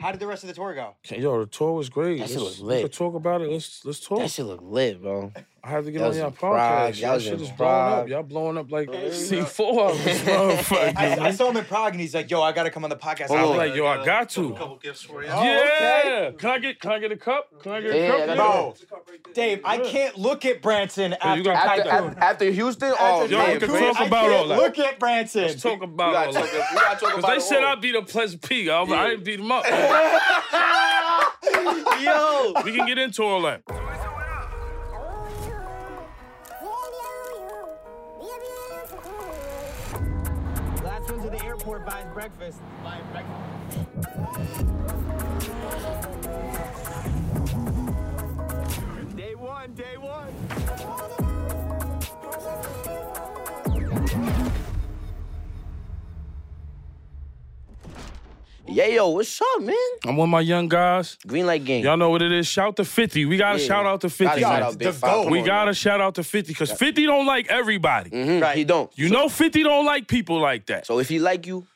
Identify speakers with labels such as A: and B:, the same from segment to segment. A: How did the rest of the tour go?
B: Yo, the tour was great.
C: That shit
B: Let's-
C: was
B: we could
C: lit.
B: talk about it. Let's let's talk.
C: That shit look lit, bro.
B: I had to get
C: that
B: on
C: was
B: y'all
C: in Prague.
B: podcast.
C: That
B: Y'all
C: was
B: shit
C: in
B: is blowing up.
C: Prague.
B: Y'all blowing up like
A: Yeah.
B: C four of us, motherfuckers.
A: I, I
B: man.
A: saw him in Prague and he's like, yo, I gotta come on the podcast.
B: I
A: I
B: was
A: was
B: like, yo, I got
D: A
B: to.
D: couple gifts for you.
A: Oh, okay.
B: Yeah. Can I get can I get a cup? Can I get
C: Yeah,
B: a
C: yeah,
B: cup?
C: that's
A: Bro,
D: There's a cup right there.
A: Dave, I
B: Yeah.
A: can't look at Branson
B: Yeah, you
A: after,
B: gotta
A: after,
B: put
C: After,
B: that-
C: af- after Houston, oh
A: after
B: Y'all
C: man,
B: can
C: Prince-
B: talk
A: I
B: about
A: can't
B: all that.
A: Look at Branson.
B: Let's talk
C: we
B: about
C: gotta
B: all
C: talk,
B: that.
C: we gotta talk about
B: Because they
C: it
B: said
C: all.
B: I beat up Pleasant Peak. I, was like, I didn't beat him up.
C: Yo,
B: we can get into all that.
E: Last one to the airport buys breakfast. Buys breakfast. Day one, day one.
C: yeah, yo, what's up, man?
B: I'm with my young guys.
C: Green light gang.
B: Y'all know what it is. Shout to 50. We gotta
C: Yeah.
B: shout out to 50.
C: Gotta shout
B: man.
C: out Big
A: The
C: Five.
A: GOAT.
C: Come
B: we
C: on,
B: gotta
C: man.
B: shout out to 50 because 50 don't like everybody.
C: Mhm,
A: Right.
C: He don't.
B: You know 50 don't like people like that.
C: So if he like you,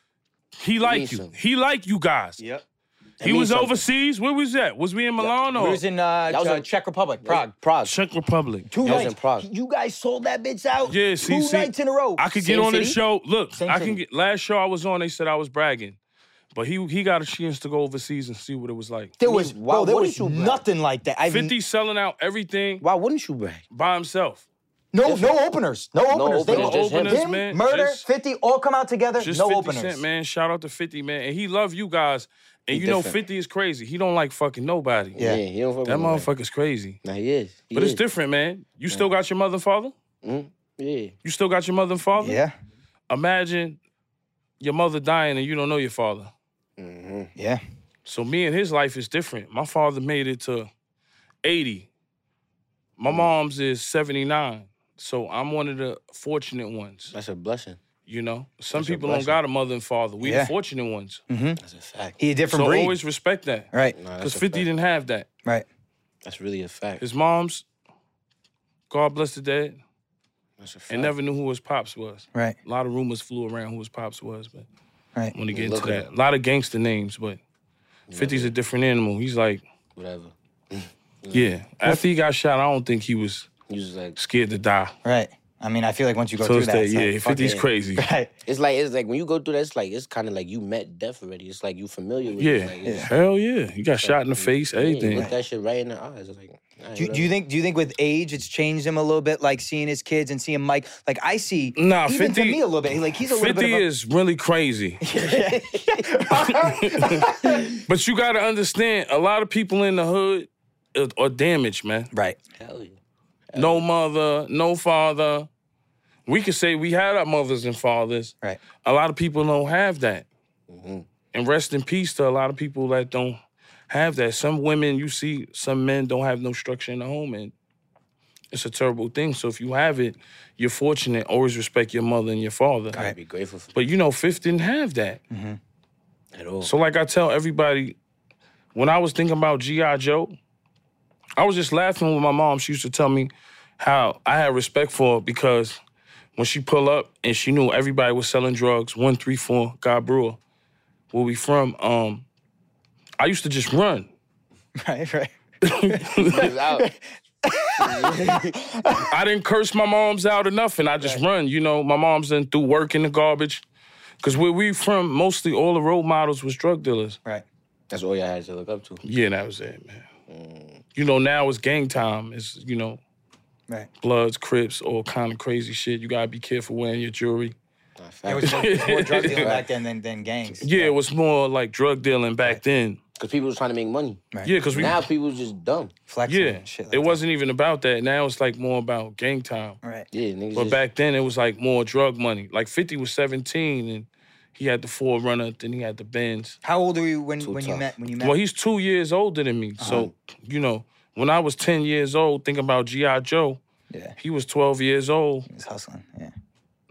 B: he like
C: means
B: you.
C: something.
B: He like you guys.
A: Yep.
B: He was
C: means
B: overseas. Where was that? Was we in Milan
A: We
B: or
A: was in uh,
C: was
A: uh,
C: in-
A: Czech Republic, Prague.
C: Prague.
B: Czech Republic?
A: Two
C: That was
A: nights.
C: in Prague.
A: You guys sold that bitch out.
B: Yeah, see,
A: two
B: see,
A: nights in a row.
B: I could
C: Same
B: get on this
C: city?
B: show. Look,
A: Same
B: I can
A: city.
B: get last show I was on. They said I was bragging, but he he got a chance to go overseas and see what it was like.
A: there was
C: Why
A: bro, there
C: wouldn't
A: was
C: you, bro?
A: nothing like that. I've,
B: 50 selling out everything
C: Why wouldn't you brag?
B: by himself.
A: no no openers, no openers. They
C: openers,
A: were-
C: just him.
A: him,
B: man.
A: murder,
B: Just-
A: fifty, all come out together.
B: Just
A: no
B: 50
A: openers.
B: Cent, man. Shout out to 50, man. And he love you guys. And
C: He
B: you know
C: different.
B: 50 is crazy. He don't like fucking nobody.
C: Yeah, he don't fuck
B: That
C: with nobody.
B: motherfucker's crazy.
C: Nah, he is. He
B: But
C: is.
B: it's different, man. You still got your mother and father?
C: Yeah.
B: You still got your mother and father?
A: Yeah,
B: Imagine your mother dying and you don't know your father.
C: Mm-hmm.
A: yeah.
B: So me and his life is different. My father made it to 80.
C: Mm.
B: My mom's is 79. So I'm one of the fortunate ones,
C: That's a blessing.
B: you know? Some
C: That's a
B: people don't
C: blessing.
B: got a mother and father. We
A: Yeah.
B: the fortunate ones.
C: That's a fact.
A: He a different
B: So
A: breed.
B: always respect that.
A: right,
C: Nah, that's
B: Because
C: a
B: 50
C: fact.
B: didn't have that.
A: right.
C: That's really a fact.
B: His mom's, God bless the dead,
C: That's a fact.
B: and never knew who his pops was.
A: Right.
B: A lot of rumors flew around who his pops was, but
A: Right.
B: I want to get
C: Look
B: into
C: at
B: that. A lot of gangster names, but 50's a different animal. He's like,
C: Whatever.
B: yeah. After he got shot, I don't think he was
C: You just like
B: scared to die.
A: Right. I mean, I feel like once you go
B: So
A: through
B: it's
A: that,
B: that,
A: it's like,
B: yeah,
A: fuck
B: 50's
A: it.
B: crazy.
A: Right.
C: it's like it's like when you go through that, it's like it's kind of like you met death already. It's like you familiar with it.
B: Yeah.
C: Like, it's-
B: Hell yeah. He got shot in the face,
C: yeah, you
B: everything.
C: look that shit right in the eyes. It's like, all right,
A: Do, you- do you think? Do you think with age, it's changed him a little bit? Like seeing his kids and seeing Mike. Like I see.
B: Nah,
A: even
B: 50
A: to me a little bit. Like he's a little
B: 50
A: bit.
B: is really crazy. but you got to understand, a lot of people in the hood are- are damaged, man.
A: Of a, right.
C: whatever. Hell yeah.
B: no mother, no father. We could say we had our mothers and fathers.
A: Right.
B: A lot of people don't have that. And rest in peace to a lot of people that don't have that. Some women you see, some men don't have no structure in the home, and it's a terrible thing. So if you have it, you're fortunate. Always respect your mother and your father.
C: I'd be grateful for
B: But you know, Fifth didn't have that.
C: that at all.
B: So, like I tell everybody, when I was thinking about G.I. Joe, I was just laughing with my mom. She used to tell me how I had respect for her because when she pull up and she knew everybody was selling drugs, 134 God Brewer, where we from, um, I used to just run.
A: Right. Right.
C: It's out.
B: I didn't curse my moms out enough and I just run. You know, my mom's done threw work in the garbage. Cause where we from, mostly all the role models was drug dealers.
A: Right.
C: That's all y'all had to look up to.
B: Yeah, that was it, man.
A: Mm.
B: You know, now it's gang time. It's you know,
A: Right.
B: Bloods, Crips, all kind of crazy shit. You gotta be careful wearing your jewelry.
C: Nah, fact.
A: It was more, more drug dealing back then than, than gangs.
B: Yeah, it was more like drug dealing back then.
C: Cause people was trying to make money.
A: Right.
B: Yeah, cause we
C: Now people just dumb.
A: Flexing
B: yeah,
A: and shit like
B: it
A: that.
B: wasn't even about that. Now it's like more about gang time.
A: Right.
C: Yeah, niggas.
B: But
C: just,
B: back then it was like more drug money. Like Fifty was seventeen and he had the Forerunner, then he had the Benz.
A: How old were you when,
C: Too
A: when you
C: tough.
A: met? When you met?
B: Well, he's two years older than
C: Uh-huh.
B: me, so you know when I was ten years old, thinking about GI Joe,
A: yeah.
B: he was twelve years old,
A: He was hustling. Yeah.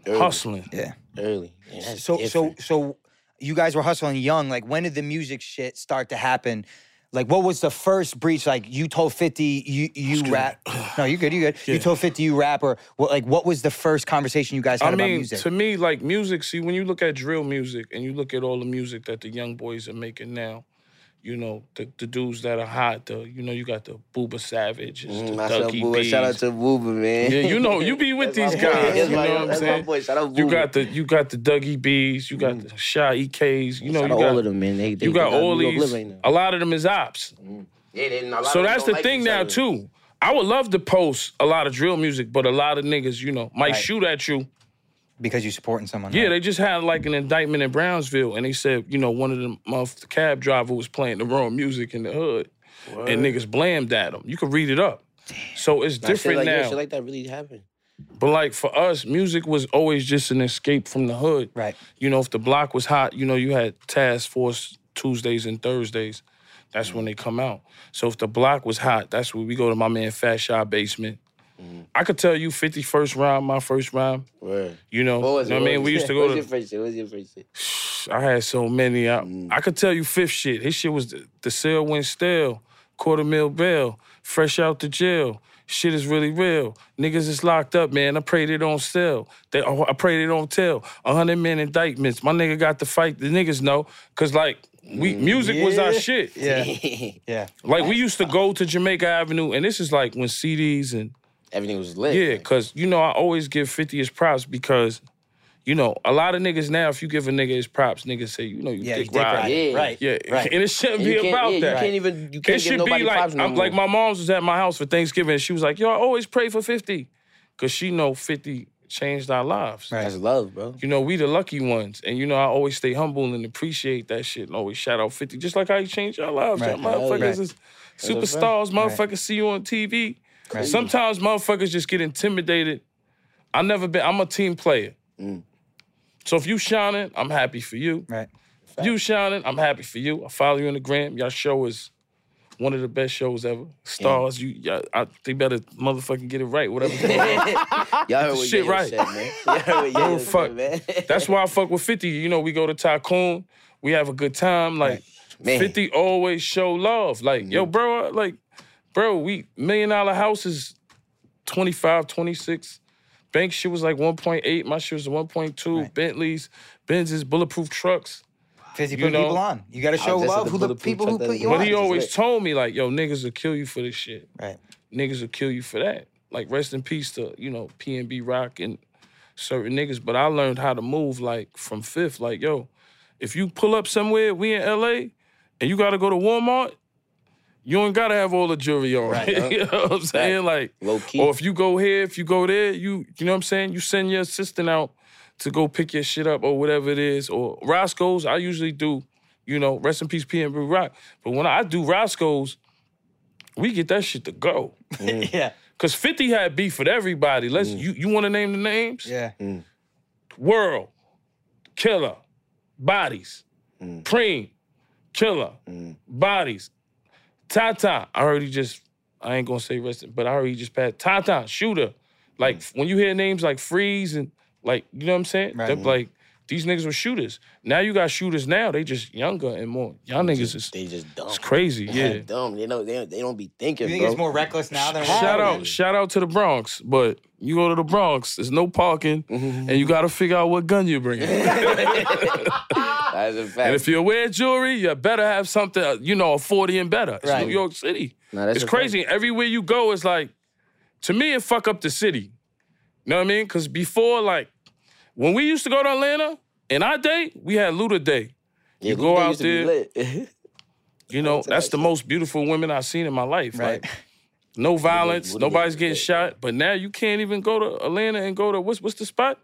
C: early,
B: hustling.
A: Yeah.
C: early. Yeah, that's
A: So so
C: different.
A: so you guys were hustling young. Like when did the music shit start to happen? Like what was the first breach? Like you told 50 you you rap. No, you good, you good. You told 50 you rap or what like what was the first conversation you guys had
B: I
A: about
B: mean,
A: music?
B: to me, like music. See, when you look at drill music and you look at all the music that the young boys are making now, you know, the, the dudes that are hot, the you know, you got the Booba Savage,
C: Mm,
B: the
C: I said
B: Ducky
C: Booba. Shout out
B: Bees.
C: to Booba, man.
B: Yeah, you know, you be with
C: That's
B: these
C: my boy.
B: guys.
C: That's
B: you
C: my-
B: know what I'm
C: that's my
B: saying?
C: boy. Shout out
B: You
C: Booba. Mm.
B: got the you got the Dougie B's, you got the Shy EKs, you know,
C: Shout
B: you
C: out
B: got
C: all of them, man. They, they,
B: you got
C: they
B: all
C: New York
B: these.
C: Live right now.
B: a lot of them is ops.
C: Yeah, they- and a lot
B: So
C: of them
B: that's
C: don't
B: the
C: like
B: thing
C: each
B: now
C: other.
B: too. I would love to post a lot of drill music, but a lot of niggas, you know, might shoot at you.
A: because you're supporting someone.
B: Yeah,
A: right?
B: they just had like an indictment in Brownsville, and they said, you know, one of them off the cab driver was playing the wrong music in the hood, and niggas blamed at him. You could read it up. So it's
C: Nah, shit
B: different
C: like,
B: now.
C: yo, shit like that really happened.
B: But like for us, music was always just an escape from the hood.
A: Right.
B: You know, if the block was hot, you know, you had task force Tuesdays and Thursdays. That's
C: Mm-hmm.
B: when they come out. So if the block was hot, that's where we go to my man Fat Shot basement.
C: Mm-hmm.
B: I could tell you 50 first rhyme, my first rhyme.
C: Word.
B: You know,
C: What was
B: you know
C: it?
B: what I mean?
C: What was
B: We
C: it?
B: used to
C: What
B: go
C: was
B: to
C: your first shit? What was your first shit?
B: I had so many. I,
A: Mm.
B: I could tell you fifth shit. His shit was the, the sale went stale, quarter mil bail, fresh out the jail. Shit is really real. Niggas is locked up, man. I prayed it on sale. They, oh, I prayed it on tell. A hundred men indictments. My nigga got to fight. The niggas know, cause like we music was our
A: Mm, Yeah.
B: shit.
A: yeah, yeah.
B: Like we used to go to Jamaica Avenue, and this is like when CDs and
C: Everything was lit.
B: yeah,
C: like,
B: because you know, I always give 50 his props because, you know, a lot of niggas now, if you give a nigga his props, niggas say, you know, you
A: Yeah,
B: dick,
A: you dick
B: ride.
A: riding.
C: Yeah.
A: Right.
B: Yeah,
A: Right.
B: and it shouldn't
C: and
B: be
C: you can't,
B: about
C: yeah,
B: that.
C: You can't even. You
B: it
C: can't give
B: should be
C: nobody
B: like,
C: props no
B: I'm, like
C: more.
B: my mom's was at my house for Thanksgiving, and she was like, "Yo, I always pray for 50. cause she know 50 changed our lives.
A: Right.
C: That's love, bro.
B: You know, we the lucky ones, and you know, I always stay humble and appreciate that shit, and always shout out 50, just like how you changed our lives.
A: Right.
B: Y'all motherfuckers
A: Right.
B: is superstars. Motherfuckers see you on TV. Sometimes motherfuckers just get intimidated. I never been. I'm a team player.
C: Mm.
B: So if you shining, I'm happy for you.
A: Right.
B: You shining, I'm happy for you. I follow you on the gram. Y'all show is one of the best shows ever. Stars, you, y'all, I, they better motherfucking get it right. Whatever.
C: Y'all heard what
B: shit
C: Ye
B: right.
C: said, man. Y'all heard what Ye
B: fuck.
C: said, man.
B: That's why I fuck with 50. You know, we go to Tycoon, we have a good time. Like,
C: Man.
B: 50 always show love. Like, yo, bro, like, bro, we million dollar houses, 25, 26. Bank shit was like 1.8, my shit was 1.2. Bentleys, Benzes, bulletproof trucks.
A: Because you
B: You
A: put
B: know-
A: people on. You got to show
C: just at
A: love
C: the
A: who the
C: Bulletproof
A: people who put
C: truck that-
A: you
B: But
A: on.
B: he always
C: lit.
B: told me, like, yo, niggas will kill you for this shit.
A: right.
B: Niggas will kill you for that. Like, rest in peace to, you know, PNB Rock and certain niggas, but I learned how to move like from fifth. Like, yo, if you pull up somewhere, we in LA, and you gotta go to Walmart, you ain't gotta have all the jewelry on. you know what I'm saying? Like,
C: Low key.
B: or if you go here, if you go there, you you know what I'm saying? You send your assistant out to go pick your shit up or whatever it is. Or Roscoe's, I usually do, you know, rest in peace, P and Rock. But when I do Roscoe's, we get that shit to go.
A: yeah.
B: Cause 50 had beef with everybody. Let's you you wanna name the names?
A: Yeah.
B: World, Killer, Bodies,
C: Mm.
B: Preem, Killer, Bodies, Tata. I already just, I ain't gonna say rest, but I already just passed Tata, Shooter. Like
C: Mm.
B: when you hear names like Freeze and like, you know what I'm saying?
A: Right.
B: They're
C: Mm-hmm.
B: like, these niggas were shooters. Now you got shooters now, they just younger and more. Y'all niggas is
C: They just dumb.
B: it's crazy.
C: They
B: Yeah.
C: dumb. They don't. They don't, they don't be thinking,
A: You think
C: bro.
A: it's more reckless now than it was?
B: Shout
C: Yeah.
B: out, shout out to the Bronx, but you go to the Bronx, there's no parking,
C: Mm-hmm.
B: and you gotta figure out what gun you bring.
C: That's a fact.
B: And if you wear jewelry, you better have something, uh, you know, a 40 and better. It's
A: Right.
B: New York City.
C: Nah, that's
B: it's
C: a
B: crazy. Everywhere you go, it's like, to me, it fuck up the city. You know what I mean? Because before, like, when we used to go to Atlanta, in our day, we had Luda Day.
C: Yeah,
B: go
C: Lupe
B: out
C: used to be lit.
B: You know, that's the most beautiful women I've seen in my life.
A: Right.
B: Like, no violence,
C: Luda
B: nobody's
C: Day.
B: getting shot. But now you can't even go to Atlanta and go to, what's, what's the spot?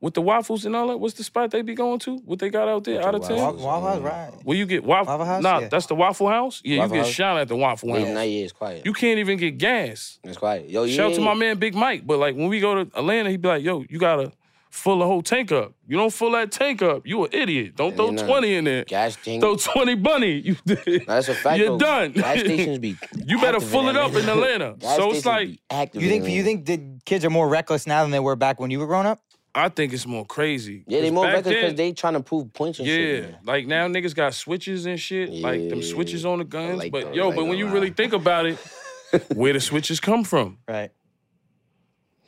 B: With the waffles and all that, what's the spot they be going to? What they got out there, out of town?
A: Wa- Wawa, right.
B: Well, you get waffle.
A: Waffle House?
B: Nah,
A: Yeah.
B: that's the Waffle House. Yeah,
C: Waffle
B: you get
C: House?
B: shot at the Waffle House.
C: yeah, nah, yeah, it's quiet.
B: You can't even get gas.
C: it's quiet. Yo, yeah.
B: Shout out to my man Big Mike, but like when we go to Atlanta, he'd be like, "Yo, you gotta fill the whole tank up. You don't fill that tank up, you an idiot. Don't throw
C: you know,
B: twenty in there.
C: Gas tank.
B: Throw twenty bunny. You
C: Nah, that's a fact.
B: You're
C: though.
B: done.
C: Gas stations be.
B: you better
C: active
B: fill it up in Atlanta.
C: Gas
B: so it's
C: stations
B: like
C: be active
A: You
C: in
A: think
C: Atlanta.
F: uh,
A: you think the kids are more reckless now than they were back when you were growing up?
B: I think it's more crazy.
C: Yeah, they
B: 'Cause
C: more
B: back
C: reckless because
B: then-
C: they trying to prove points and
B: Yeah,
C: shit. man.
B: like now niggas got switches and shit, like them switches on the guns.
C: like
B: but
C: those,
B: yo,
C: I
B: but
C: ain't
B: when you
C: gonna
B: really
C: lie.
B: think about it, where the switches come from?
A: Right.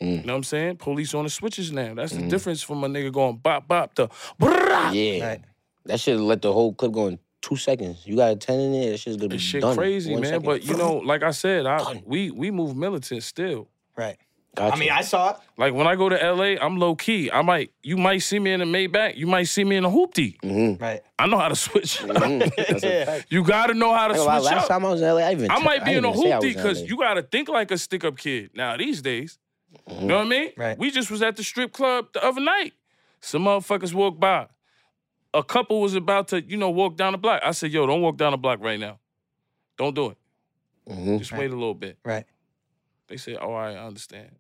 B: You know what I'm saying? Police on the switches now. That's
F: Mm.
B: the difference from a nigga going bop bop to brrrah.
C: Yeah.
A: Right.
C: That should let the whole clip going.
F: two seconds. You got a ten in there, that shit's gonna be
B: It's shit
F: done.
B: crazy,
F: One
B: man.
F: second.
B: But you know, like I said, I,
F: Done.
B: we we move militant still.
A: Right.
F: Gotcha.
A: I mean, I saw it.
B: Like when I go to LA, I'm low key. I might you might see me in a Maybach, you might see me in a hoopty.
F: Mhm.
A: Right.
B: I know how to switch.
C: Mm.
F: Mhm. That's a-
A: Yeah.
B: you gotta know how to
F: I ain't gonna lie,
B: switch
F: last
B: up.
F: time I was in LA, I even
B: I might be in a
F: didn't even say I
B: hoopty
F: was in
B: because
F: LA.
B: you gotta think like a stick up kid. Now these days, you
F: Mhm.
B: know what I mean?
A: Right.
B: We just was at the strip club the other night. Some motherfuckers walked by. A couple was about to, you know, walk down the block. I said, "Yo, don't walk down the block right now. Don't do it.
F: Mhm.
B: Just wait a little bit."
A: Right.
B: They said, "Oh, I understand."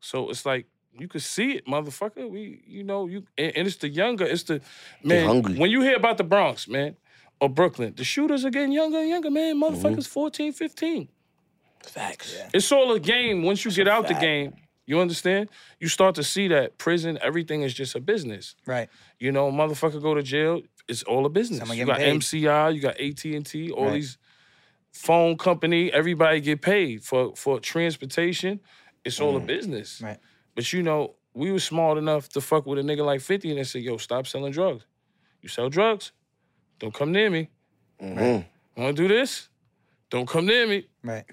B: So it's like you could see it, motherfucker. We, you know, you and, and it's the younger. It's the man.
F: hungry.
B: When you hear about the Bronx, man, or Brooklyn, the shooters are getting younger and younger, man.
F: Mm-hmm.
B: Motherfuckers, 14, 15.
F: Facts.
B: It's all a game. Once you get out the game, you understand. You start to see that prison, everything is just a business.
A: Right.
B: You know, motherfucker go to jail. It's all a business.
A: Someone
B: you got
A: getting
B: MCI, you got AT and T, all
A: Right.
B: these phone company. Everybody get paid for for transportation. It's all a business.
A: Mm. Right.
B: But you know, we was smart enough to fuck with a nigga like Fifty and they said, "Yo, stop selling drugs. You sell drugs, don't come near me.
F: Mhm.
B: Want to do this? Don't come near me.
A: Right.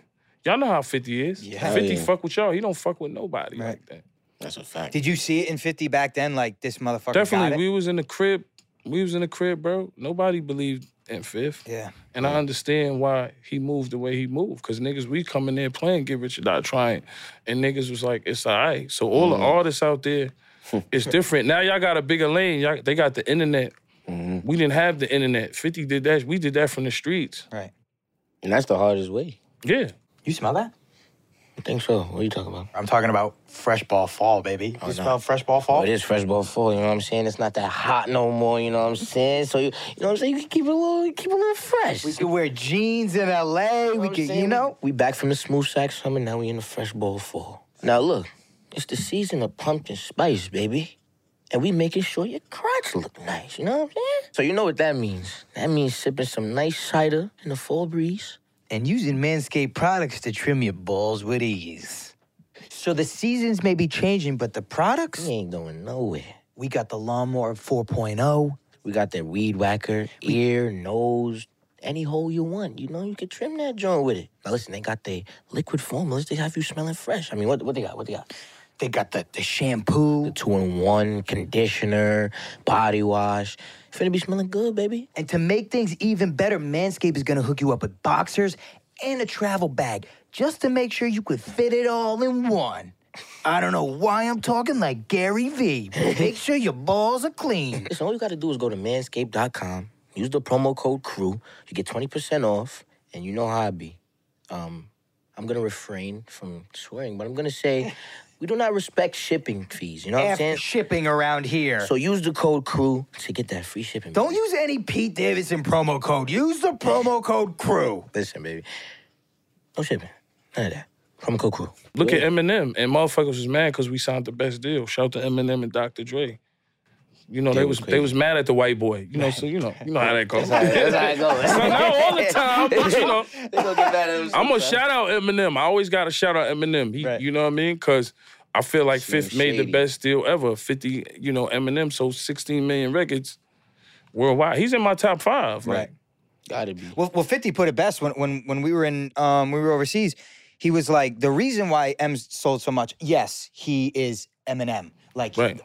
B: Y'all know how Fifty is.
F: Yeah.
B: Fifty
F: Yeah.
B: fuck with y'all. He don't fuck with nobody
A: Right.
B: like that.
F: That's a fact.
A: Did you see it in 50 back then? Like this motherfucker.
B: Definitely,
A: Got it?
B: we was in the crib. We was in the crib, bro. Nobody believed in Fifth.
A: yeah.
B: And I understand why he moved the way he moved. Cause niggas, we come in there playing Get Rich or Die Trying. And niggas was like, it's all right. So all
A: Mm-hmm.
B: the artists out there, it's different. Now y'all got a bigger lane. Y'all, they got the internet.
A: Mm-hmm.
B: We didn't have the internet. 50 did that. We did that from the streets.
A: Right.
F: And that's the hardest way.
B: Yeah.
C: You smell that?
F: I think so. What are you talking about?
C: I'm talking about fresh ball fall, baby. You smell fresh ball fall?
F: Oh, it is fresh ball full, you know what I'm saying? It's not that hot no more, you know what I'm saying? So you, you know what I'm saying? You can keep it a little keep it a little fresh.
C: we could wear jeans in LA. We
F: what I'm
C: could, you
F: saying?
C: know.
F: We back from the smooth sack summer, now we in the fresh bowl fall. Now look, it's the season of pumpkin spice, baby. And we making sure your crotch look nice, you know what I'm saying? So you know what that means. That means sipping some nice cider in the fall breeze.
C: And using Manscaped products to trim your balls with ease. So the seasons may be changing, but the products,
F: We ain't going nowhere.
C: we got the Lawnmower oh. 4.0.
F: We got that weed whacker, ear, nose, any hole you want. You know, you can trim that joint with it. Now listen, they got the liquid formulas. They have you smelling fresh. I mean, what, what they got? What they got?
C: They got the, the shampoo.
F: two in one conditioner, body wash. Finna be smelling good, baby.
C: And to make things even better, Manscaped is gonna hook you up with boxers and a travel bag just to make sure you could fit it all in one. I don't know why I'm talking like Gary Vee, but make sure your balls are clean.
F: Listen, all you gotta do is go to manscaped.com, use the promo code crew, you get 20% off, and you know how I be. Um, I'm gonna refrain from swearing, but I'm gonna say we do not respect shipping fees. You know what I'm
C: After
F: saying?
C: shipping around here.
F: So use the code crew to get that free shipping.
C: don't
F: baby.
C: use any Pete Davidson promo code. Use the promo code crew.
F: listen, baby. No shipping. None of that. Promo code crew.
B: Look at Eminem. And motherfuckers was mad because we signed the best deal. Shout to Eminem and Dr. Dre. You know, they, was
F: was
B: they
F: crazy.
B: was mad at the white boy. You know, so you know, you know how that goes.
F: That's how I
B: So
F: go.
B: now all the time, but you know.
F: they gonna get mad at us.
B: I'm gonna shout out Eminem. I always gotta shout out Eminem. He,
A: Right.
B: you know what I mean? Cause I feel like Fifth made the
F: shady.
B: best deal ever. Fifty, you know, Eminem sold 16 million records worldwide. He's in my top five. Like,
A: Right.
F: Gotta be.
A: Well, well, 50 put it best when when when we were in um we were overseas. He was like the reason why M's sold so much. Yes, he is Eminem. Like he- uh,
B: Right.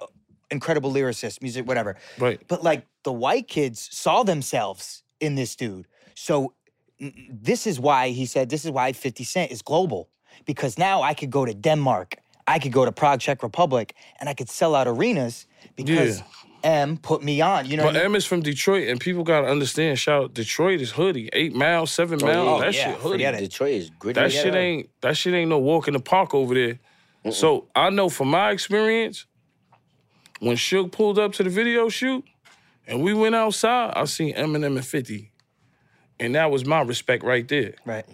A: incredible lyricist, music whatever.
B: Right.
A: But like the white kids saw themselves in this dude. So n- n- this is why he said this is why 50 Cent is global because now I could go to Denmark, I could go to Prague, Czech Republic, and I could sell out arenas because
B: Yeah.
A: M put me on. You know,
B: But
A: what I mean?
B: M is from Detroit, and people gotta understand. Shout out Detroit is hoodie, eight miles, seven miles.
F: Oh, yeah.
B: oh, that
A: yeah.
B: shit hoodie.
A: Forget it.
F: Detroit is gritty.
B: That shit ain't that shit ain't no walk in the park over there. So I know from my experience, when Suge pulled up to the video shoot and we went outside, I seen Eminem and 50. And that was my respect right there.
A: right?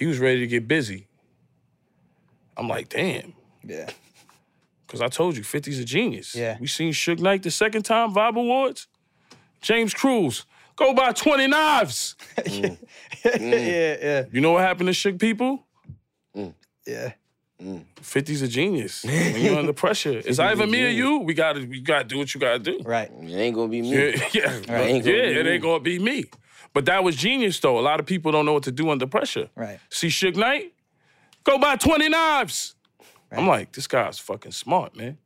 B: He was ready to get busy. I'm like, damn.
A: Yeah,
B: Cause I told you, 50's a genius.
A: Yeah.
B: We seen Suge Knight the second time, Vibe Awards. James Cruz, go buy 20 knives.
A: yeah, yeah,
B: You know what happened to Suge people?
A: yeah.
B: 50's a genius. When you're under pressure, it's either me or you. We gotta, we gotta do what you gotta do.
A: Right.
C: It ain't gonna be me.
B: Yeah, yeah, yeah.
C: ain't gonna be
B: It
C: me.
B: ain't gonna be me. But that was genius, though. A lot of people don't know what to do under pressure.
A: Right.
B: See Suge Knight, go buy twenty knives. I'm like, this guy's fucking smart, man.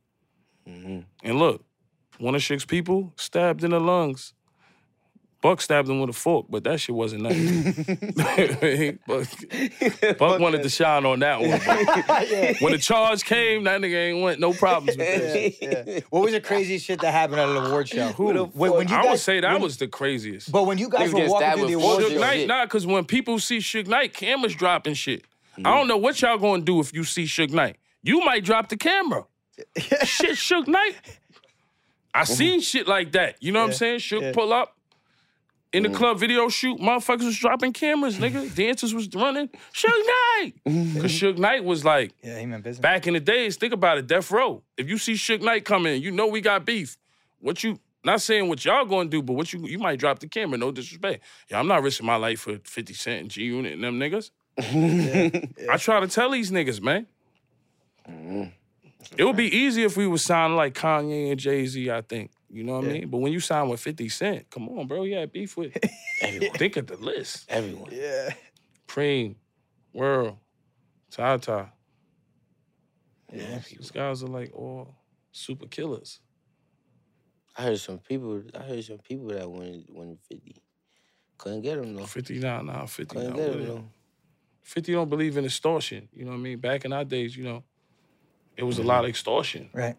A: Mm-hmm.
B: And look, one of Suge's people stabbed in the lungs. Buck stabbed him with a fork, but that shit wasn't nothing. Buck, Buck wanted to shine on that one. but When the charge came, that nigga ain't went no problems with that shit.
A: What was the craziest shit that happened at an award show? When, when you
B: I
A: guys,
B: would say that was the craziest.
A: But when you guys
C: Niggas
A: were
C: get
A: walking
C: stabbed
A: through the
C: with
A: award
C: forks.
B: Suge
A: show,
C: Yo,
B: Knight,
C: shit.
B: nah, cause when people see Suge Knight, cameras dropping shit. I don't know what y'all gonna do if you see Suge Knight. You might drop the camera. shit, Suge Knight. I seen shit like that. You know what I'm saying? Suge pull up in the club video shoot. Motherfuckers was dropping cameras, nigga. Dancers was running. Suge Knight. Cause Suge Knight was like,
A: yeah, he meant business.
B: back in the days, think about it, Death Row. If you see Suge Knight coming, you know we got beef. What you not saying what y'all gonna do, but what you you might drop the camera, no disrespect. Yeah, I'm not risking my life for 50 Cent and G Unit and them niggas. I try to tell these niggas, man.
C: Mm-hmm.
B: It would be easy if we was signing like Kanye and Jay-Z, I think. You know what I mean? But when you sign with 50 Cent, come on, bro, you had beef with
C: Everyone.
B: think of the list.
C: Everyone.
B: Preem, World, Tata. Yeah, these guys are like all super killers.
C: I heard some people. I heard some people that wanted 150. Couldn't get them though.
B: 59, nah, 50.
C: Couldn't
B: not
C: get
B: with
C: them
B: it.
C: though.
B: 50 don't believe in extortion. You know what I mean? Back in our days, you know, it was a
C: Mm-hmm.
B: lot of extortion.
A: Right.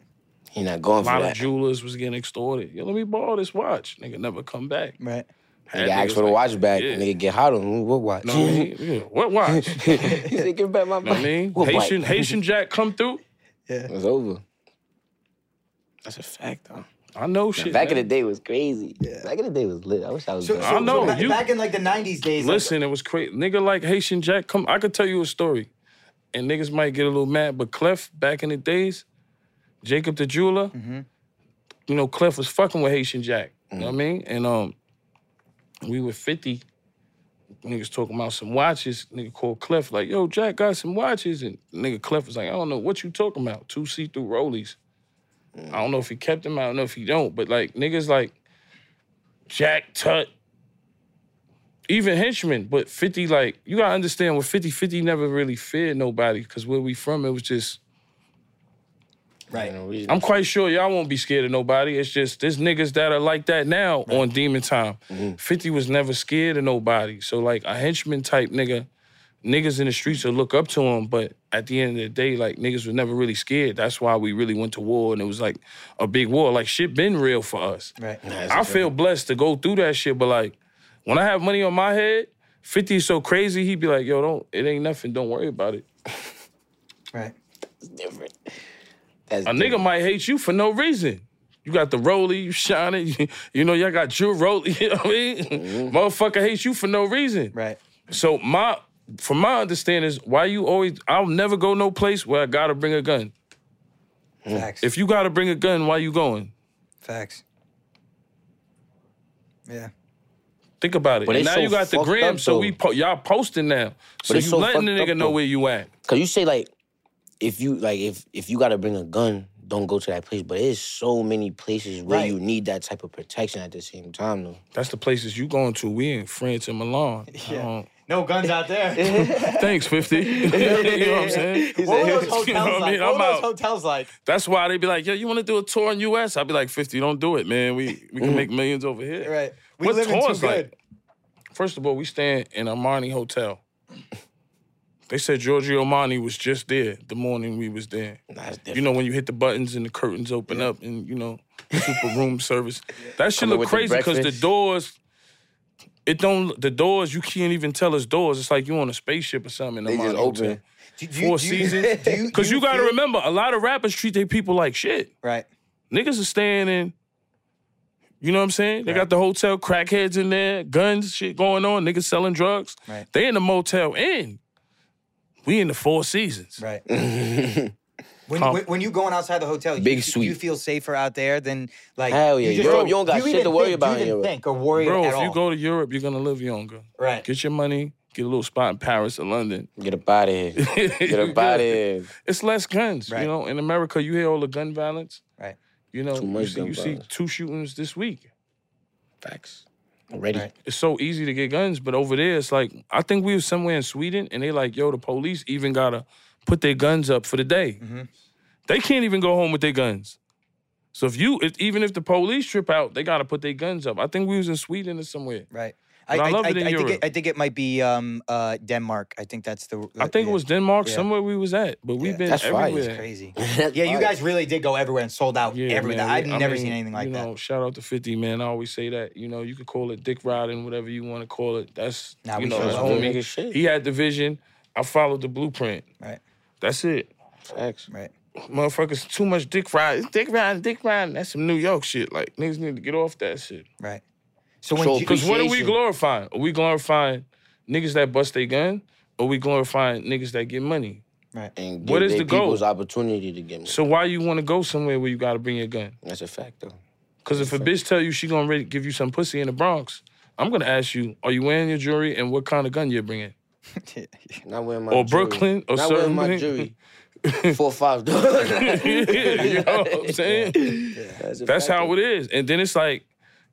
C: He not going
B: A
C: for
B: lot of
C: that.
B: jewelers was getting extorted. Yo, let me borrow this watch. Nigga never come back.
A: Right.
B: Had
C: Nigga asked
B: niggas
C: for the
B: like
C: watch
B: that.
C: back.
B: Yeah.
C: Nigga get hot on him. What watch?
B: You know what I mean? Yeah, What watch? You
C: he said, "Give back my
B: know what I mean?
C: What watch?
B: Haitian, Haitian Jack come through.
C: It's over. That's a fact though.
B: I know shit.
C: Back in
B: man.
C: the day was crazy. Back in the day was lit. I wish I was.
A: So,
C: back.
A: so- so
B: know,
A: ba-
B: you-
A: back in like the '90s days. like,
B: Listen, it was crazy. Nigga like Haitian Jack, come. I could tell you a story, and niggas might get a little mad, but Clef back in the days, Jacob the jeweler,
A: Mm-hmm.
B: you know, Clef was fucking with Haitian Jack. You
A: Mm.
B: know what I mean? And um, we were fifty. Niggas talking about some watches. Nigga called Clef like, "Yo, Jack got some watches," and nigga Clef was like, "I don't know what you talking about. Two see-through rollies.
A: Mm.
B: I don't know if he kept them. I don't know if he don't. But like niggas like Jack Tut, even henchmen, but 50, like, you gotta understand with 50, 50 never really feared nobody, because where we from, it was just,
A: right.
B: I'm quite sure y'all won't be scared of nobody. It's just, there's niggas that are like that now on Demon Time.
A: Mm-hmm.
B: 50 was never scared of nobody. So, like, a henchman type nigga, niggas in the streets will look up to him, but at the end of the day, like, niggas were never really scared. That's why we really went to war, and it was like a big war. Like, shit been real for us.
A: Right.
B: I feel blessed to go through that shit, but like when I have money on my head, 50 is so crazy, he'd be like, yo, don't, it ain't nothing, don't worry about it.
A: Right.
C: different. That's
B: A nigga might hate you for no reason. You got the rollie, you shining, you, you know, y'all got your rollie, you know what I mean?
C: Mm-hmm.
B: Motherfucker hates you for no reason.
A: Right.
B: So my from my understanding is why you always I'll never go no place where I gotta bring a gun.
A: Facts.
B: Mm. If you gotta bring a gun, why you going?
A: Facts. Yeah.
B: Think about it.
C: But
B: And
C: they
B: now
C: so
B: you got the
C: fucked
B: gram,
C: up,
B: so
C: though.
B: we po- y'all posting now. So you
C: it's so
B: letting the
C: fucked
B: nigga
C: up,
B: know
C: though.
B: where you at.
C: Cause you say like, if you like, if if you gotta bring a gun, don't go to that place. But there's so many places where
A: Right.
C: you need that type of protection at the same time, though.
B: That's the places you going to. We in France and Milan. Um, Yeah.
A: No guns out there.
B: thanks, 50. you know what I'm saying?
A: what were those
B: You know
A: hotels
B: what I
A: like?
B: mean?
A: What were
B: I'm
A: those
B: out.
A: hotels like?
B: That's why they be like, yo, you want to do a tour in US? I'd be like, 50, don't do it, man. We we can make millions over here.
A: Mm-hmm. Right. We
B: What
A: live in too
B: tours like?
A: good.
B: First of all, we staying in Armani Hotel. They said Giorgio Armani was just there the morning we was there.
C: That's different.
B: You know when you hit the buttons and the curtains open up and you know super room service. That shit look
C: with the
B: crazy because the
C: breakfast.
B: doors. It don't the doors you can't even tell it's doors. It's like you on a spaceship or something. in
C: They just
B: Armani Hotel.
C: open.
A: Do- do you-
B: Four
A: do you-
B: seasons.
A: do you-
B: Because
A: do
B: you gotta
A: feel-
B: remember, a lot of rappers treat their people like shit.
A: Right.
B: Niggas are staying in. You know what I'm saying? They got the hotel, crackheads in there, guns, shit going on, niggas selling drugs.
A: Right.
B: They in the motel inn. We in the four seasons.
A: Right. When, when, when you going outside the hotel, you-
C: Big
A: you, you
C: suite.
A: feel safer out there than like.
C: Hell yeah,
A: just
C: Europe, you don't got
A: do
C: shit to
A: even
C: worry
A: think-
C: about
A: Do
C: in
A: you even
C: Europe.
A: think or worry
B: Bro,
A: at
B: if
A: all?
B: you go to Europe, you're gonna live younger.
A: right.
B: Get your money, get a little spot in Paris or London.
F: Get up out of here. Get up out of here.
B: It's less guns.
A: Right.
B: You know, in America, you hear all the gun violence.
A: Right.
B: You know,
F: Too much
B: you, see,
F: gun
B: you see
F: violence.
B: two shootings this week.
F: Facts. Already.
A: Right.
B: It's so easy to get guns, but over there, it's like I think we were somewhere in Sweden, and they like, yo, the police even gotta put their guns up for the day.
A: Mm-hmm.
B: They can't even go home with their guns. So if you, if, even if the police trip out, they gotta put their guns up. I think we was in Sweden or somewhere.
A: Right.
B: But I love it in
A: think it,
B: Europe.
A: I think it might be um, uh, Denmark. I think that's the.
B: I think it
A: yeah.
B: was Denmark,
A: Yeah.
B: somewhere we was at, but we've
A: Yeah.
B: been
F: That's fire. It's
B: everywhere.
A: crazy.
F: That's
A: Yeah, you
F: fire.
A: guys really did go everywhere and sold out
B: Yeah,
A: everything.
B: man,
A: I've
B: we- I
A: never
B: mean,
A: seen anything like
B: you know,
A: that.
B: Shout out to 50, man. I always say that. You know, you could call it dick riding, whatever you want to call it. That's
A: Nah,
B: you
A: we
B: know,
A: feel
B: that's
A: that.
F: Real
B: homie.
F: nigga shit.
B: He had the vision. I followed the blueprint.
A: Right,
B: That's it.
F: Facts.
A: right.
B: Motherfuckers, too much dick riding. Dick riding, dick riding. That's some New York shit. Like, niggas need to get off that shit.
A: Right. So when
F: So
A: you,
B: Because what are we
F: Appreciation.
B: glorifying? Are we glorifying niggas that bust their gun? Or we glorifying niggas that get money?
F: And give
B: What is
F: their
B: the goal?
F: people's opportunity to get money.
B: So why you want to go somewhere where you got to bring your gun?
F: That's a fact, though.
B: Because if a bitch tell you she gonna re- give you some pussy in the Bronx, I'm gonna ask you, are you wearing your jewelry and what kind of gun you're bringing?
F: Not wearing my
B: Or
F: jewelry.
B: Brooklyn, or
F: Not
B: certain
F: wearing my
B: thing.
F: jewelry. Four five dollars.
B: you know what I'm saying? That's how it is. And then it's like,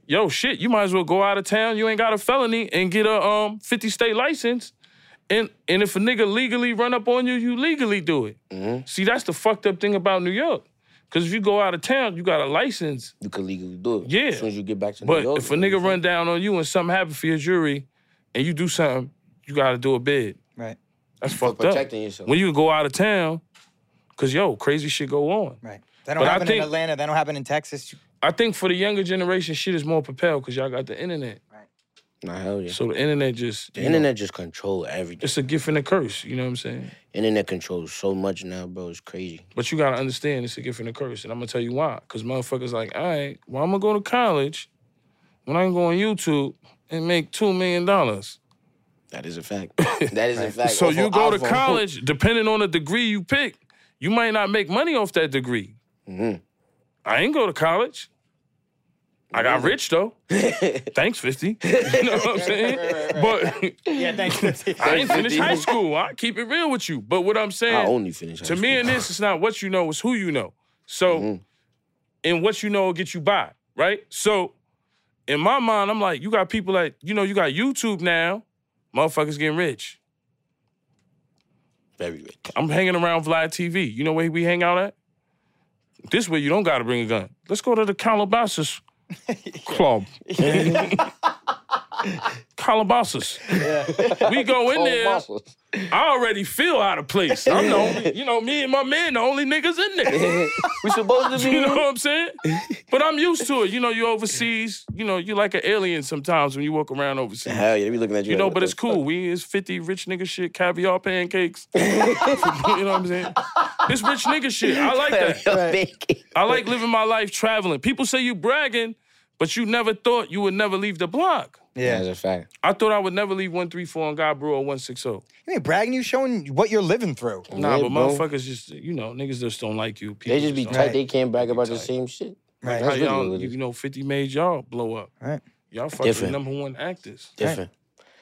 B: yo, shit, you might as well go out of town. You ain't got a felony and get a um 50 state license. And and if a nigga legally run up on you, you legally do it. See, that's the fucked up thing about New York. Cause if you go out of town, you got a license.
F: You can legally do it.
B: Yeah.
F: As soon as you get back to New
B: But
F: York.
B: if a nigga run down on you and something happened for your jury, and you do something, you gotta do a bid.
A: right,
B: That's
F: For
B: fucked up.
F: protecting yourself.
B: When you go out of town, cause yo, crazy shit go on.
A: right. That don't
B: But I
A: happen
B: think-
A: in Atlanta. That don't happen in Texas.
B: I think for the younger generation, shit is more propelled cause y'all got the internet.
F: Nah, hell yeah.
B: So the internet just
F: The
B: you know,
F: internet just control everything.
B: it's a gift and a curse. You know what I'm saying?
F: Internet controls so much now, bro. It's crazy.
B: But you gotta understand it's a gift and a curse, and I'm gonna tell you why. Cause motherfuckers like, all right, well I'm gonna go to college when I can go on YouTube and make two million dollars.
F: That is a fact. That is a fact.
B: So
F: Off
B: you
F: of
B: go to
F: iPhone.
B: college, depending on the degree you pick, you might not make money off that degree.
F: Mm-hmm.
B: I ain't go to college. I got rich though. Thanks, 50. You know what I'm saying? But
A: Yeah, thanks.
B: I ain't finished
F: 50.
B: high school. I keep it real with you. But what I'm saying
F: I only finished. high
B: to me
F: school.
B: in this, it's not what you know, it's who you know. So,
F: Mm-hmm.
B: and what you know will get you by, right? So, in my mind, I'm like, you got people that, you know, you got YouTube now, motherfuckers getting rich.
F: very rich.
B: I'm hanging around Vlad TV. You know where we hang out at? This way you don't gotta bring a gun. Let's go to the Calabasas Club. Calabasas. We go in there.
F: Muscles.
B: I already feel out of place. I'm the only, you know, me and my man, the only niggas in there.
F: We supposed to be.
B: You know what I'm saying? But I'm used to it. You know, you overseas, you know, you like an alien sometimes when you walk around overseas.
F: Hell yeah, they be looking at you.
B: You know,
F: like,
B: but
F: what
B: it's
F: the
B: cool. We is 50 rich nigga shit, caviar pancakes. you know what I'm saying? It's rich nigga shit. I like that.
F: fuck?
B: I like living my life traveling. People say you bragging, but you never thought you would never leave the block.
F: That's
A: yeah.
F: a fact.
B: I thought I would never leave 134 on God Brew or 160.
A: You ain't bragging. You showing what you're living through.
B: Nah,
F: Yeah,
B: but
F: bro.
B: motherfuckers just, you know, niggas just don't like you. People
F: They just be
B: don't
F: tight.
B: like
F: They can't brag about the same shit.
A: Right.
F: That's
B: you.
F: really
B: Y'all,
F: what it
B: you
F: is.
B: know, 50 made y'all blow up.
A: Right.
B: Y'all fucking
F: Different.
B: number one actors.
F: Different.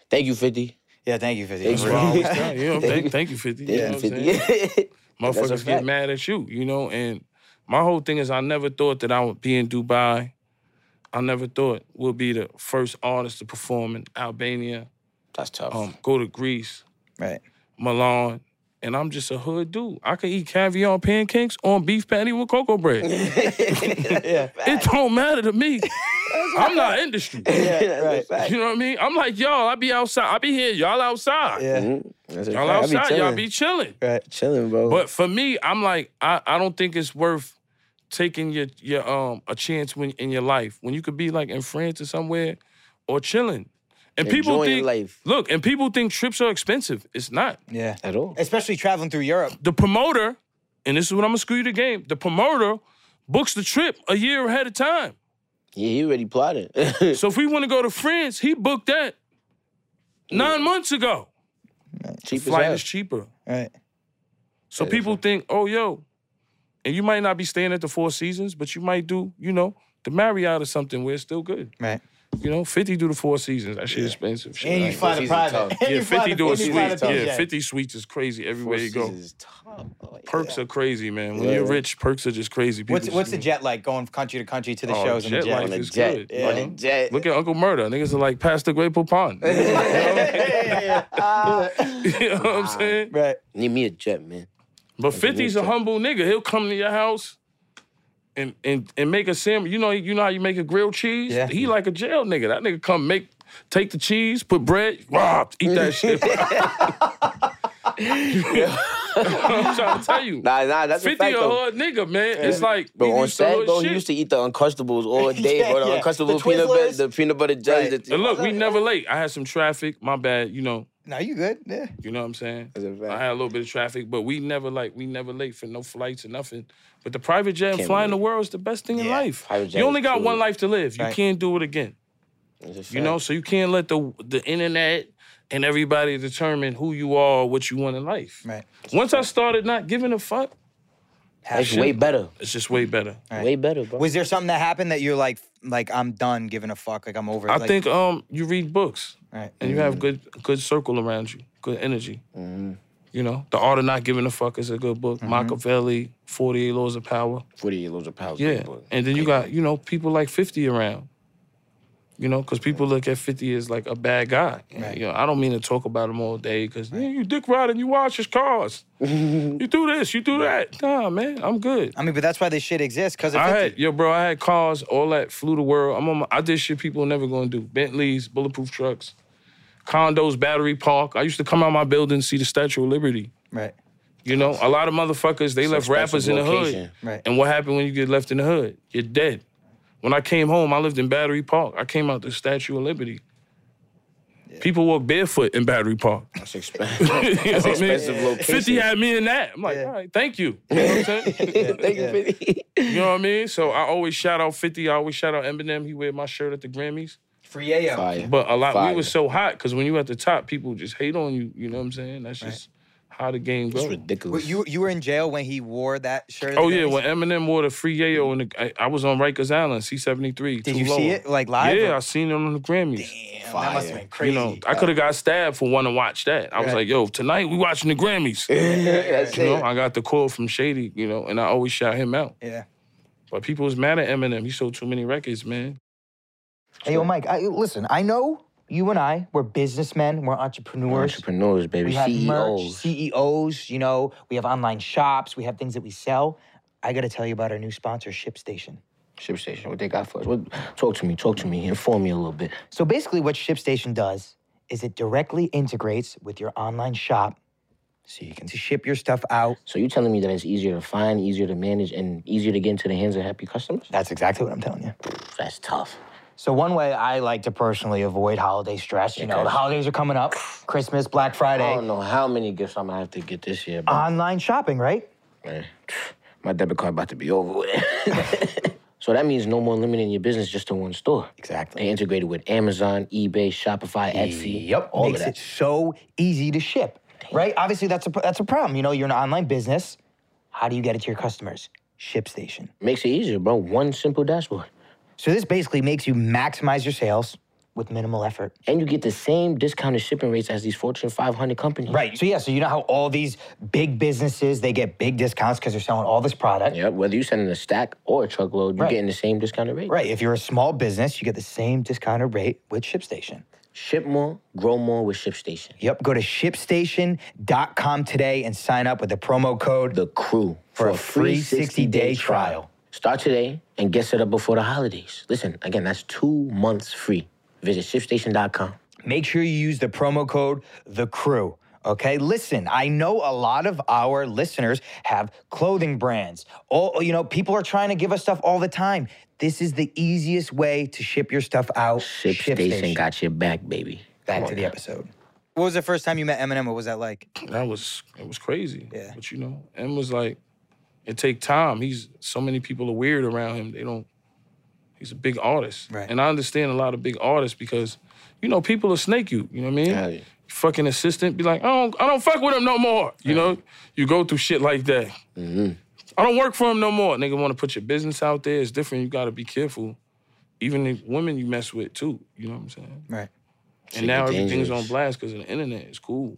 F: Thank you, Fifty.
A: Yeah, thank you for
F: Thank
A: this.
F: you.
B: That's why I always tell you, you know, thank, thank you, 50. you know
F: Thank
B: what
F: you,
B: I'm saying?
F: Fifty. That's
B: motherfuckers
F: a
B: get
F: fact.
B: mad at you, you know. And my whole thing is, I never thought that I would be in Dubai. I never thought we'll be the first artist to perform in Albania,
F: That's tough.
B: um, go to Greece,
A: Right.
B: Milan. And I'm just a hood dude. I can eat caviar pancakes on beef patty with cocoa bread. it don't matter to me. I'm not industry.
F: That's a fact.
B: You know what I mean? I'm like, y'all, I be outside. I be here. Y'all outside.
A: Yeah.
F: Mm-hmm. That's a
B: Y'all
F: fact. I be
B: outside. y'all
F: chilling.
B: be chilling.
F: chilling, bro.
B: But for me, I'm like, I, I don't think it's worth taking your your um a chance when in your life when you could be like in France or somewhere or chilling. And people
F: Enjoying
B: think
F: life.
B: look, and people think trips are expensive. It's not.
A: Yeah.
F: at all.
A: Especially traveling through Europe.
B: The promoter, and this is what I'm gonna screw you the game. The promoter books the trip a year ahead of time.
F: Yeah, he already plotted. That's
B: So if we want to go to France, he booked that nine months ago.
F: Cheap as
B: Flight
F: hell.
B: is cheaper.
A: Right.
B: So people think, oh, yo, and you might not be staying at the Four Seasons, but you might do, you know, the Marriott or something where it's still good.
A: Right.
B: You know, 50 do the four seasons. That shit expensive. Shit.
G: And you
B: like-
G: fly the
F: season's
G: private. And
F: tough.
B: yeah,
G: you fly
B: 50
G: the-
B: do a
G: and you fly
B: suite.
G: the
B: Yeah,
G: Pigeon.
B: 50 suites is crazy everywhere you go.
F: Seasons is tough. boy.
B: Perks are crazy, man. When
F: Yeah.
B: you're rich, perks are just crazy. People
A: What's
B: just-
A: what's the jet like going from country to country to the
B: Oh,
A: shows in the
B: jet
A: jet?
B: life
F: On a
B: is
F: jet.
B: good,
F: On
B: you
F: a
B: know?
F: jet.
B: Look at Uncle Murder. Niggas are like past the Grateful Pond. you know what I'm saying?
A: Right.
F: Need me a jet, man.
B: But 50's a
F: jet.
B: humble nigga. He'll come to your house and and and make a sim. You know, you know how you make a grilled cheese?
A: Yeah.
B: He like a jail nigga. That nigga come make take the cheese, put bread, rah, eat that shit. I'm trying to tell you.
F: Nah, nah, that's a
B: 50
F: fact
B: a
F: though.
B: hard nigga, man. It's like
F: But
B: we
F: on
B: used to hood
F: set, bro,
B: shit.
F: you used to eat the Uncrustables all day,
G: Yeah,
F: bro. The
G: yeah.
F: Uncrustables
G: The
F: peanut butter,
G: Twizzlers.
F: the peanut butter jelly.
A: Right.
F: The,
B: and look, we never late. I had some traffic. My bad, you know.
A: No, you good? Yeah.
B: You know what I'm saying?
F: That's a fact.
B: I had a little bit of traffic, but we never like we never late for no flights or nothing. But the private jet and
F: Can't
B: flying
F: wait.
B: the world is the best thing in
A: Yeah,
B: life.
F: private jet
B: You only
F: is
B: got
F: cool.
B: one life to live. You
A: Right.
B: can't do it again.
F: That's a
B: You know, so you can't let the the internet and everybody determine who you are, what you want in life.
A: Right.
B: Once I started not giving a fuck,
F: that's way better.
B: it's just way better.
F: Way better, bro.
A: Was there something that happened that you're like, like I'm done giving a fuck, like I'm over? it,
B: I
A: like,
B: think um you read books
A: Right.
B: and you have
F: Mm-hmm.
B: good good circle around you, good energy. You know, The Art of Not Giving a Fuck is a good book.
F: Mm-hmm.
B: Machiavelli, Forty Eight Laws of Power.
F: 48 loads of pounds.
B: Yeah. And then you got, you know, people like 50 around. You know, because people look at 50 as like a bad guy. And, You know, I don't mean to talk about him all day because you dick riding, you wash his cars. you do this, you do that. Nah, man, I'm good.
A: I mean, but that's why this shit exists because of
B: I
A: 50.
B: had, yo, bro, I had cars, all that, flew the world. I'm on my, I did shit people never gonna do. Bentleys, bulletproof trucks, condos, battery park. I used to come out my building and see the Statue of Liberty.
A: right.
B: You know, a lot of motherfuckers, they left
F: special
B: rappers in the hood.
F: location.
A: Right.
B: And what happened when you get left in the hood? You're dead. When I came home, I lived in Battery Park. I came out the Statue of Liberty. People walk barefoot in Battery Park.
F: That's
B: You
F: expensive.
B: know what I mean?
F: expensive location.
B: 50 had me in that. I'm like, all right, thank you. You know what I'm saying?
F: Thank you, 50.
B: You know what I mean? So I always shout out 50. I always shout out Eminem. He wear my shirt at the Grammys.
A: Free AO.
F: Fire.
B: But a lot,
F: Fire.
B: we was so hot because when you at the top, people just hate on you. You know what I'm saying? That's just how the game
F: It's
B: goes.
F: ridiculous.
A: Wait, you you were in jail when he wore that shirt. at the
B: Oh yeah,
A: Grammys?
B: when Eminem wore the free Yayo, and I, I was on Rikers Island, C seventy three.
A: Did you see it like live?
B: Yeah,
A: or-
B: I seen it on the Grammys.
A: Damn,
F: Fire.
A: that must have been crazy.
B: You know, I could have got stabbed for wanting to watch that. I was
A: Right.
B: like, yo, tonight we watching the Grammys.
F: That's
B: you know,
F: it.
B: I got the call from Shady, you know, and I always shout him out.
A: yeah.
B: But people was mad at Eminem. He sold too many records, man.
A: Hey, yo, Mike. I, listen, I know you and I we're businessmen, we're entrepreneurs.
F: Entrepreneurs, baby.
A: we have merch,
F: CEOs.
C: E
A: CEOs. You know, we have online shops. We have things that we sell. I got to tell you about our new sponsor, ShipStation.
C: Ship station, what they got for us? What, talk to me, talk to me, inform me a little bit.
A: So basically, what ShipStation does is it directly integrates with your online shop, so you can to ship your stuff out.
C: So you telling me that it's easier to find, easier to manage, and easier to get into the hands of happy customers?
A: That's exactly what I'm telling you.
C: That's tough.
A: So one way I like to personally avoid holiday stress, you know, the holidays are coming up, Christmas, Black
C: I
A: Friday,
F: Oh,
C: don't know how many gifts I'm gonna have to get this year, but
A: online shopping, right?
C: my debit card about to be over with. so that means no more limiting your business just to one store.
A: Exactly.
C: They integrated with Amazon, eBay, Shopify, Etsy. Yep, all
A: Makes
C: of that.
A: it so easy to ship, right? Obviously, that's a pr- that's a problem. You know, you're an online business. How do you get it to your customers? ShipStation.
C: Makes it easier, bro. One simple dashboard.
A: So this basically makes you maximize your sales with minimal effort.
C: And you get the same discounted shipping rates as these Fortune 500 companies.
A: Right. So yeah, so you know how all these big businesses they get big discounts because they're selling all this product.
C: Yep, whether you send in a stack or a truckload, you're
A: Right.
C: getting the same discounted rate.
A: Right. If you're a small business, you get the same discounted rate with ShipStation.
C: Ship more, grow more with ShipStation.
A: Yep. Go to shipstation.com today and sign up with the promo code
C: The crew
A: for a free 60 day trial.
C: Start today and get set up before the holidays. Listen, again, that's two months free. Visit shipstation.com.
A: Make sure you use the promo code the crew. Okay, listen, I know a lot of our listeners have clothing brands. All you know, people are trying to give us stuff all the time. This is the easiest way to ship your stuff out.
C: ShipStation
A: ShipStation.
C: got your back, baby.
A: Back to the episode. What was the first time you met Eminem? What was that like?
B: That was it was crazy.
A: Yeah.
B: But you know, M was like, it take time. He's so many people are weird around him. They don't. He's a big artist,
A: Right.
B: and I understand a lot of big artists because, you know, people will snake you. You know what I mean?
F: Yeah.
B: Fucking assistant be like, I don't, I don't fuck with him no more. You know, you go through shit like that. I don't work for him no more. Nigga want to put your business out there. It's different. You got to be careful. even the women you mess with too. You know what I'm saying?
A: Right.
B: and now
C: get
B: everything's
C: dangerous.
B: on blast because of the internet. It's cool.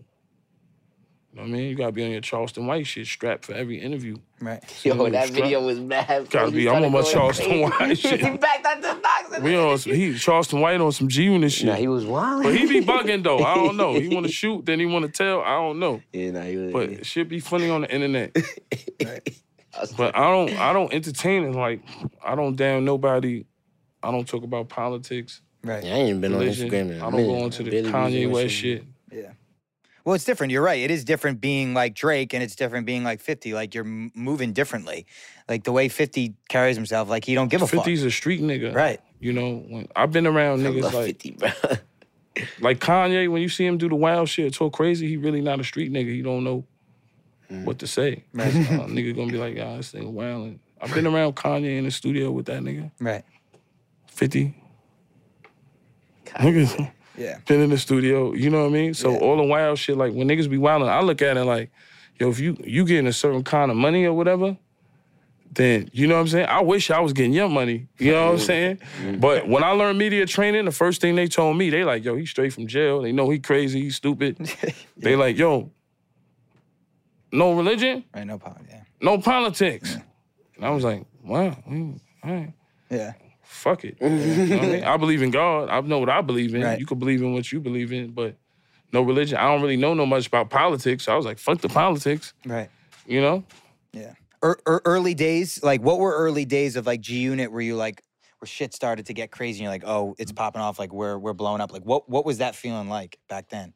B: You know what I mean? You gotta be on your Charleston White shit strapped for every interview.
A: Right.
B: Ooh,
F: Yo, that
B: strap.
F: video was mad.
B: Gotta be- I'm on my Charleston White shit.
F: In fact, I just knocked
B: We on some, he Charleston White on some G unit shit.
F: Nah, he was wild.
B: but he be bugging though. I don't know. He wanna shoot, then he wanna tell. I don't know.
F: Yeah, nah, he was.
B: But it should be funny on the internet.
F: I was-
B: But I don't I don't entertain it. Like I don't damn nobody. I don't talk about politics.
A: Right.
C: Yeah, I ain't been on
B: religion.
C: Instagram. in a
B: I don't
C: minute.
B: go into the
C: Barely been
B: Kanye
C: on
B: West
C: Instagram.
B: shit.
A: Well, it's different. You're right. It is different being like Drake, and it's different being like Fifty. Like you're m- moving differently. Like the way Fifty carries himself, like he don't give a fuck.
B: 50's a street nigga.
A: Right.
B: You know, when, I've been around
F: I
B: niggas
F: love
B: like
F: 50, bro.
B: Like Kanye, when you see him do the wild shit, so crazy, he really not a street nigga. He don't know what to say. Uh, nigga gonna be like, yeah, this nigga wildin'. I've been around Kanye in the studio with that nigga,
A: Right.
B: 50. Niggas
A: Yeah.
B: been in the studio, you know what I mean? So all the wild shit, like when niggas be wildin', I look at it like, yo, if you you getting a certain kind of money or whatever, then you know what I'm saying? I wish I was getting your money. You know what I'm saying? But when I learned media training, the first thing they told me, they like, yo, he straight from jail. They know he crazy, he stupid. They like, yo, no religion,
A: Right. No problem. Yeah.
B: no politics. And I was like, wow, mm, all right.
A: Yeah.
B: Fuck it. You know what I, mean? I believe in God. I know what I believe in.
A: Right.
B: You could believe in what you believe in, but no religion. I don't really know no much about politics. I was like, fuck the politics,
A: Right.
B: you know?
A: Yeah. Er, er, early days, like what were early days of like G Unit where you like where shit started to get crazy and you're like, oh, it's popping off, like we're we're blowing up. Like what what was that feeling like back then?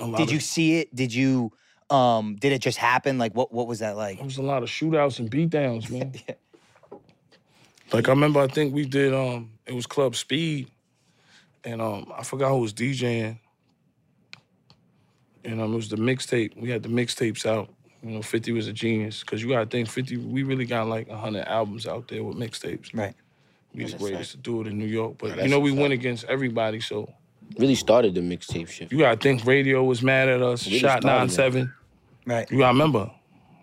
B: A lot
A: Did
B: of-
A: you see it? Did you um did it just happen? Like what what was that like?
B: It was a lot of shootouts and beatdowns, man. Like I remember, I think we did. Um, it was Club Speed, and um, I forgot who was DJing. And um, it was the mixtape. We had the mixtapes out. You know, Fifty was a genius because you gotta think Fifty. We really got like hundred albums out there with mixtapes.
A: Right.
B: We the greatest to do it in New York, but you know we went against everybody. So
C: Really started the mixtape shit.
B: you gotta think radio was mad at us.
C: Really
B: shot
C: started
B: nine
C: that.
B: seven.
A: Right.
B: You gotta remember,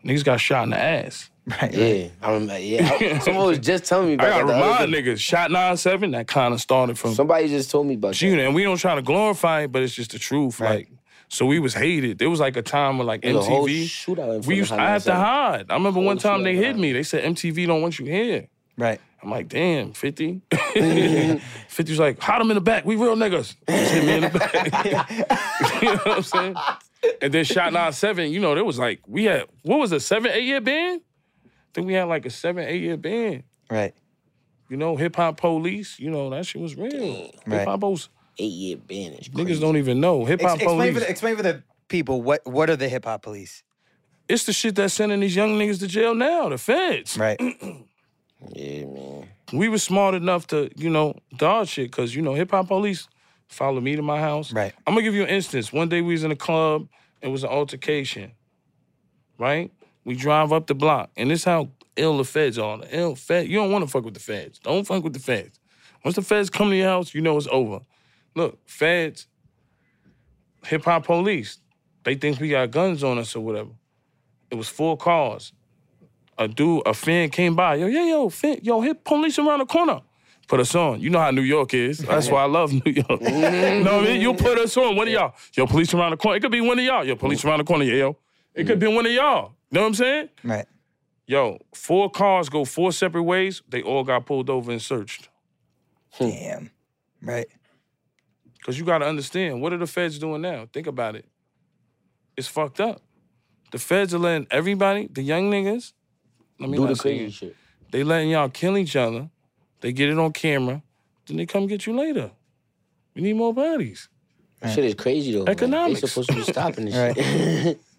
B: niggas got shot in the ass.
A: Right.
C: Yeah.
F: I remember, yeah. I- someone was just telling me about
B: I gotta
F: that. the other
B: remind
F: day.
B: niggas, shot nine seven, that kind of started from
F: Somebody just told me about that.
B: June, and we don't try to glorify it, but it's just the truth.
A: Right.
B: Like, so we was hated. There was like a time where like
C: There's a whole
B: MTV,
C: shootout in front
B: we
C: of
B: used, I
C: Hot
B: had to
C: 97.
B: hide. I remember one time
C: shootout
B: they
C: in
B: hit me. They said MTV don't want you here.
A: Right.
B: I'm like, damn, 50.
A: Mm-hmm.
B: 50 was like, hide him in the back. We real niggas. Just hit me in the back. you know what I'm saying? And then Shot 9 7, you know, there was like, we had, what was it, seven, eight year ban? I think we had like a seven, eight year ban.
A: Right.
B: You know, hip hop police, you know, that shit was real.
A: Right.
B: Hip hop police,
C: Eight year ban. It's
B: niggas
C: crazy.
B: don't even know. Hip
A: Ex-
B: hop
A: explain
B: police,
A: for the, explain for the people what what are the hip hop police?
B: it's the shit that's sending these young niggas to jail now, the feds.
A: Right.
C: Yeah, man.
B: We was smart enough to, you know, dodge shit, because, you know, hip hop police followed me to my house.
A: Right.
B: I'm gonna give you an instance. One day we was in a club, it was an altercation, right? We drive up the block, and this how ill the feds are. The ill fed, you don't wanna fuck with the feds. Don't fuck with the feds. Once the feds come to your house, you know it's over. Look, feds, hip hop police, they think we got guns on us or whatever. It was four cars. A dude, a fan came by. Yo, yo, yo, fan, yo, hit police around the corner. Put us on. You know how New York is. That's why I love New York. you know what I mean? You put us on. One of y'all. Yo, police around the corner. It could be one of y'all. Yo, police around the corner. Yeah, yo. It could be one of y'all. You know what I'm saying?
A: Right.
B: Yo, four cars go four separate ways. They all got pulled over and searched.
A: Damn. Right.
B: Because you got to understand, what are the feds doing now? Think about it. It's fucked up. The feds are letting everybody, the young niggas, let me
C: Do
B: not
C: the
B: say
C: crazy
B: it.
C: shit.
B: They letting y'all kill each other. They get it on camera. Then they come get you later. We need more bodies.
C: That shit is crazy though. man.
B: Economics.
C: They supposed to be stopping this
A: Right.
C: shit.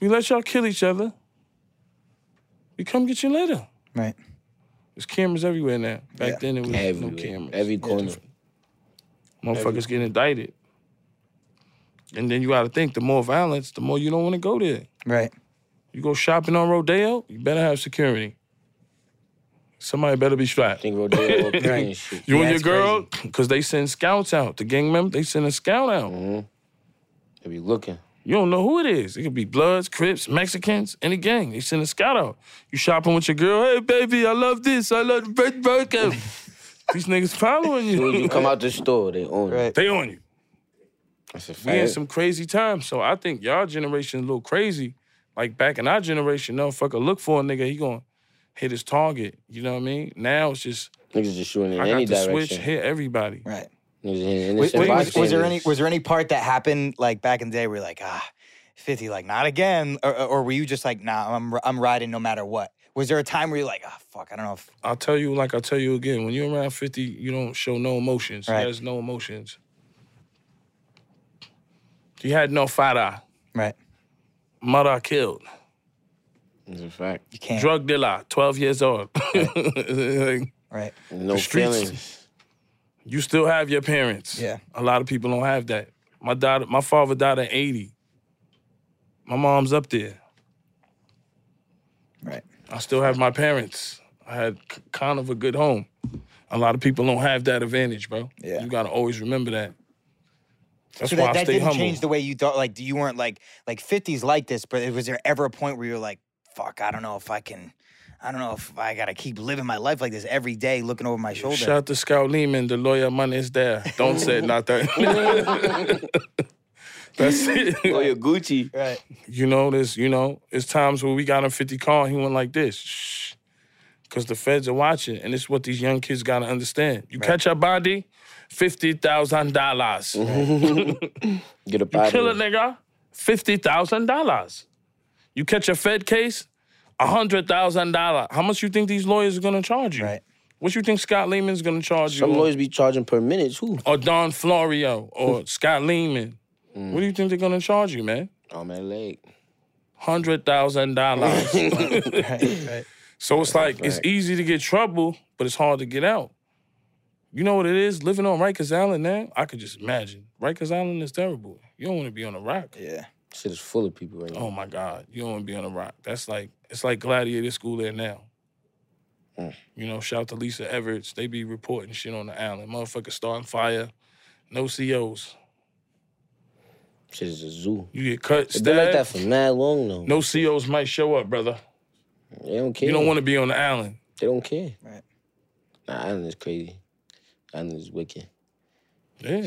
B: We let y'all kill each other. We come get you later.
A: Right.
B: There's cameras everywhere now. Back
A: Yeah.
B: then it was
C: Everywhere.
B: no cameras.
C: Every corner.
B: Motherfuckers get indicted. And then you gotta think the more violence, the more you don't wanna go there.
A: Right.
B: You go shopping on Rodeo, you better have security. Somebody better be strapped.
C: Think Rodeo up there and shit.
B: You and your
A: that's
B: girl, because they send scouts out. The gang member, they send a scout out.
C: They be looking.
B: You don't know who it is. It could be Bloods, Crips, Mexicans, any gang. They send a scout out. You shopping with your girl, hey baby, I love this, I love red burger. These niggas following
F: As soon as
B: you.
F: you come out the store, they own
A: Right.
F: it.
B: they on you.
F: That's a
B: We in
F: fact.
B: some crazy times. So I think y'all generation a little crazy. Like back in our generation, no fucker look for a nigga, he gonna hit his target. You know what I mean? Now it's just
F: Niggas just shooting in
B: I
F: any
B: got the switch,
F: direction.
B: hit everybody.
A: Right.
F: Niggas hitting
A: Was, was- was
F: innocent
A: there
F: bystanders.
A: any was there any part that happened like back in the day where you're like ah, fifty like not again, or, or or were you just like nah I'm I'm riding no matter what? Was there a time where you're like ah fuck I don't know if
B: I'll tell you, like I tell you again, when you're around 50, you don't show no emotions.
A: Right.
B: There's no emotions. You had no fada.
A: right
B: Mother killed.
F: That's a fact.
A: you can't
B: Drug dealer, 12 years old. Like,
A: right
F: No
B: streets-
F: feelings.
B: you still have your parents.
A: Yeah.
B: A lot of people don't have that. My daughter, my father died at 80. My mom's up there.
A: right
B: I still have my parents. I had k- kind of a good home. A lot of people don't have that advantage, bro.
A: Yeah.
B: You gotta always remember that. That's
A: so
B: why
A: that,
B: I
A: that
B: stay
A: didn't
B: humble.
A: change the way you thought like you weren't like like fifties like this but was there ever a point where you're like fuck I don't know if I can I don't know if I gotta keep living my life like this every day looking over my shoulder
B: Shout out to Scout Lehman, the lawyer money is there. Don't say it, not that. That's
F: Oh,
B: it.
F: your Gucci.
A: right
B: You know, there's you know, it's times where we got him 50 car and he went like this. Shh. Cause the feds are watching, and it's what these young kids gotta understand. You catch a body, fifty thousand dollars.
F: Mm-hmm. Get up
B: You
F: out of
B: kill a
F: here.
B: nigga, fifty thousand dollars. You catch a Fed case, hundred thousand dollars. How much you think these lawyers are gonna charge you?
A: Right.
B: What you think Scott Lehman's gonna charge you?
F: Some
B: on-
F: lawyers be charging per minute too.
B: or Don Florio or Scott Lehman. What do you think they're gonna charge you, man?
F: On that leg.
B: Hundred thousand dollars.
A: right
B: So it's like it's easy to get trouble, but it's hard to get out. You know what it is? Living on Rikers Island now, I could just imagine. Rikers Island is terrible. You don't want to be on a rock.
A: yeah
F: Shit is full of people right now.
B: Oh my God, you don't want to be on a rock. That's like it's like Gladiator School there now.
A: Mm.
B: You know, shout out to Lisa Everts. They be reporting shit on the island. Motherfuckers starting fire, no COs. Oh.
F: Shit is a zoo.
B: You get cut,
F: It's been like
B: stabbed.
F: that for mad long though.
B: No COs might show up, brother.
F: They don't care.
B: You don't want to be on the island.
F: They don't care.
A: Right.
F: Nah, Island is crazy. Island is wicked.
B: Yeah.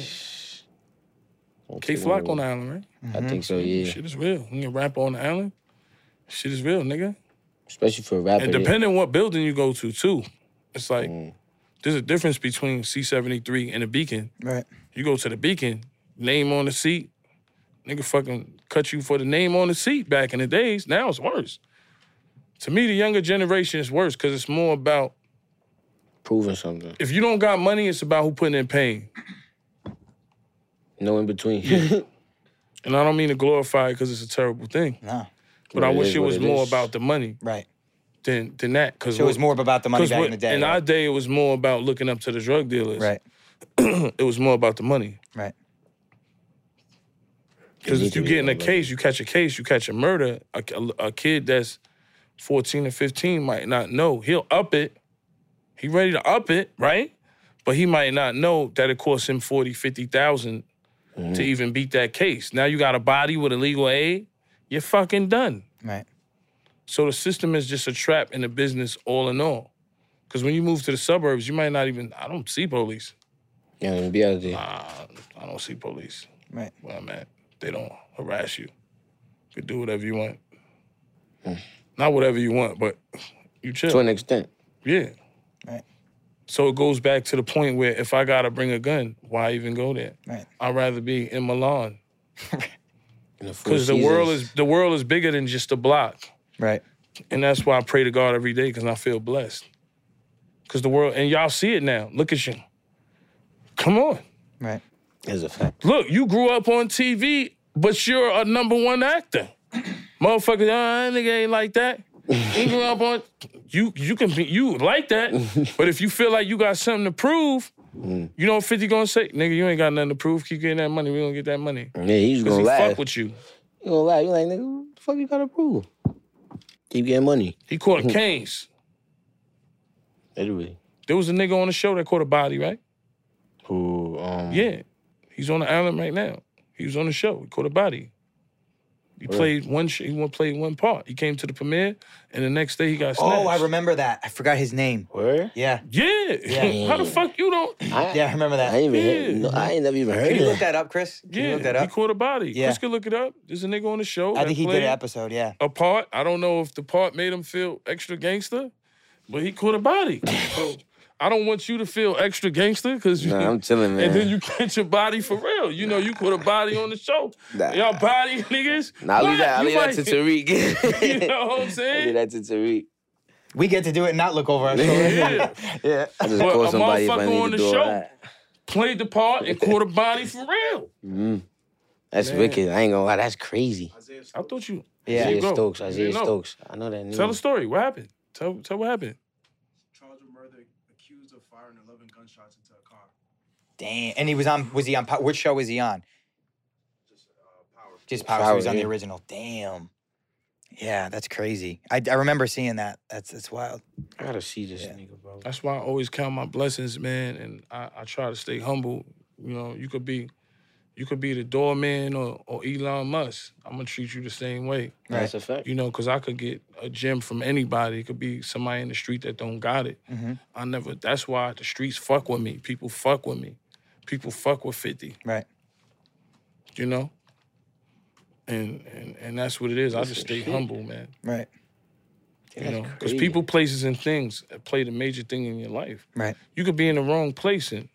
F: Don't
B: K
F: care
B: Flock
F: what-
B: on the island, right?
F: I think so,
A: Mm-hmm.
F: yeah.
B: Shit is real. You can rap on the island. Shit is real, nigga.
F: Especially for a rapper.
B: And
F: yeah.
B: depending what building you go to, too, it's like
F: Mm.
B: there's a difference between C73 and the Beacon.
A: right
B: You go to the Beacon, name on the seat, nigga fucking cut you for the name on the seat back in the days. Now it's worse. To me, the younger generation is worse because it's more about
F: Proving something.
B: if you don't got money, it's about who putting in pain.
F: No in between.
B: And I don't mean to glorify it because it's a terrible thing.
A: no
B: But I
F: It
B: wish
F: is
B: it
F: what
B: was
F: it
B: more
F: is.
B: about the money
A: right
B: than than that. Cause
A: so it was
B: what-
A: more about the money
B: 'cause
A: back
B: what-
A: in the day
B: In
A: right?
B: our day, it was more about looking up to the drug dealers.
A: right
B: It was more about the money.
A: right
B: Because
F: need
B: if
F: to
B: you
F: be
B: get in a
F: on the-
B: case, you catch a case, you catch a murder. A, a- a kid that's fourteen or fifteen might not know. He'll up it. He ready to up it, right? But he might not know that it costs him 40, 50,000
A: Mm-hmm.
B: to even beat that case. Now you got a body with illegal aid. You're fucking done.
A: right
B: So the system is just a trap in the business, all in all. Because when you move to the suburbs, you might not even. I don't see police.
F: you don't even be out there.
B: Uh, I don't see police
A: right
B: where I'm at. They don't harass you. You can do whatever you want. Not whatever you want, but you chill.
F: To an extent.
B: Yeah.
A: Right.
B: So it goes back to the point where if I gotta bring a gun, why even go there?
A: right
B: I'd rather be in Milan
F: In the Four
B: because the world
F: Seasons.
B: is the world is bigger than just the block.
A: right
B: And that's why I pray to God every day because I feel blessed. Because the world, and y'all see it now. Look at you. Come on.
A: right
F: That's a fact.
B: Look, you grew up on TV, but you're a number one actor. Motherfucker, ah, that nigga ain't like that. You grew up on you you can be you like that, but if you feel like you got something to prove,
F: Mm.
B: you know what 50 gonna say, nigga, you ain't got nothing to prove. Keep getting that money, we gonna get that money.
F: Yeah, he's
B: Cause
F: gonna
B: he
F: laugh.
B: fuck with you.
F: You gonna lie. You like, nigga, what the fuck you gotta prove? Keep getting money.
B: He caught canes.
F: Literally.
B: There was a nigga on the show that caught a body, right?
F: Who um
A: um,
B: Yeah. He's on the island right now. He was on the show. He caught a body. He played one. sh- He one played one part. He came to the premiere, and the next day he got snatched.
A: Oh, I remember that. I forgot his name.
F: Word?
A: Yeah.
B: Yeah.
A: Yeah.
B: How the fuck you don't?
F: I,
A: Yeah, I remember
F: I
A: that.
F: ain't even heard, no, I ain't never even heard
A: Can you
F: of
A: look
F: that.
A: that up, Chris? Can you
B: Yeah.
A: look that
B: He
A: up?
B: caught a body.
A: Yeah.
B: Chris can look it up. There's a nigga on the show.
A: I think he
B: that
A: did an
B: played
A: episode, yeah.
B: A part. I don't know if the part made him feel extra gangster, but he caught a body. so I don't want you to feel extra gangster because
F: Nah, I'm chilling, man.
B: And then you catch your body for real. You know, you caught a body on the show.
F: Nah.
B: Y'all body niggas.
F: Nah, I'll leave
B: What?
F: that, I'll
B: You
F: leave that to
B: might-
F: Tariq.
B: You know what I'm
F: I'll leave
B: saying?
F: that to Tariq.
A: We get to do it and not look over our shoulder.
B: Yeah.
A: yeah.
F: I just
B: But
F: call
B: a
F: somebody if I
B: motherfucker
F: need
B: on the
F: to do all
B: show.
F: that.
B: Played the part and caught a body for real.
F: That's wicked. I ain't gonna lie. That's crazy.
B: I thought you.
A: Yeah.
B: There you
F: Isaiah
B: go.
F: Stokes.
B: There
F: Isaiah
B: you know.
F: Stokes. I know that name.
B: Tell the story. What happened? Tell tell what happened.
G: charged with murder, accused of firing 11 gunshots into a car.
A: Damn. And he was on, was he on, Po- which show was he on? Just Power. So he was
F: Power,
A: on the
F: yeah.
A: original. Damn. Yeah, that's crazy. I, I remember seeing that. That's that's wild.
F: I gotta see this nigga, bro.
B: That's why I always count my blessings, man, and I, I try to stay humble. You know, you could be, you could be the doorman or, or Elon Musk. I'm gonna treat you the same way.
F: That's a fact.
B: You know, cause I could get a gem from anybody. It could be somebody in the street that don't got it.
F: Mm-hmm.
B: I never. That's why the streets fuck with me. People fuck with me. People fuck with Fifty.
A: Right.
B: You know. And and and that's what it is. I just stay humble, man.
A: Right.
B: You know, because
F: crazy.
B: people, places, and things played a major thing in your life.
A: Right.
B: You could be in the wrong place and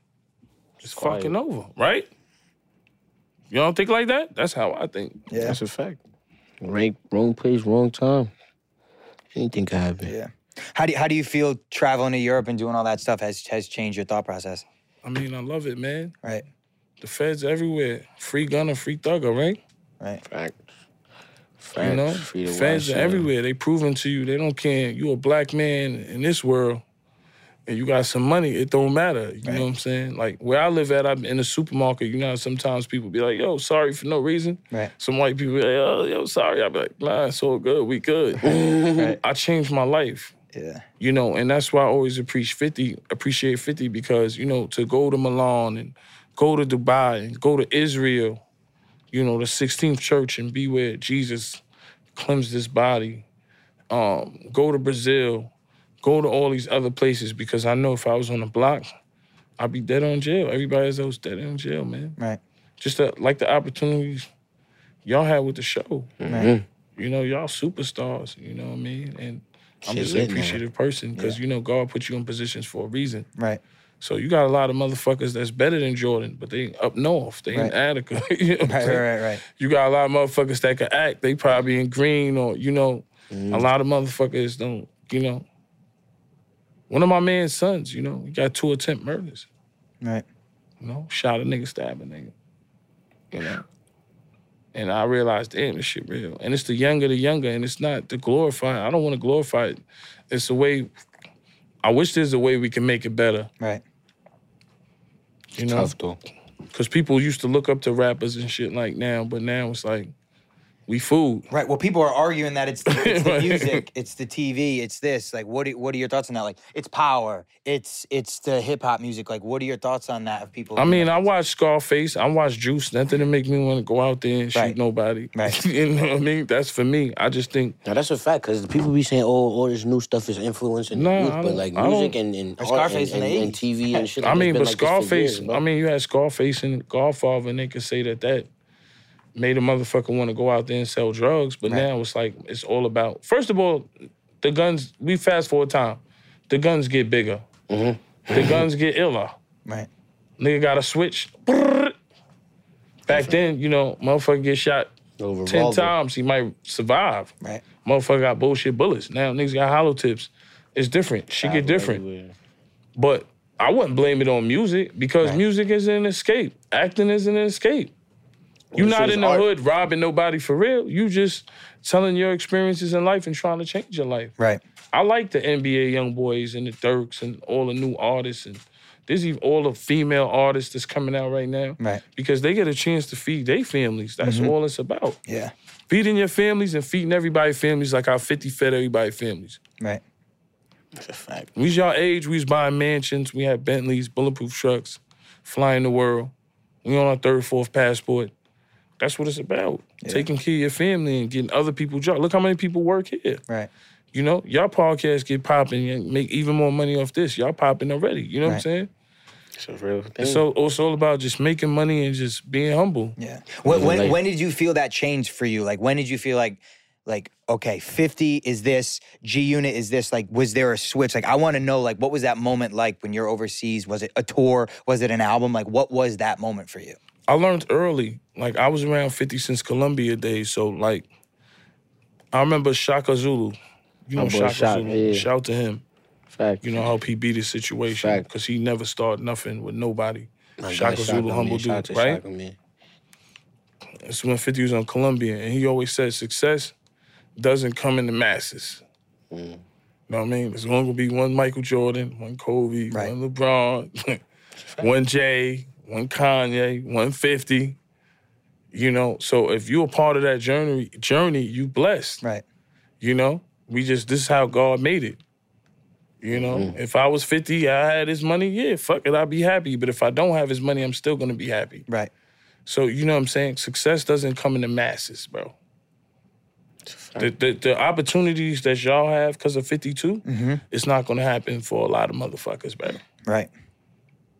B: it's fucking over, right? You don't think like that? That's how I think.
A: Yeah.
B: That's a fact.
F: Right, wrong place, wrong time. Anything could happen.
A: Yeah. How do you, how do you feel traveling to Europe and doing all that stuff has has changed your thought process?
B: I mean, I love it, man.
A: Right.
B: The feds everywhere. Free gunner, free thugger, right?
A: Right.
F: Facts. Facts.
B: You know?
F: Free to
B: Feds
F: watch,
B: are
F: you know.
B: everywhere. They proving to you they don't care. You a black man in this world and you got some money, it don't matter. You know what I'm saying? Like where I live at, I'm in the supermarket, you know, how sometimes people be like, yo, sorry for no reason.
A: Right.
B: Some white people be like, oh, yo, sorry. I be like, nah, it's all good. We good. I changed my life,
A: Yeah.
B: you know, and that's why I always appreciate 50, appreciate 50 because, you know, to go to Milan and go to Dubai and go to Israel, you know, the 16th church and be where Jesus cleansed his body. Um, go to Brazil, go to all these other places because I know if I was on the block, I'd be dead on jail. Everybody else was dead on jail, man
A: Right.
B: just the, like the opportunities y'all had with the show.
F: Mm-hmm.
A: Right.
B: You know, y'all superstars. You know what I mean? And I'm
F: Shit
B: just
F: lit,
B: an
F: man.
B: appreciative person because you know God put you in positions for a reason.
A: Right.
B: So you got a lot of motherfuckers that's better than Jordan, but they up north, they
A: Right.
B: in Attica. you, know what I'm
A: Right.
B: saying?
A: Right. Right. right.
B: you got a lot of motherfuckers that can act. They probably in green or you know,
A: Mm-hmm.
B: a lot of motherfuckers don't. You know, one of my man's sons. You know, he got two attempt murders.
A: Right.
B: You know, shot a nigga, stab a nigga. You know. And I realized, damn, this shit real. And it's the younger, the younger, and it's not to glorify. I don't want to glorify it. It's a way. I wish there's a way we can make it better.
A: Right.
B: You know,
F: Tough though.
B: because people used to look up to rappers and shit like now, but now it's like we food.
A: Right. Well, people are arguing that it's the, it's the
B: Right.
A: music, it's the TV, it's this. Like, what? Do, what are your thoughts on that? Like, it's power. It's it's the hip hop music. Like, what are your thoughts on that? Of people.
B: I mean, I watch Scarface, I watch Juice. Nothing to make me want to go out there and shoot
A: Right.
B: nobody.
A: Right.
B: you know what I mean? That's for me. I just think
F: Now that's a fact, cause people be saying, "Oh, all this new stuff is influencing
B: Nah,
F: the
B: I
F: youth," but
B: don't-
F: like
B: I don't-
F: music and and, art
A: Scarface
F: and,
A: in the
F: and, and
A: 80s.
F: TV and shit.
B: I
F: like,
B: mean,
F: it's been
B: but
F: like this for
B: Scarface.
F: years, bro.
B: I mean, you had Scarface and Godfather, and they could say that that made a motherfucker want to go out there and sell drugs. But now it's like it's all about. First of all, the guns. We fast forward time. The guns get bigger.
F: Mm-hmm.
B: The guns get iller.
A: Right.
B: Nigga got a switch. Brrr. Back then, you know, motherfucker get shot
F: Over
B: ten times, he might survive.
A: Right.
B: Motherfucker got bullshit bullets. Now niggas got hollow tips. It's different. She get different. But I wouldn't blame it on music because music is an escape. Acting is an escape. You're
F: this
B: not
F: is
B: in the
F: art.
B: hood robbing nobody for real. You just telling your experiences in life and trying to change your life.
A: Right.
B: I like the NBA young boys and the Dirks and all the new artists and there's even all the female artists that's coming out right now.
A: Right.
B: Because they get a chance to feed their families. That's all it's about.
A: Yeah.
B: Feeding your families and feeding everybody's families like our 50 fed everybody's families.
A: Right.
F: That's a fact.
B: When we was y'all age, we was buying mansions, we had Bentleys, bulletproof trucks, flying the world. We on our third, fourth passport. That's what it's about. Taking care of your family and getting other people jobs. Look how many people work here.
A: Right.
B: You know, y'all podcasts get popping and make even more money off this. Y'all popping already. You know what I'm
A: Right.
B: saying?
F: It's a real thing.
B: It's so oh, it's all about just making money and just being humble.
A: Yeah. When when,
F: like-
A: when did you feel that change for you? Like when did you feel like like okay, 50 is this, G unit is this. Like was there a switch? Like I want to know like what was that moment like when you're overseas? Was it a tour? Was it an album? Like what was that moment for you?
B: I learned early. Like I was around 50 since Columbia days. So like I remember Shaka Zulu. You know
F: boy
B: Shaka
F: Shaka,
B: Zulu.
F: yeah.
B: Shout to him.
F: fact.
B: You know, I hope he beat his situation.
F: Fact.
B: Because he never started nothing with nobody.
F: My
B: Shaka
F: God,
B: Zulu, humble
F: man. Shout out
B: dude,
F: to
B: right?
F: Shaka, man.
B: It's when 50 was on Columbia, and he always said success doesn't come in the masses.
F: Mm.
B: You know what I mean? There's only gonna be one Michael Jordan, one Kobe,
A: Right.
B: one LeBron, one Jay, one Kanye, one 50. You know, so if you're a part of that journey, journey, you blessed.
A: Right.
B: You know, we just this is how God made it. You know, if I was 50, I had his money, yeah, fuck it, I'd be happy. But if I don't have his money, I'm still gonna be happy.
A: Right.
B: So you know what I'm saying? Success doesn't come in the masses, bro. The, the, the opportunities that y'all have because of 52, it's not gonna happen for a lot of motherfuckers, bro.
A: Right.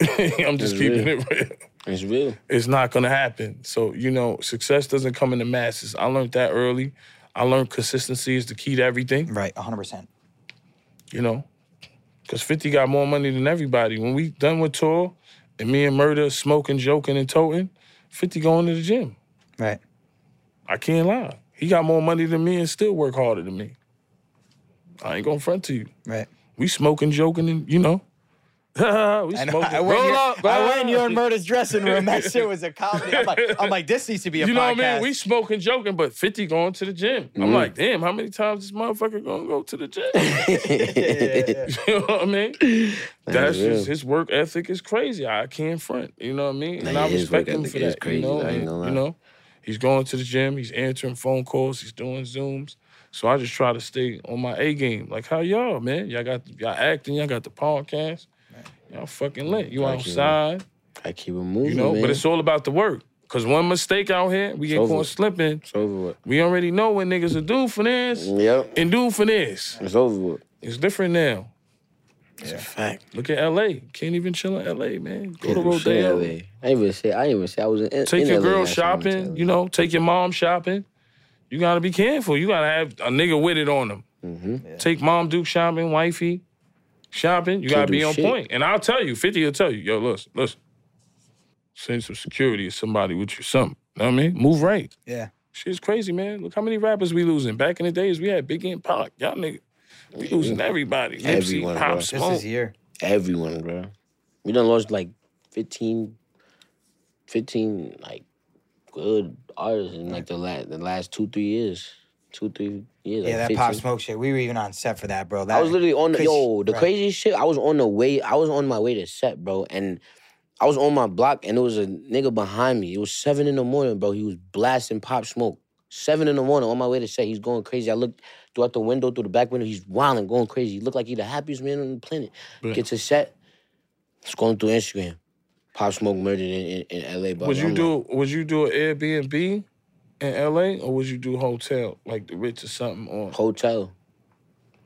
B: I'm just
F: It's
B: keeping
F: real.
B: it real.
F: It's real.
B: It's not gonna happen. So, you know, success doesn't come in the masses. I learned that early. I learned consistency is the key to everything,
A: Right. 100%.
B: you know? Cause 50 got more money than everybody. When we done with tour and me and Murder smoking, joking, and toting, 50 going to the gym.
A: Right.
B: I can't lie. He got more money than me and still work harder than me. I ain't gonna front to you.
A: Right.
B: We smoking, joking, and you know. we
A: And
B: smoking.
A: I
B: Roll
A: went,
B: up,
A: I went in
B: bruh.
A: your murder's dressing room. That shit was a comedy. I'm like, I'm like this needs to be a
B: You know
A: podcast.
B: what I mean? We smoking, joking, but 50 going to the gym.
F: Mm-hmm.
B: I'm like, damn, how many times this motherfucker gonna go to the gym? You know what I mean? That's
F: real.
B: just his work ethic is crazy. I can't front. You know what I mean?
F: Nah,
B: and I
F: his
B: respect
F: work
B: him
F: ethic
B: for
F: is
B: that.
F: crazy,
B: You know,
F: I ain't
B: and,
F: gonna lie.
B: you know, he's going to the gym. He's answering phone calls. He's doing zooms. So I just try to stay on my A game. Like how y'all, man? Y'all got y'all acting. Y'all got the podcast. Y'all fucking lit. You
F: Thank you.
B: outside.
F: I keep it moving,
B: You know,
F: man.
B: but it's all about the work. Cause one mistake out here, we get
F: over.
B: caught slipping.
F: It's over with.
B: We already know when niggas are due for this
F: Yep.
B: and due for this.
F: It's over with.
B: It's different now.
F: It's a fact.
B: Look at LA. Can't even chill in LA, man. Go to
F: Can't do shit
B: Rodeo.
F: in LA. I ain't even say I ain't even say I was in.
B: Take
F: in
B: your
F: LA
B: girl
F: last time I was in
B: shopping,
F: LA.
B: you know, take your mom shopping. You gotta be careful. You gotta have a nigga with it on them.
F: Mm-hmm.
B: Take mom Duke shopping, wifey shopping. You
F: Can't
B: gotta be
F: do
B: on
F: shit.
B: point. And I'll tell you, 50 will tell you, yo, listen, listen. Send some security or somebody with you, something. Know what I mean? Move right.
A: yeah.
B: Shit's crazy, man. Look how many rappers we losing. Back in the days, we had Big and Pac. Y'all nigga, we losing everybody. Nipsey,
F: Everyone, bro.
B: Pop,
F: This
A: This
B: Smoke.
A: is here.
F: Everyone, bro. We done lost like 15, 15 like good artists in like the last the last two three years, two three years.
A: Yeah,
F: like
A: that pop
F: 15.
A: smoke shit. We were even on set for that, bro. That,
F: I was literally on the
A: Cause-
F: yo. The
A: right.
F: craziest shit. I was on the way. I was on my way to set, bro, and I was on my block, and there was a nigga behind me. It was seven in the morning, bro. He was blasting pop smoke. Seven in the morning on my way to set. He's going crazy. I looked throughout the window, through the back window. He's wilding, going crazy. He looked like he the happiest man on the planet.
B: Bruh.
F: Gets a set. Scrolling through Instagram. Pop smoke murdered in, in, in LA. Bro.
B: Would you
F: I'm
B: do would you do an Airbnb in LA or would you do hotel like the Ritz or something or
F: like, hotel?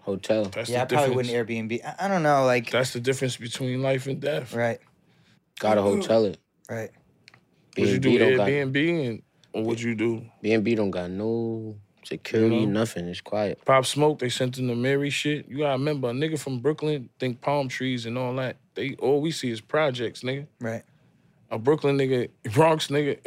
F: Hotel.
B: that's
A: Yeah, I
B: the
A: probably
B: difference.
A: wouldn't Airbnb. I, I don't know, like
B: That's the difference between life and death.
A: right,
F: Got a hotel it.
A: right.
B: Would you do
F: B&B don't got-
B: Airbnb and or would you do
F: B&B don't got no security, nothing. It's quiet.
B: Pop Smoke? They sent in the Mary shit. You gotta remember a nigga from Brooklyn think palm trees and all that. They all we see is projects, nigga.
A: Right.
B: A Brooklyn nigga, Bronx nigga,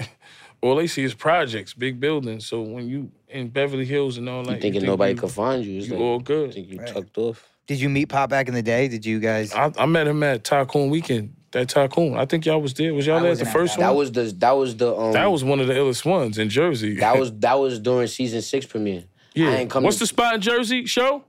B: all they see is projects, big buildings. So when you in Beverly Hills and all that, you
F: thinking
B: think
F: nobody
B: you-
F: could find you. It's
B: You
F: like,
B: all
F: I
B: good.
F: think you
A: Right.
F: tucked off.
A: Did you meet Pop back in the day? Did you guys?
B: I, I met him at Tycoon Weekend. That Tycoon. I think y'all was there. Was y'all
A: I
B: there at the
A: wasn't at
B: first
A: that.
F: That
B: one?
F: was the that was the um
B: That was one of the illest ones in Jersey.
F: that was that was during season six premiere.
B: yeah.
F: I ain't coming.
B: What's the spot in Jersey? Show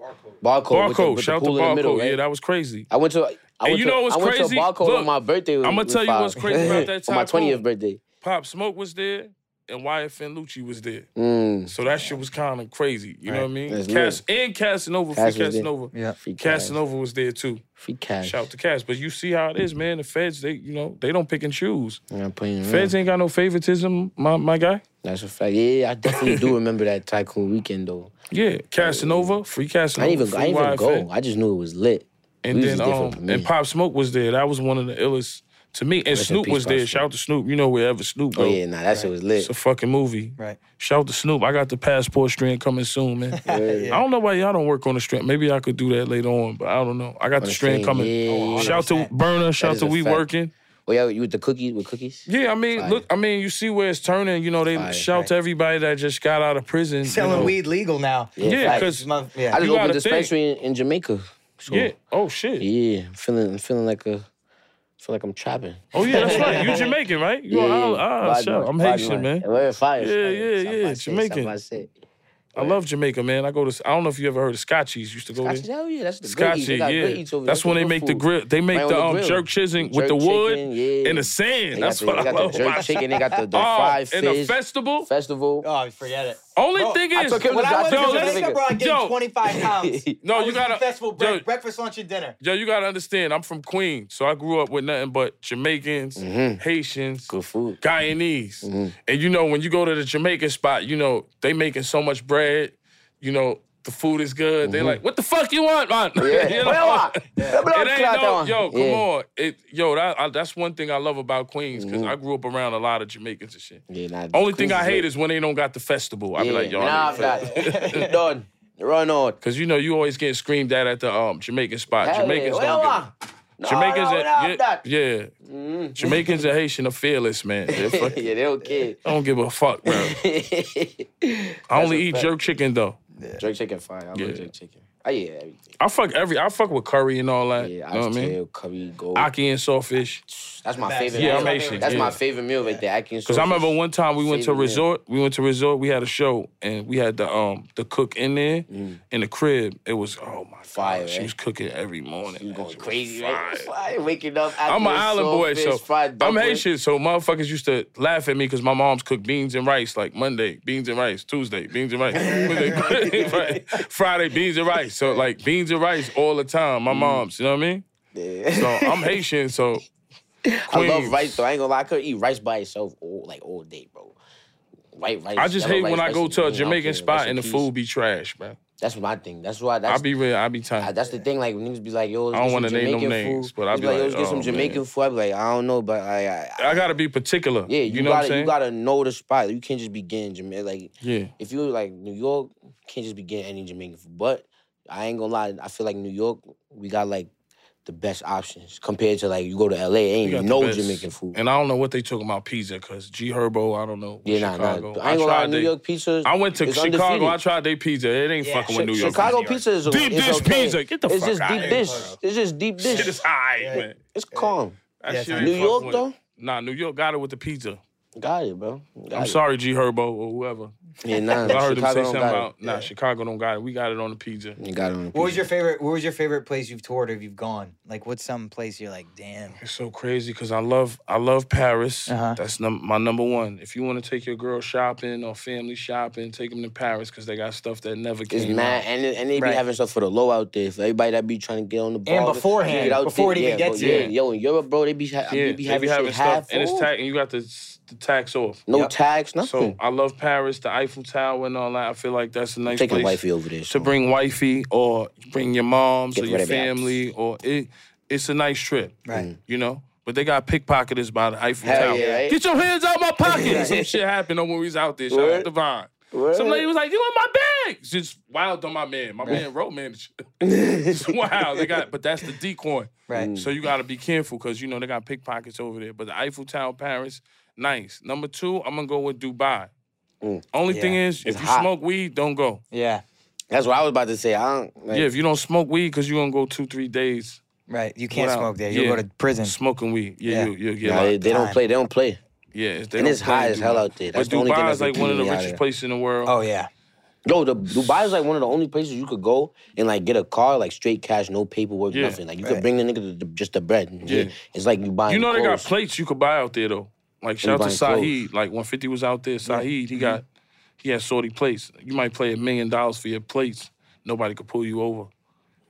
F: barcode? with the-
B: Barcode.
F: with the
B: Shout out to
F: pool in the
B: Barcode.
F: middle,
B: Yeah,
F: right?
B: that was crazy.
F: I went to. I
B: And
F: went
B: you
F: to,
B: know what's
F: I went
B: crazy?
F: to barcode
B: Look,
F: on my birthday.
B: I'ma
F: with
B: tell you
F: five.
B: what's crazy about that
F: on my
B: tycoon.
F: twentieth birthday.
B: Pop Smoke was there. and YFN Lucci was there.
F: Mm.
B: So that shit was kind of crazy. You know what I mean?
F: That's
B: Cas- and Casanova,
F: Cas was
B: free
F: there.
B: Casanova.
A: Yeah.
F: Free cash.
B: Casanova was there too.
F: Free cash.
B: Shout to Cas. But you see how it is, man. The feds, they you know, they don't pick and choose.
F: I'm not playing around.
B: Feds ain't got no favoritism, my my guy.
F: That's a fact. Yeah, I definitely do remember that tycoon weekend though.
B: Yeah, Casanova, free
F: I
B: Casanova.
F: didn't even, I
B: free
F: didn't even
B: YFN.
F: go. I just knew it was lit.
B: And
F: We was
B: then
F: different
B: um,
F: from me.
B: and Pop Smoke was there. That was one of the illest to me. And
F: in
B: Snoop
F: peace,
B: was
F: Pop
B: there.
F: Smoke.
B: Shout out to Snoop. You know wherever Snoop go.
F: Oh yeah, nah, that shit was
B: It's
F: lit.
B: a fucking movie.
A: Right.
B: Shout out to Snoop. I got the passport string coming soon, man. I don't know why y'all don't work on the string. Maybe I could do that later on, but I don't know. I got the,
F: the
B: string
F: string,
B: coming.
F: yeah, Oh, yeah.
B: Shout out to Burner. Shout out
F: is
B: to
F: a
B: We
F: fact.
B: Working.
F: Oh yeah, you with the cookies with cookies?
B: Yeah, I mean,
F: Fire.
B: look, I mean, you see where it's turning. You know, they
F: Fire,
B: shout to everybody that just got out of prison. you
A: Selling
B: know.
A: weed legal now.
B: Yeah,
F: fact.
B: because
A: My- yeah.
F: I just
B: You
F: opened
B: gotta
F: a dispensary in, in Jamaica. So,
B: yeah. Oh shit.
F: yeah, I'm feeling I'm feeling like a feel like I'm trapping.
B: Oh yeah, that's right. You Jamaican, right? You yeah, ah,
F: Bad
B: shout.
F: man,
B: I'm
F: bad
B: Haitian, man.
F: We're fire.
B: Yeah,
F: fire.
B: yeah,
F: Something
B: yeah,
F: I say,
B: Jamaican.
F: something I say.
B: I love Jamaica, man. I go to. I don't know if you ever heard of Scotchies. Used to go
F: Scotchy,
B: there.
F: hell yeah, that's the
B: Scotchy,
F: good eats. They got
B: yeah.
F: good eats over
B: That's
F: there.
B: when they
F: Good
B: make the
F: food.
B: grill. They make
F: Right on
B: the,
F: the
B: um,
F: grill.
B: jerk chicken with
F: Jerk
B: the wood
F: chicken, yeah.
B: and the sand.
F: They got
B: That's
F: the,
B: what
F: they
B: I
F: got
B: love.
F: the jerk
B: about-
F: chicken. They got the, the
B: Oh,
F: fried
B: and the
F: fish
B: festival.
F: festival.
A: Oh, forget it.
B: Only
A: Bro,
B: thing
F: I
B: is,
F: took him to
A: When I
F: Yo,
A: went to
F: yo, let's-
A: Jamaica, bro, I gained
B: yo.
A: 25 pounds.
B: No,
A: I
B: Oh, you
A: was
B: gotta-
A: eating festival
B: yo.
A: break, breakfast, lunch, and dinner.
B: yo, you gotta understand. I'm from Queens, so I grew up with nothing but Jamaicans,
F: Mm-hmm.
B: Haitians,
F: Good food.
B: Guyanese.
F: Mm-hmm.
B: And you know, when you go to the Jamaican spot, you know, they making so much bread, you know, the food is good. They like, what the fuck you want, man?
F: Mm-hmm. Yeah.
B: You know?
F: Well, uh, the blood
B: It ain't
F: clot
B: no-
F: one.
B: yo, come
F: Yeah.
B: on. It, yo, that, I, that's one thing I love about Queens, because I grew up around a lot of Jamaicans and shit.
F: Yeah, nah,
B: Only
F: Mm-hmm. Queens
B: thing I hate
F: lit.
B: is when they don't got the festival. I be
F: yeah.
B: like, yo,
F: nah,
B: I need a festival.
F: I'm not. done. Run out.
B: Cause you know you always get screamed at at the um, Jamaican spot.
F: Hell
B: Jamaicans
F: yeah.
B: don't
F: Well,
B: get.
F: uh,
B: Jamaicans,
F: no,
B: and-
F: no, I'm
B: yeah,
F: not.
B: yeah. Jamaicans and Haitian are fearless, man. They're fuck-
F: Mm-hmm. yeah, they don't care.
B: I don't give a fuck, bro. I only eat jerk chicken though.
F: Jerk chicken, fire. I love
B: Yeah.
F: jerk chicken. Oh, I eat everything.
B: I fuck every. I fuck with curry and all that.
F: Yeah,
B: you know what I mean?
F: oxtail, curry, gold.
B: Aki and sawfish.
F: That's my favorite.
B: Yeah,
F: meal.
B: I'm Asian,
F: That's
B: yeah.
F: my favorite meal right there. Atkins.
B: Cause I remember one time we went to
F: Favorite meal.
B: resort. We went to resort. We had a show and we had the um the cook in there in the crib. It was oh my
F: Mm. Fire,
B: god. She
F: right?
B: was cooking every morning. She was
F: going crazy, eh? right? Fire, waking up.
B: I'm an
F: Atkins,
B: island boy,
F: saltfish,
B: so
F: fried
B: I'm
F: dumpling.
B: Haitian. So motherfuckers used to laugh at me because my mom's cooked beans and rice like Monday, beans and rice, Tuesday, beans and rice, Wednesday, beans and rice, Friday, beans and rice. So like beans and rice all the time.
F: Mm.
B: My mom's, you know what I mean? So I'm Haitian. So
F: I love
B: Queens.
F: rice though. I ain't gonna lie, I could eat rice by itself all like all day, bro. White rice.
B: I just
F: yellow
B: hate
F: rice,
B: when I
F: rice
B: go
F: and
B: to a
F: beans, I don't care.
B: Jamaican spot
F: Rest in
B: and the
F: peace.
B: food be trash, man.
F: That's my thing. That's why.
B: I
F: That's
B: be real. I be tired.
F: I- that's the thing. Like when niggas be like, "Yo, let's
B: I don't
F: get some
B: wanna name no
F: Jamaican
B: names,
F: food.
B: but I
F: Niggas
B: be like,
F: "Yo, let's
B: "Oh,
F: get some
B: man."
F: Jamaican food." I be like, "I don't know, but I, I, I
B: I gotta be particular.
F: yeah,
B: you,
F: you,
B: know
F: gotta
B: what I'm saying?
F: you gotta know the spot. You can't just be getting Jamaican. Like
B: yeah,
F: if you like New York, you can't just be getting any Jamaican food. But I ain't gonna lie, I feel like New York, we got like the best options compared to like you go to LA,
B: You
F: ain't
B: got the
F: no
B: best.
F: Jamaican food.
B: And I don't know what they talking about pizza because G Herbo. I don't know.
F: yeah, nah, nah. I ain't
B: Chicago.
F: gonna lie,
B: tried
F: New
B: they-
F: York pizza.
B: I went to
F: is
B: Chicago.
F: undefeated.
B: I tried their pizza. It ain't fucking with New York.
F: Chicago
B: pizza.
F: pizza is
B: Deep
F: is
B: dish
F: okay.
B: pizza. Get the
F: It's
B: fuck
F: just
B: outta
F: deep
B: here.
F: dish. It's just deep
B: Shit is
F: dish.
B: high, man.
F: It's calm.
B: That shit ain't
F: New
B: fucking
F: York
B: with-
F: though,
B: Nah, New York got it with the pizza.
F: got it, bro. Got
B: I'm
F: it.
B: sorry, G Herbo or whoever.
F: Yeah, nah.
B: I heard them say
F: Chicago don't
B: something
F: got it.
B: about nah, Chicago don't got it. We got it on the pizza.
F: You got it on the
A: What was
F: pizza.
A: your favorite? What was your favorite place you've toured or you've gone? Like, what's some place you're like, damn?
B: It's so crazy because I love I love Paris.
A: Uh-huh.
B: That's num- my number one. If you want to take your girl shopping or family shopping, take them to Paris because they got stuff that never came.
F: It's
B: out.
F: mad, and and they be
A: Right.
F: having stuff for the low out there for everybody that be trying to get on the ball.
A: beforehand,
F: get out
A: before it
F: there.
A: even
F: yeah,
A: gets
F: bro, yeah.
A: here.
F: Yo, in Europe, bro, they be, ha-
B: Yeah,
F: they be having, shit half
B: and it's
F: off.
B: tax, and you got the, s- the tax off.
F: No
A: Yep.
F: tax, nothing.
B: So I love Paris, the Eiffel Tower, and all that. I feel like that's a nice
F: Taking
B: place
F: wifey over there.
B: to
F: so.
B: bring wifey or bring your moms
F: Get
B: or your
F: rid of it.
B: family, or it. It's a nice trip,
A: Right. Mm.
B: You know. But they got pickpocketers by the Eiffel
F: Hell
B: Tower.
F: yeah, right?
B: Get your hands out my pocket. Some shit happened when we was out there. Shout out
F: Word.
B: to Vine. Some
F: Word.
B: lady was like, "You in my bag?" Just wild on my man. My man wrote man. It's wild. They got, but that's the decoy.
A: Right.
B: So you got to be careful because you know they got pickpockets over there. But the Eiffel Tower, Paris, nice. Number two, I'm gonna go with Dubai. Only thing
A: Yeah.
B: is, if
F: Mm. It's
B: you
F: hot.
B: smoke weed, don't go.
A: Yeah.
F: That's what I was about to say. I don't. Like,
B: Yeah, if you don't smoke weed, because you're gonna go two, three days
A: Right. You can't
B: Without-
A: smoke there. You'll
B: yeah.
A: go to prison.
B: smoking weed. Yeah,
A: Yeah.
B: you, you'll get
F: nah,
B: locked
F: they, they don't
A: time.
F: play. They don't play.
B: Yeah, it's- they
F: And
B: don't
F: it's
B: play
F: hot
B: in
F: as hell
B: Dubai.
F: out there. That's
B: but
F: the only thing
B: Dubai
F: that's
B: is like one of the
F: appealing out
B: richest
F: there.
B: places in the world.
A: Oh yeah.
F: No, the Dubai is like one of the only places you could go and like get a car like straight cash, no paperwork,
B: Yeah,
F: nothing. Like you could bring the nigga the, the- just the bread.
B: Yeah.
F: It's like you buying.
B: you know they got
F: clothes.
B: plates you could buy out there though. Like shout out to
F: buying clothes. Mm-hmm.
B: Saheed. Like 150 was out there. Saheed, he got he had sorty plates. You might play a million dollars for your plates. Nobody could pull you over.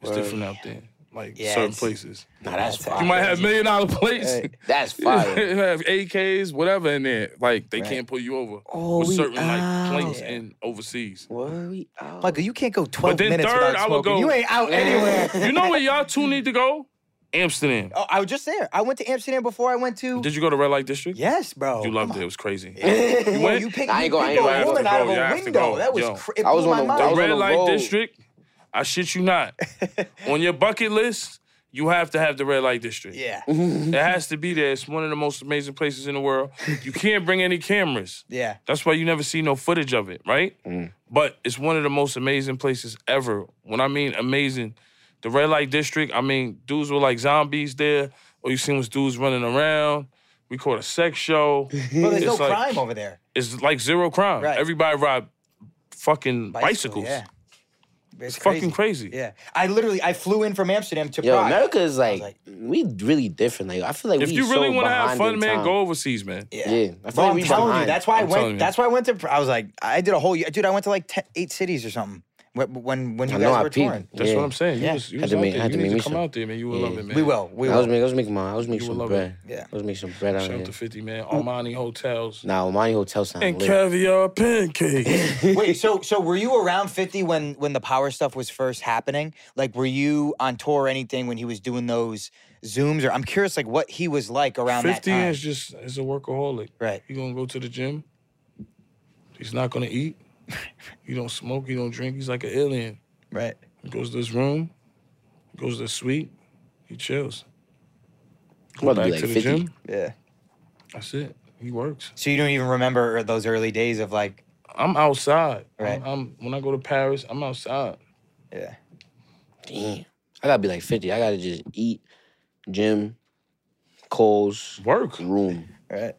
B: It's different out there. Like
A: Yeah,
B: certain
A: it's-
B: places.
F: Nah, that's fire.
B: You might have million dollar plates.
F: That's
B: You
F: fire.
B: have AKs, whatever in there. Like they can't pull you over
F: Oh,
B: with
F: we
B: certain
F: out.
B: like plates and overseas.
F: Worry out.
A: Michael, you can't go 12
B: then
A: minutes
B: third,
A: without
B: I would
A: smoking.
B: go-
A: You ain't out anywhere.
B: You know where y'all two need to go? Amsterdam.
A: Oh, I was just there. I went to Amsterdam before I went to.
B: Did you go to Red Light District?
A: yes, bro.
B: You
A: oh, Come
B: loved
A: on.
B: it. It was crazy.
A: You,
B: You went?
A: you picked,
F: I
A: you picked a
F: ain't going- I ain't going.
A: woman
B: You have
A: out
B: to
A: of
B: go. You
A: a
B: have to
A: window.
B: go.
A: That was
B: Yo.
A: cr- it
F: I was
A: blew
F: on
A: my
F: the- I
B: The
A: mind.
F: was on
B: Red
F: the
B: Light
F: road.
B: District. I shit you not. on your bucket list, you have to have the Red Light District.
A: Yeah,
B: It has to be there. It's one of the most amazing places in the world. You can't bring any cameras.
A: yeah.
B: That's why you never see no footage of it, right? But it's one of the most amazing places ever. When I mean amazing, the red light district, I mean, dudes were like zombies there. All you seen was dudes running around. We caught a sex show.
A: But there's no
B: It's like-
A: crime over there.
B: It's like zero crime.
A: Right.
B: Everybody ride fucking
A: Bicycle,
B: bicycles.
A: yeah.
B: It's fucking crazy.
A: Yeah, I literally I flew in from Amsterdam to
F: Yo,
A: Prague.
F: America is like,
A: like-
F: we really different. Like I feel like
B: If
F: we
B: you really
F: so
B: want to have
F: behind
B: fun,
F: in
B: man,
F: time.
B: go overseas, man.
F: Yeah, I feel
A: Bro,
F: like
A: I'm
F: we
A: telling
F: behind.
A: you, that's why i
B: I'm telling
A: went.
B: you.
A: That's why I went to. Pr- I was like, I did a whole year, dude. I went to like 10, eight cities or something when when, when you
F: I
A: guys
F: know, I
A: were
F: peeped.
A: touring.
B: That's
F: Yeah.
B: what I'm saying. You
A: Yeah.
B: was, you
F: Had
B: was
F: to
B: out
F: make-
B: there.
F: had
B: You need
F: to make
B: to
F: me
B: come
F: some.
B: out there, man. You will love it, man.
A: We will. We
F: I was,
A: will.
F: making, I was making my, I was making
B: You will
F: some
B: love
F: bread.
A: it. Yeah.
F: I was making some bread out
B: Shout out
F: here.
B: to 50, man. Armani Hotels.
F: Nah, Omani Hotel sound
B: And
F: lit.
B: caviar pancakes.
A: Wait, so so were you around 50 when when the power stuff was first happening? Like were you on tour or anything when he was doing those zooms or I'm curious like what he was like around
B: 50
A: that time.
B: is just is a workaholic.
A: Right.
B: He gonna go to the gym. He's not gonna eat. he don't smoke. He don't drink. He's like an alien.
A: Right.
B: He goes to his room. Goes to the suite. He chills.
F: I'm about to
B: Back
F: be like
B: to the
F: 50.
B: gym.
A: Yeah.
B: That's it. He works.
A: So you don't even remember those early days of like
B: I'm outside.
A: Right.
B: I'm, I'm- when I go to Paris, I'm outside.
A: yeah.
F: Damn. I gotta be like 50. I gotta just eat, gym, Coles,
B: Work.
F: room.
A: Right.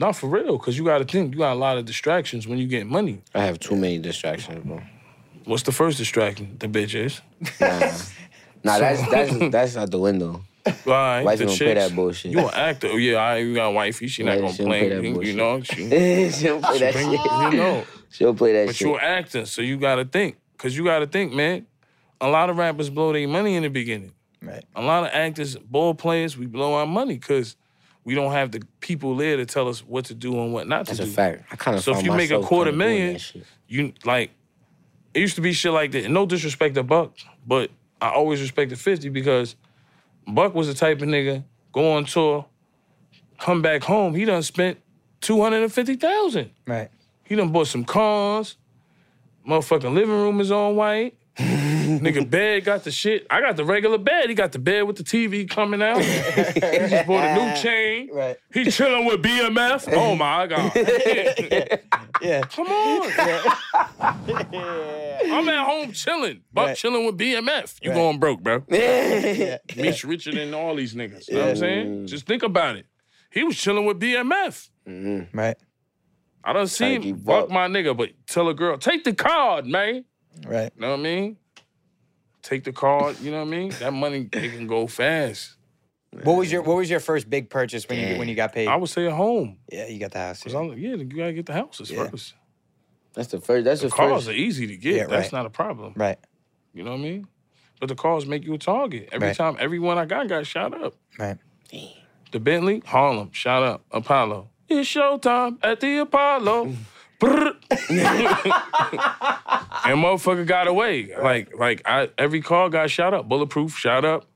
B: Not for real, cause you gotta think. You got a lot of distractions when you get money.
F: I have too many distractions, bro.
B: What's the first distraction? The bitches.
F: Nah. Nah, that's that's that's out the window.
B: Right.
F: Wife
B: the
F: don't play
B: chicks.
F: that bullshit.
B: You an actor? Oh, yeah, I you got wifey. She not
F: Yeah,
B: gonna
F: she don't play
B: play.
F: that
B: You, you
F: bullshit.
B: know, she,
F: She'll play that
B: bring- you
F: shit.
B: know.
F: She'll play that
B: But
F: shit.
B: you're an actor, so you gotta think. Cause you gotta think, man. A lot of rappers blow their money in the beginning.
A: Right.
B: A lot of actors, ball players, we blow our money because we don't have the people there to tell us what to do and what not
F: That's
B: to
F: a
B: do.
F: fact. I kind of
B: So if you make a quarter million, You like it used to be shit like that. And No disrespect to Buck, but I always respected 50 because Buck was the type of nigga go on tour, come back home, he done spent 250,000.
A: Right.
B: He done bought some cars. Motherfucking living room is on white. Nigga bed got the shit. I got the regular bed. He got the bed with the TV coming out. he just bought a new chain.
A: Right.
B: He chilling with BMF. Oh my god.
A: Yeah.
B: Come on. I'm at home chilling. Buck
A: Right.
B: chilling with BMF. You going broke, bro. Mitch Richard and all these niggas. You know what I'm saying? Just think about it. He was chilling with BMF.
F: Mm-hmm.
A: Right.
B: I done
F: Thank you,
B: seen
F: Buck.
B: Buck my nigga, but tell a girl, take the card, man.
A: Right.
B: You know what I mean? Take the card, you know what I mean? That money, it can go fast.
A: What was your what was your first big purchase when you when you got paid?
B: I would say a home.
A: yeah, you got the house.
B: 'Cause I'm like, yeah, you gotta get the houses
A: Yeah.
B: first.
F: That's the first. That's the,
B: The cars
F: first.
B: are easy to get.
A: Yeah,
B: That's
A: right.
B: not a problem.
A: Right.
B: You know what I mean? But the cars make you a target. Every
A: Right.
B: time everyone I got got shot up.
A: Right.
B: The Bentley, Harlem, shot up. Apollo. It's showtime at the Apollo. Brrr. and motherfucker got away. Like, like I every car got shot up. Bulletproof, shot up.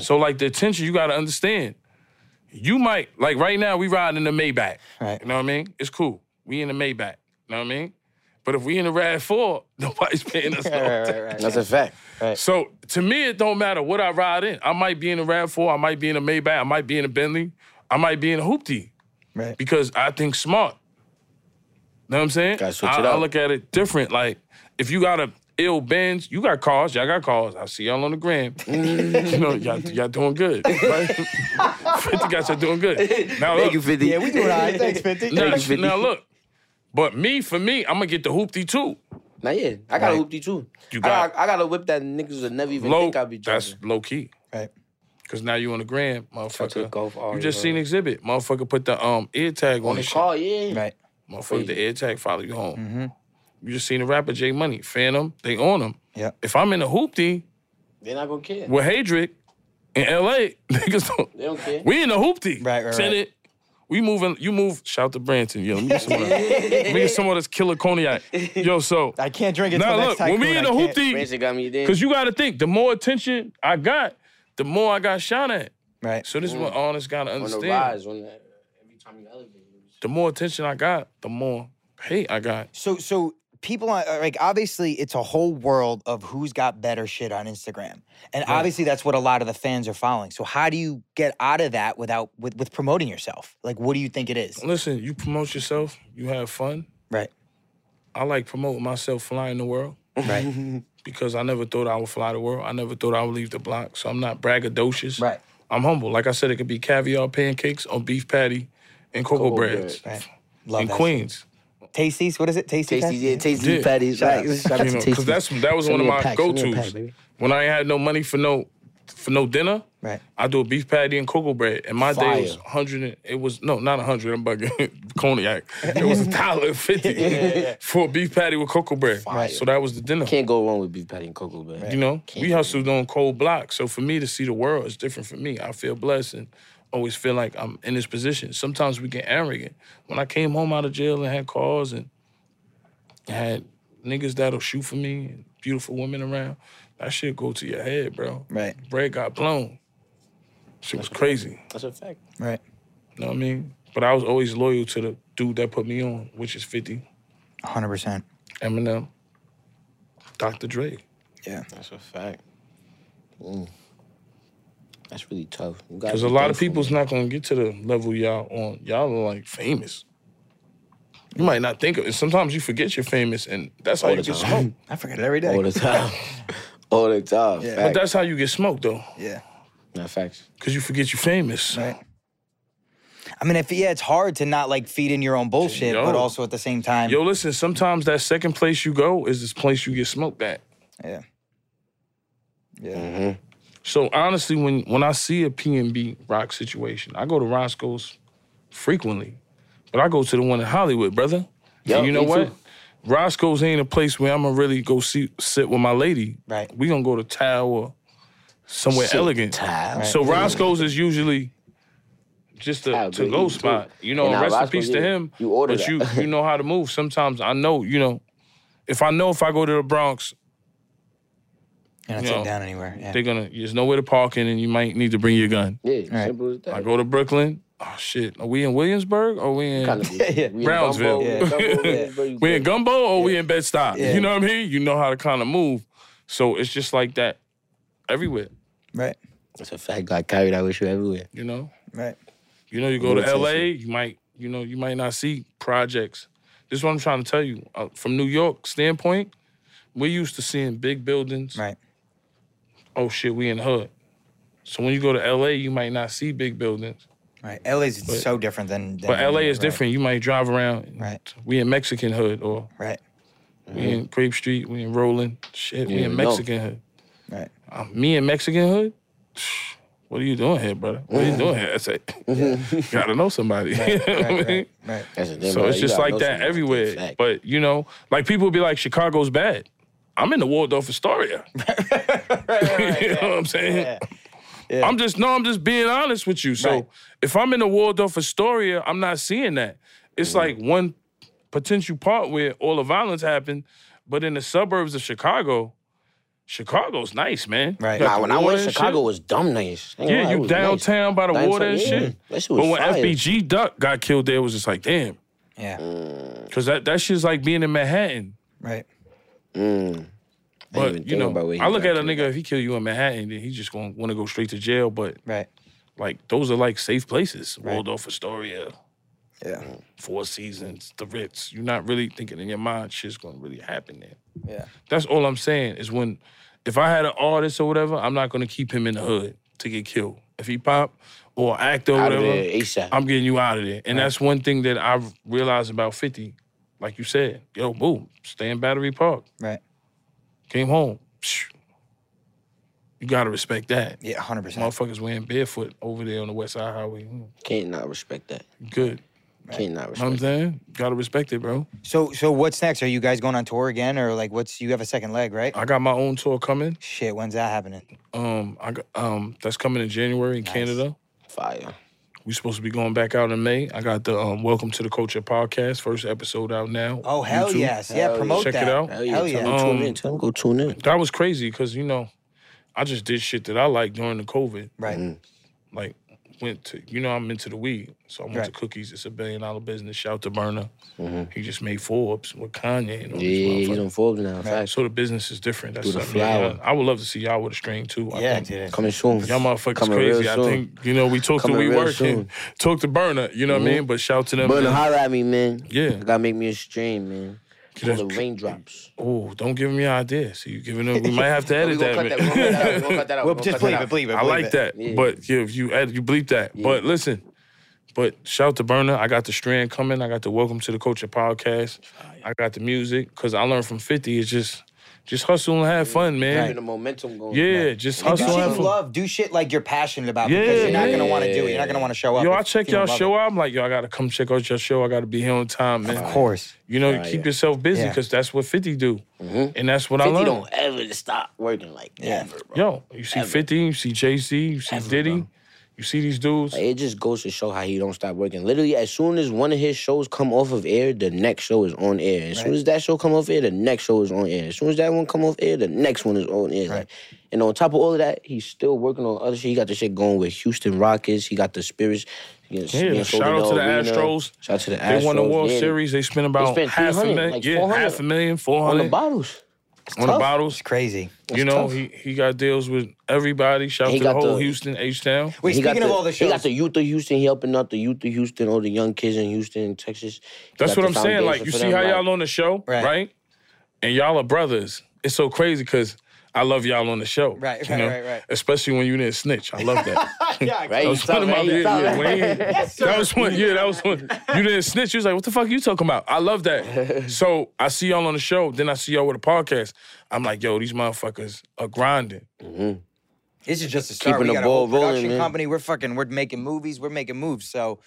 B: So like the attention, you gotta understand. You might, like right now, we riding in the Maybach.
A: Right.
B: You know what I mean? It's cool. We in the Maybach. You know what I mean? But if we in the Rad 4, nobody's paying us no attention.
F: That's a fact.
B: So to me, it don't matter what I ride in. I might be in a Rav4, I might be in a Maybach, I might be in a Bentley, I might be in a Hoopty
A: Right.
B: because I think smart. Know what I'm saying?
F: Gotta switch
B: I,
F: it
B: I
F: up.
B: look at it different. Like if you got a ill Benz, you got cars, y'all got cars. I see y'all on the gram. you know, y'all, y'all doing good. Right? 50 got y'all doing good. Now
F: Thank
B: look,
F: you, Fifty.
A: Yeah, we doing all right. Thanks, 50.
B: now,
F: Thank you,
B: now
F: 50.
B: look. But me, for me, I'm gonna get the Hoopty too.
F: Nah, yeah, I got a hoopty too.
B: You
F: I
B: got-
F: got, I got a whip that niggas would never even
B: Low,
F: think I'd be driving.
B: that's low key.
A: Right.
B: Cause now you on the gram, motherfucker.
F: to the golf all
B: you just
F: year
B: seen exhibit, motherfucker. Put the um ear tag on,
F: On the
B: his
F: car, yeah.
A: Right.
B: Shit. Motherfucker, the ear tag follow you home.
A: Mm-hmm.
B: You just seen the rapper J Money, Phantom. They on him.
A: Yeah.
B: If I'm in a hoopty
F: They're not gonna care.
B: with Hadrick in L.A., niggas don't.
F: They don't care.
B: We in the hoopty.
A: Right, right,
B: Send
A: right.
B: it. We moving. You move. Shout to Branson. Yo, let me get some of that. Let me get some of this killer cognac. Yo, so
A: I can't drink it.
B: now
A: till
B: look,
A: next
B: when we
A: tycoon,
B: in the
A: I can't-
B: hoopty,
F: Branson got me there.
B: because you got to think, the more attention I got, the more I got shot at.
A: Right.
B: So this is what artists got to
F: on the
B: understand.
F: rise, on the, every time you elevate.
B: The more attention I got, the more hate I got.
A: So so people on uh, like obviously it's a whole world of who's got better shit on Instagram. And obviously that's what a lot of the fans are following. So how do you get out of that without with, with promoting yourself? Like what do you think it is?
B: Listen, you promote yourself, you have fun.
A: Right.
B: I like promoting myself flying the world
A: Right.
B: because I never thought I would fly the world. I never thought I would leave the block. So I'm not braggadocious.
A: right.
B: I'm humble. Like I said, it could be caviar pancakes on beef patty and cocoa, breads.
A: Right. Love
B: In
A: that.
B: Queens.
A: Tasties, what is it? Tasty.
F: Tasty, yeah, tasty
B: Yeah.
F: patties. Right. Shout out to
B: Because
F: Tasty.
B: that's that was
F: Send
B: one of
F: me a
B: my
F: pack,
B: go
F: send me a pack,
B: tos.
F: baby.
B: When I ain't had no money for no for no dinner,
A: Right.
B: I do a beef patty and cocoa bread. And my day was
F: Fire.
B: hundred. and- It was no, not hundred. I'm bugging cognac. It was a dollar and fifty for a beef patty with cocoa bread.
F: Fire.
B: So that was the dinner.
F: Can't go wrong with beef patty and cocoa, man.
B: You know, we hustled on cold block. So for me to see the world is different for me. I feel blessed and always feel like I'm in this position. Sometimes we get arrogant. When I came home out of jail and had cars and had niggas that'll shoot for me and beautiful women around, that shit go to your head, bro.
A: Right.
B: Bread got blown. Shit was crazy.
F: That's a fact.
A: Right.
B: You know what I mean? But I was always loyal to the dude that put me on, which is 50,
A: 100%.
B: Eminem, Dr. Dre.
A: Yeah.
F: That's a fact. Mm. That's really tough. You gotta
B: Because
F: be
B: a lot of
F: thankful,
B: people's
F: man.
B: not gonna get to the level y'all on. Y'all are like famous. You might not think of it. Sometimes you forget you're famous, and that's how
F: All
B: you
F: the
B: get
F: time.
B: smoked.
A: I forget it every day.
F: all the time. all the time. Yeah.
B: But that's how you get smoked, though,
A: Yeah.
F: Not facts.
B: because you forget you're famous.
A: Right. I mean, if yeah, it's hard to not like feed in your own bullshit, but
B: Yo.
A: also at the same time,
B: Yo, listen. Sometimes that second place you go is this place you get smoked at.
A: yeah, yeah,
F: Mm-hmm.
B: So honestly, when when I see a PNB rock situation, I go to Roscoe's frequently, but I go to the one in Hollywood, brother.
F: Yeah,
B: and you know
F: me
B: what?
F: too.
B: Roscoe's ain't a place where I'm gonna really go see, sit with my lady.
A: Right.
B: We gonna go to Tao or somewhere
F: Sit
B: elegant.
F: Tao.
B: So Roscoe's is usually just a
F: Tao
B: to
F: good
B: go
F: eat, too.
B: spot. You know,
F: And now
B: rest
F: Roscoe's,
B: in peace to
F: yeah,
B: him.
F: you order
B: but
F: that.
B: you you know how to move. Sometimes I know, you know, if I know if I go to the Bronx,
A: you're not
B: Yo.
A: sitting down anywhere. Yeah.
B: they're gonna there's nowhere to park in and you might need to bring your gun.
F: Yeah, simple as that.
B: I go to Brooklyn. Oh shit. Are we in Williamsburg or we in
F: Kinda good.
A: Yeah.
F: We in
B: Brownsville.
F: Gumbo,
A: Yeah.
F: Gumbo, Williamsburg, you
B: we in
F: good.
B: Gumbo or we in Bed
A: Yeah.
B: You know what I mean? You know how to kind of move. So it's just like that everywhere,
A: Right,
F: That's a fact. God carried out with you everywhere.
B: you know?
A: right,
B: You know, you go to
F: Rotation.
B: LA, you might, you know, you might not see projects. This is what I'm trying to tell you. Uh, from New York standpoint, we're used to seeing big buildings.
A: right,
B: Oh shit, we in the hood. So when you go to LA, you might not see big buildings.
A: right. LA is so different than, than
B: But LA
A: anywhere,
B: is
A: right,
B: different. You might drive around. and
A: Right.
B: We in Mexican hood or
A: Right,
B: We in Grape Street. We in Roland. Shit, we
F: Yeah,
B: in
F: no.
B: Mexican hood.
A: right,
B: Uh, me in Mexican hood? What are you doing here, brother? What are you doing here? I say, gotta know somebody. You know what I
A: right,
B: mean?
A: right, right.
F: That's a damn
B: So
F: right.
B: it's
F: You
B: just
F: gotta
B: like
F: know
B: that
F: somebody. That's a
B: everywhere.
F: fact.
B: But you know, like people be like, Chicago's bad. I'm in the Waldorf Astoria. you know what I'm saying? I'm just no, I'm just being honest with you. So
A: Right.
B: if I'm in the Waldorf Astoria, I'm not seeing that. It's
F: Mm-hmm.
B: like one potential part where all the violence happened, but in the suburbs of Chicago, Chicago's nice, man.
A: Right.
B: You got
F: Nah,
B: the
F: when I
B: water
F: went to
B: and
F: Chicago, it
B: shit.
F: was dumb nice. Ain't gonna
B: yeah,
F: lie, it
B: you
F: was nice.
B: downtown by the
F: Downtown,
B: water and
F: yeah.
B: shit.
F: That shit
B: But
F: was
B: when
F: fire.
B: FBG Duck got killed there, it was just like, damn.
A: Yeah,
F: Mm.
B: Cause that, that shit's like being in Manhattan.
A: right,
F: I didn't even
B: But you
F: think
B: know,
F: about where he
B: I look
F: got
B: at a
F: killed
B: nigga if he kill you in Manhattan, then he just gonna want to go straight to jail. But
A: right.
B: like those are like safe places, Waldorf Astoria,
A: Yeah,
B: Four Seasons, the Ritz. You're not really thinking in your mind shit's gonna really happen there.
A: yeah,
B: That's all I'm saying is when if I had an artist or whatever, I'm not gonna keep him in the hood to get killed. If he pop or act or
F: Out of
B: whatever,
F: there ASAP.
B: I'm getting you out of there. And that's one thing that I've realized about 50. Like you said, yo, boom, stay in Battery Park.
A: right,
B: Came home. Psh. You You gotta respect that.
A: Yeah, hundred percent.
B: Motherfuckers wearing barefoot over there on the West Side Highway. Mm,
F: Can't not respect that.
B: Good.
F: Can't not
B: Know what I'm
F: respect.
B: saying? Gotta respect it, bro.
A: So, so what's next? Are you guys going on tour again, or like, what's you have a second leg, right?
B: I got my own tour coming.
A: Shit, when's that happening?
B: Um, I got, um, that's coming in January in Canada.
F: Fire.
B: We supposed to be going back out in May. I got the um, Welcome to the Culture podcast first episode out now.
A: Oh hell
B: YouTube.
A: yes, yeah,
F: Hell yeah.
A: promote
B: Check it
A: that.
B: out.
F: Hell yeah.
A: Hell
F: tell
A: yeah.
F: them tune
B: Um,
F: in. Tell them go tune in.
B: That was crazy because you know, I just did shit that I liked during the COVID.
A: Right.
F: Mm.
B: Like went to you know I'm into the weed, so I went to
A: Right.
B: Cookies. It's a billion dollar business. Shout to Burner. He just made Forbes with Kanye and all
F: Mm-hmm. Yeah,
B: these
F: he's
B: motherfuckers.
F: on Forbes now. Facts.
B: So the business is different. That's
F: Do the
B: something that-
F: flower.
B: I would love to see y'all with a string too. I
A: Yeah,
B: think
A: dude.
F: Coming soon.
B: Y'all motherfuckers
F: Coming real
B: crazy. I
F: soon.
B: think, you know, we talked to
F: Coming
B: We
F: real
B: Work
F: soon. Mm-hmm.
B: and talked to Burner, you know what I mean? But shout to them.
F: Burner,
B: man.
F: holler at me, man.
B: Yeah.
F: You gotta make me a stream, man.
B: Get
F: All
B: that-
F: the raindrops. Oh,
B: Oh, don't give me ideas. You giving them? We might have to edit
F: We gonna
B: that.
F: cut
B: man.
F: that- we gonna cut that out. We gonna cut that out.
A: Well,
F: We gonna
A: just
F: cut that
A: believe
F: out.
A: it, believe it.
B: I
A: believe
B: like
A: it.
B: that.
F: Yeah.
B: But yeah, if you add, you bleep that. But listen, but shout to Burner. I got the strand coming. I got the Welcome to the Culture podcast. I got the music because I learned from Fifty. It's just, just hustle and have fun,
F: Keeping
B: man.
F: the momentum going.
B: Yeah, just
A: And do
B: hustle
A: shit
B: and have
A: you
B: fun.
A: love. Do shit like you're passionate about
B: Yeah,
A: because you're not gonna
F: yeah,
A: want to
F: yeah,
A: do it. You're not gonna want to show up.
B: Yo, I
A: if
B: check
A: you don't
B: y'all
A: love
B: show
A: it.
B: out. I'm like, yo, I gotta come check out your show. I gotta be here on time, man.
A: Of course.
B: You know,
F: Right,
B: keep
F: yeah.
B: yourself busy
A: Yeah.
B: because that's what 50 do. And that's what I
F: 50
B: learned.
F: don't ever stop working like that, ever, bro.
B: Yo, you see 50, you see JC, you see Diddy, you see these dudes.
F: It just goes to show how he don't stop working. Literally, as soon as one of his shows come off of air, the next show is on air. As soon as that show come off air, the next show is on air. As soon as that one come off air, the next one is on air. Like, and on top of all of that, he's still working on other shit. He got the shit going with Houston Rockets. He got the Spirits. you know,
B: yeah,
F: being
B: shout
F: sold in
B: out to the
F: arena.
B: Astros.
F: Shout out to the
B: they
F: Astros.
B: won the World
F: yeah,
B: Series. They spent about
F: spent
B: half a
F: 300,
B: million,
F: like
B: yeah,
F: 400
B: half a million, 400
F: on the bottles.
B: on the
F: tough.
B: bottles.
A: It's crazy.
B: you know,
F: tough.
B: he he got deals with everybody. Shout out
F: He
B: to the
F: got
B: whole
F: the-
B: Houston H Town.
A: Wait,
F: He got
A: speaking of
F: the-
A: all the shows,
F: he got the youth of Houston. He helping out the youth of Houston, all the young kids in Houston, and Texas. He
B: That's
F: got
B: what I'm
F: the
B: saying. Like,
F: foundation
B: you
F: for
B: see
F: them,
B: how
F: like-
B: y'all on the show, right?
A: Right.
B: And y'all are brothers. It's so crazy because I love y'all on the show.
A: Right,
B: you
A: right,
B: know?
A: right, right.
B: Especially when you didn't snitch. I love that.
F: Right,
B: That
F: you
B: was
F: saw
B: one of
F: that,
B: my
F: you
B: yeah,
F: saw
B: yeah,
F: that.
B: when he- That was one. Yeah, that was one. You didn't snitch. You was like, "What the fuck you talking about?" I love that. So I see y'all on the show. Then I see y'all with a podcast. I'm like, "Yo, these motherfuckers are grinding."
A: this is just a start.
F: Keeping
A: we
F: the
A: got a whole
F: ball rolling,
A: production
F: man.
A: company. We're fucking. We're making movies. We're making moves. So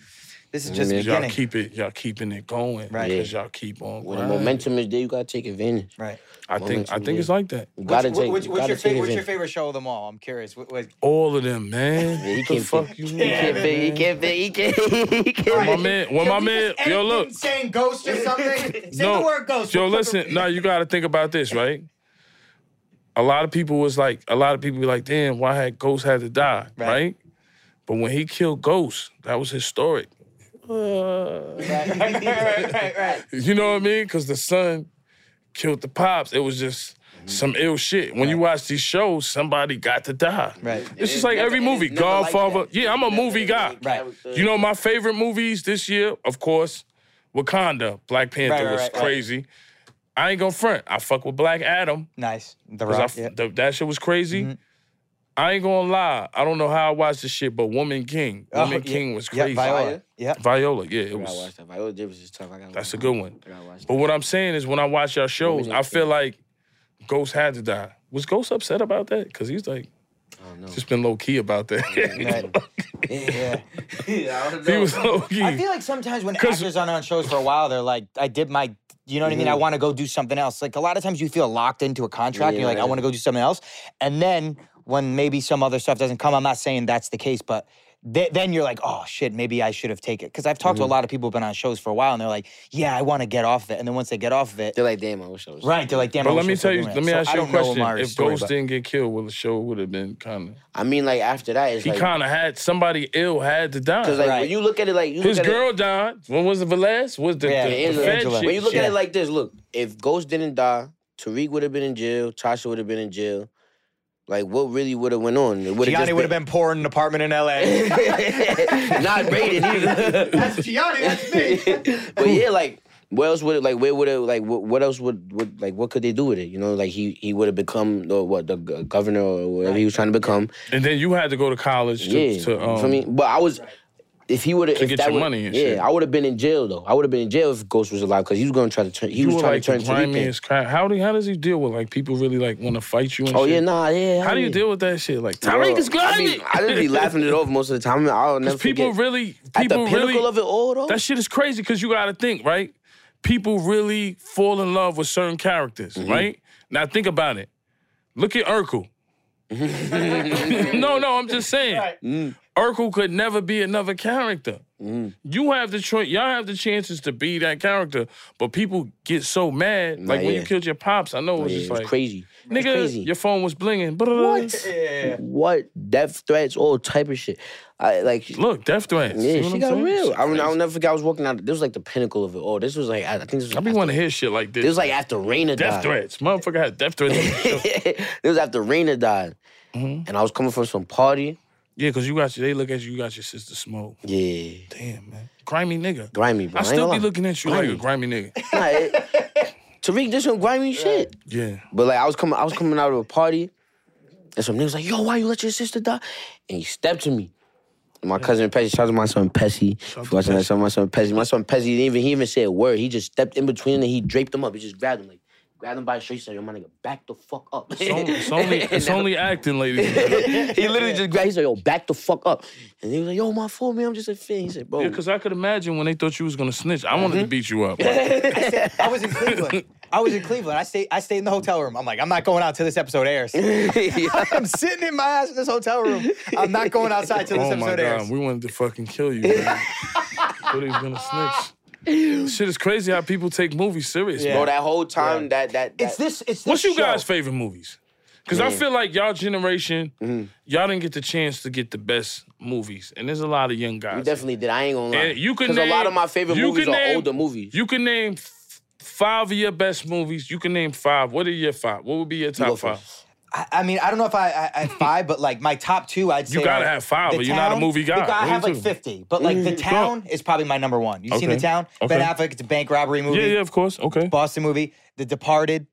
A: this is just the
F: man.
B: Y'all
A: beginning.
B: keep it. Y'all keeping it going.
A: Right.
B: Because y'all keep on.
F: When the
B: grinding.
F: momentum is there, you gotta take advantage.
A: Right.
B: I think. I
F: momentum,
B: think
F: yeah.
B: it's like that.
F: You gotta
A: Which-
F: take.
A: which-
F: you
A: what's,
F: gotta
A: your
F: take
A: favorite, what's your
F: advantage.
A: favorite show of them all? I'm curious. What, what,
B: All of them, man.
F: Yeah, he
B: What the
F: can't
B: fuck
F: fit-
B: you
F: He
B: mean?
F: can't fit. He can't fit. He can't. He can't.
B: My man. Well, my man. Yo, look.
A: saying ghost or something. Say
B: no, Yo, listen. no, you got to think about this, right? A lot of people was like, a lot of people be like, damn, why had Ghost had to die, right?
A: Right.
B: But when he killed Ghost, that was historic. You know what I mean? Because the son killed the pops. It was just some ill shit. When you watch these shows, somebody got to die.
A: Right.
B: It's just like
F: never-
B: every
F: and it's
B: movie.
F: never like
B: Godfather.
F: that.
B: yeah, I'm a
F: Never
B: movie
F: the
B: guy.
F: main
A: Right.
F: character.
B: You know, my favorite movies this year, of course, Wakanda, Black Panther
A: Right, right,
B: was
A: right, right.
B: crazy. I ain't gonna front. I fuck with Black Adam.
A: Nice. The
B: 'cause I
A: Rock.
B: f-
A: yeah. Mm-hmm.
B: th- that shit was crazy. I ain't gonna lie. I don't know how I watched this shit, but Woman King.
A: Oh,
B: Woman
A: yeah.
B: King was
A: Yeah,
B: crazy.
A: Viola. Yeah.
B: Viola, yeah, it
F: I gotta
B: was.
F: watch that. Viola Davis is tough. I gotta
B: That's a
F: watch
B: good one.
F: that. I gotta watch
B: But what I'm saying is, when I watch y'all shows, I feel like Ghost had to die. Was Ghost upset about that? Because he's like,
F: that. I don't know.
B: just been low key about that.
A: Right. yeah.
B: he was low key.
A: I feel like sometimes when
B: 'Cause-
A: actors aren't on shows for a while, they're like, I did my, you know what I mean?
B: Mm-hmm.
A: I want to go do something else. Like a lot of times you feel locked into a contract and you're like,
F: Yeah.
A: I want to go do something else. And then when maybe some other stuff doesn't come, I'm not saying that's the case, but th- then you're like, oh shit, maybe I should have taken it. Because I've talked
B: Mm-hmm.
A: to a lot of people who've been on shows for a while and they're like, yeah, I want to get off of it. And then once they get off of it,
F: They're like, damn, I wish I was.
A: right, they're like, damn, I
B: But
A: wish
B: let
A: I
B: me
A: was
B: tell you,
A: doing
B: let
A: it.
B: me
A: So
B: ask
A: I
B: you a
A: don't know
B: question.
A: Amari's
B: If
A: story,
B: Ghost
A: but-
B: didn't get killed, well, the show would have been kind of.
F: I mean, like after that, it's
B: He
F: like
B: kind of had somebody ill had to die.
F: because like
A: Right.
F: when you look at it, like you
B: His
F: look at it,
B: girl died. When was the Velez? Was the,
A: Yeah,
B: the, the
F: Angela.
B: Fed
A: Angela.
B: chick?
F: When you look at
A: Yeah.
F: it like this, look, if Ghost didn't die, Tariq would have been in jail. Tasha would have been in jail. Like, what really would have went on? It would've
A: Gianni
F: just
A: would have been poor in an apartment in LA.
F: not Braden either. but yeah, like what else would it like? Where would it like? What, what else would, would like? What could they do with it? You know, like he he would have become the, what the g- governor or whatever he was trying to become.
B: and then you had to go to college to,
F: yeah,
B: to um,
F: for me. But I was if he would have,
B: To
F: if
B: get
F: that
B: your
F: would-
B: money and
F: yeah,
B: shit.
F: I would have been in jail though. I would have been in jail if Ghost was alive because he was gonna try to turn. He
B: you
F: was
B: were
F: trying
B: like
F: to turn
B: the
F: Tariq. in.
B: grimiest crime. How do how does he deal with like people really like want to fight you? And
F: Oh
B: shit?
F: yeah, nah, yeah.
B: How do you
F: yeah.
B: deal with that shit? Like
F: Bro,
B: Tariq is
F: I,
B: grimy.
F: be, I just be laughing it off most of the time. I'll never
B: Because people
F: forget.
B: really,
F: At the
B: people
F: pinnacle
B: really,
F: of it all, though.
B: that shit is crazy. Because you got to think, right? People really fall in love with certain characters,
F: Mm-hmm.
B: right? Now think about it. Look at Urkel. no, no, I'm just saying.
F: Mm.
B: Urkel could never be another character. You have the choice. Y'all have the chances to be that character, but people get so mad. Like when
F: yeah.
B: you killed your pops, I know it was
F: Yeah,
B: just
F: it was
B: like
F: crazy. It was
B: Nigga,
F: crazy.
B: your phone was blinging. What?
F: what death threats, all type of shit. I like.
B: Look, death threats. See
F: Yeah,
B: what
F: she
B: I'm
F: got
B: saying?
F: real.
B: Shit
F: I mean,
B: crazy.
F: I'll never forget. I was walking out. This was like the pinnacle of it all. This was like I, I think this was.
B: I be
F: after-
B: wanting to hear shit like this.
F: This was like after Raina
B: death
F: died.
B: threats. Motherfucker had death threats. on the show.
F: this was after Raina died,
B: Mm-hmm.
F: and I was coming from some party.
B: yeah, because you got your, they look at you, you got your sister smoke.
F: Yeah,
B: Damn, man. Grimy nigga.
F: grimy, bro.
B: I
F: ain't
B: still
F: gonna
B: be
F: lie.
B: looking at you like a grimy nigga.
F: Nah, it- Tariq did some grimy shit.
B: Yeah.
F: But like I was coming, I was coming out of a party, and some niggas like, "Yo, why you let your sister die?" And he stepped to me. And my cousin Pesci, shout out to my son Pesci. If you watching that, shout out to my son Pesci. My son Pesci didn't even he even say a word. He just stepped in between and he draped him up. He just grabbed him like. Grabbed him by the shirt, he said, "Yo, my nigga, back the fuck up."
B: It's only, it's only,
F: And
B: it's
F: then-
B: only acting, ladies. and gentlemen.
F: he literally just grabbed. He said, "Yo, back the fuck up," and he was like, "Yo, my fault, man. I'm just a fan." He said, "Bro,
B: Yeah, because I could imagine when they thought you was gonna snitch, I wanted to
F: Mm-hmm.
B: beat you up.
A: I was in Cleveland. I was in Cleveland. I stayed. I stayed in the hotel room. I'm like, I'm not going out till this episode airs. I'm sitting in my ass in this hotel room. I'm not going outside till this
B: oh my
A: episode
B: god,
A: airs.
B: we wanted to fucking kill you. Man. Thought he was gonna snitch. Shit is crazy how people take movies serious,
A: Yeah.
B: bro.
F: bro, that whole time, that that, that
A: It's this. It's this
B: What's you
A: show.
B: guys' favorite movies? Because
F: Mm.
B: I feel like y'all generation,
F: Mm-hmm.
B: y'all didn't get the chance to get the best movies, and there's a lot of young guys.
F: You definitely did. I ain't gonna lie.
B: And you can
F: because a lot
B: name-
F: of my favorite
B: you
F: movies
B: can
F: are
B: name-
F: older movies.
B: You can name f- five of your best movies. You can name five. What are your five? What would be your
F: go
B: top five?
F: first.
A: I, I mean, I don't know if I, I, I have five, but like my top two, I'd say
B: gotta
A: like,
B: have five,
A: The
B: but you're not a
A: Town-
B: movie guy.
A: The I
B: Me
A: have like
B: too.
A: fifty, but like The Town is probably my number one. You seen The
B: Okay.
A: Town? Ben
B: Okay.
A: Affleck, it's a bank robbery movie.
B: Yeah, yeah, of course. Okay,
A: Boston movie. The Departed,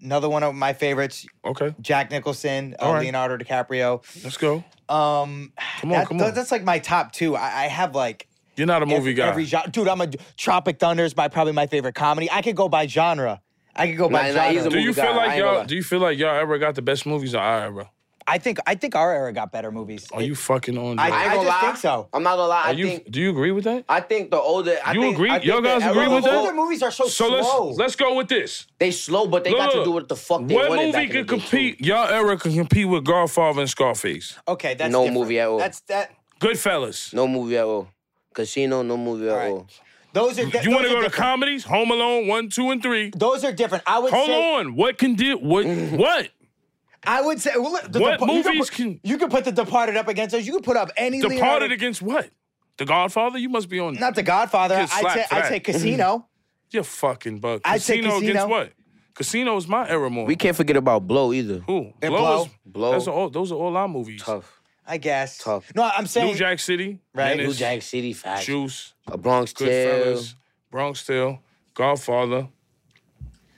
A: another one of my favorites.
B: okay.
A: Jack Nicholson, uh,
B: All right.
A: Leonardo DiCaprio.
B: Let's go.
A: Um,
B: Come on,
A: that-
B: come
A: tha-
B: on.
A: That's like my top two. I, I have like
B: You're not a movie
A: every,
B: guy.
A: every genre. Dude, I'm a Tropic Thunder is my probably my favorite comedy. I could go by genre. I could go by
F: Nah, nah,
A: genre.
F: he's a
B: do
F: movie
B: you feel
F: guy, I
B: like
F: ain't gonna
B: y'all?
F: lie.
B: Do you feel like y'all ever got the best movies of our era?
A: I think I think our era got better movies.
B: Are you fucking on?
A: I-
B: drugs?
F: I ain't gonna
A: just
F: lie.
A: think so.
F: I'm not gonna lie.
B: Are
F: I
B: you?
F: think.
B: do you agree with that?
F: I think the older. I
B: You
F: think,
B: agree?
F: I think
B: Y'all
F: the
B: guys
F: era
B: agree
F: of
B: with
F: the
B: that?
F: whole-
A: Older movies are so,
B: So
A: slow.
B: let's let's go with this.
F: They slow, but they got to
B: Look,
F: do what the fuck they
B: What
F: wanted
B: movie
F: back in
B: could
F: the day, too.
B: compete? Y'all era can compete with Godfather and Scarface.
A: okay, that's
F: No
A: different.
F: movie at all.
A: That's that.
B: Goodfellas.
F: No movie at all. Casino, no movie at
A: right.
F: all.
A: Those are.
B: You want to go to
A: different.
B: comedies? Home Alone one, two, and three.
A: Those are different. I would
B: Hold
A: say.
B: on. What can do? What? What?
A: I would say. Well, look, the
B: What
A: you could
B: movies
A: put-
B: can-
A: you could put The Departed up against us? You could put up any Leonardo-
B: Departed against what? The Godfather. You must be on.
A: Not The Godfather.
B: Get
A: I'd
B: slapped
A: say
B: for
A: I'd
B: that.
A: say Casino.
B: You're fucking bug.
A: I'd say Casino.
B: against what? Casino's my era more.
F: We can't forget about Blow either.
B: Who?
A: And
B: Blow.
A: Blow.
B: is-
F: Blow.
B: That's all. Those are all our movies.
F: Tough.
A: I guess.
F: Tough.
A: No, I'm
B: New
A: saying.
B: Jack City.
A: Right.
F: New
B: Menace,
F: Jack City, facts.
B: Juice.
F: A Bronx Tale.
B: Goodfellas. Bronx Tale. Godfather.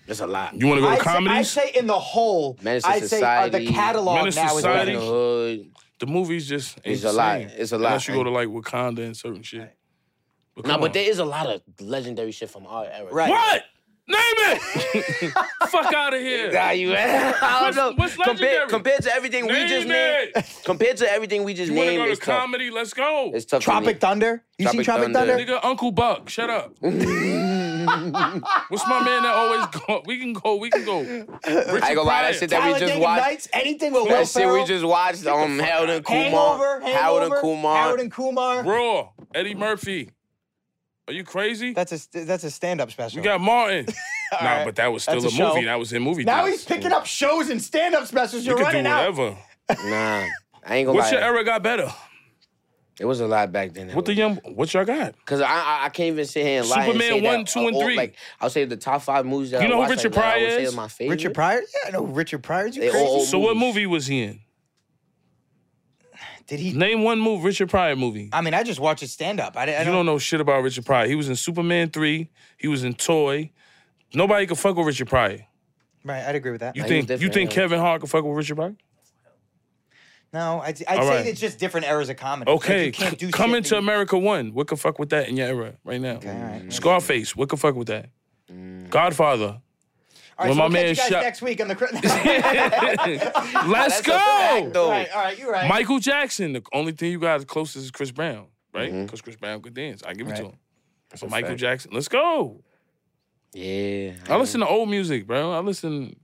F: There's a lot.
B: You want to go
A: I'd
B: to
A: say, I'd
B: comedies?
A: say in the whole,
F: Menace to
A: I'd say uh, the
F: Society.
A: catalog
B: Menace to
A: now is
B: Society.
F: Robin
A: better.
F: Hood.
B: the movies just ain't
F: It's
B: the
F: a lot.
B: same.
F: It's a lot.
B: Unless you go to like Wakanda and certain shit. But
F: Nah,
B: come
F: but
B: on.
F: there is a lot of legendary shit from our era.
A: Right.
B: What? Name it! Fuck out of here.
F: Nah, you. I
B: What's-
F: don't know.
B: what's legendary?
F: compared, compared to everything we
B: Name
F: just named,
B: it.
F: compared to everything we just
B: You want to
F: named,
B: go to
F: it's tough.
B: comedy? Let's go.
F: It's tough. to
A: Tropic
F: name.
A: Thunder. You seen Tropic
F: Tropic
A: Thunder?
F: Thunder.
B: Nigga, Uncle Buck, shut up. What's my man that always go? We can go. We can go. Richard
F: I ain't gonna lie,
B: Pryor.
F: that shit that we
A: Talladega
F: just watched.
A: Nights. Anything with Will
F: That shit we
A: Ferrell.
F: just watched. Um, Harold and Kumar.
A: Hangover.
F: Harold and
A: Hangover,
F: Kumar.
A: Harold and Kumar.
B: Raw. Eddie Murphy. Are you crazy?
A: That's a st- that's a stand-up special.
B: we got Martin. nah,
A: right.
B: but that was still a,
A: That's a
B: movie.
A: show.
B: That was in movie.
A: now
B: theaters.
A: he's picking up shows and stand-up specials. You're
B: You could do
A: running out.
B: whatever.
F: nah, I ain't gonna
B: What's
F: lie.
B: your era got better?
F: It was a lot back then.
B: What the young? What y'all got?
F: Because I, I I can't even sit here and lie. and
B: Superman
F: say that
B: 1, 2, and
F: are all-
B: 3.
F: Like I'll say the top five movies that
B: You know
F: I
B: who
F: watched,
B: Richard
F: like, now, I
B: Pryor
F: would say
B: is?
F: is my favorite.
A: Richard Pryor? Yeah, I know Richard Pryor. You
F: They
A: crazy?
F: all-
B: So what
F: movies.
B: movie was he in?
A: Did he?
B: Name one move Richard Pryor movie.
A: I mean, I just watched his stand-up. I, di- I
B: You don't know shit about Richard Pryor. He was in Superman 3. He was in Toy. Nobody could fuck with Richard Pryor.
A: Right, I'd agree with that.
B: You
F: Nah, he was
B: think you
F: different,
B: think
F: yeah.
B: Kevin Hart could fuck with Richard Pryor?
A: No, I'd, I'd
B: All
A: say
B: right.
A: it's just different eras of comedy. Like,
B: Okay,
A: you can't do
B: c- come
A: shit
B: into
A: that you-
B: America one. What can fuck with that in your era right now?
A: alright.
B: Scarface. What can fuck with that? Godfather.
A: All right,
B: when
A: so
B: my
A: we'll catch
B: man
A: you guys
B: shot-
A: next week on the. Let's
B: Let's go.
A: All right, all right, you're right.
B: Michael Jackson. The only thing you got as closest is Chris Brown, right? Because Chris Brown could dance. I give it to him. So Michael Jackson. Let's go.
F: Yeah.
B: I listen to old music, bro. I listen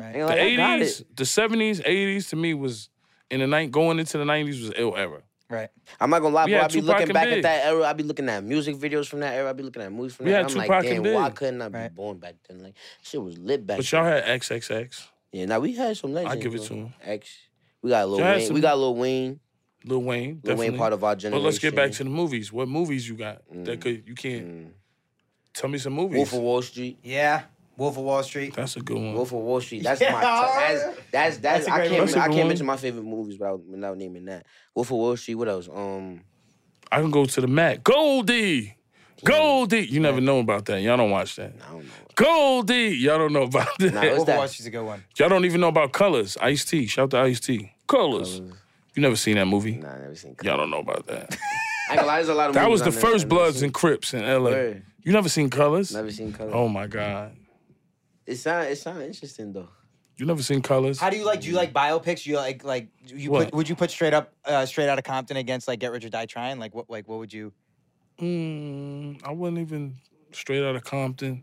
F: Ain't
B: the
F: Mm. like, I got it.
B: eighties, the seventies, eighties. To me was in the night going into the nineties was ill era.
A: right.
F: I'm not gonna lie,
B: We
F: bro. I
B: had
F: be
B: Tupac
F: looking
B: and
F: back at
B: Biggs.
F: that era. I be looking at music videos from that era. I be looking at movies from
B: We
F: that.
B: had
F: I'm like,
B: Tupac and
F: damn, why
B: Biggs.
F: couldn't I be
A: Right.
F: born back then? Like, shit was lit back.
B: But
F: then.
B: y'all had XXX,
F: yeah. Now we had some legends.
B: give it
F: bro.
B: to 'em.
F: X. We got Lil
B: Y'all had
F: Wayne. We
B: some-
F: got Lil Wayne.
B: Lil Wayne,
F: Lil
B: definitely.
F: Wayne part of our
B: But
F: generation.
B: let's get back to the movies. What movies you got that could you can't tell me some movies?
F: Mm. Wolf of Wall Street.
A: Yeah, Wolf of Wall Street.
B: That's a good one.
F: Wolf of Wall Street. That's
A: Yeah,
F: my.
A: all right.
F: That's that's that's.
A: That's a
F: I
A: great
F: can't.
A: one.
B: Mm. That's a
F: I
B: good
F: can't
B: one.
F: mention my favorite movies without without naming that. Wolf of Wall Street. What else? Um.
B: I can go to the Mac. Goldie. Goldie. You never know about that. Y'all don't watch that.
F: I don't know.
B: Goldie. Y'all don't know about that.
F: Nah, what's
A: Wolf of Wall
F: that?
A: Street's a good one.
B: Y'all don't even know about Colors. Ice T. Shout out to Ice T. Colors. You never seen that movie?
F: Nah, I never seen.
B: Y'all don't know about that.
F: I ain't gonna lie, there's a lot of.
B: That
F: movies
B: was the
F: I never- I
B: first
F: never
B: Bloods
F: seen.
B: and Crips in LA.
F: Word.
B: You never seen Colors?
F: Never seen color.
B: Oh my God.
F: It sound it sound interesting though.
B: You never seen Colors?
A: How do you like? Do you like biopics? You like like you
B: What?
A: put, would you put straight up uh, straight out of Compton against like Get Rich or Die Trying? Like what like what would you?
B: Mm, I wasn't even straight out of Compton.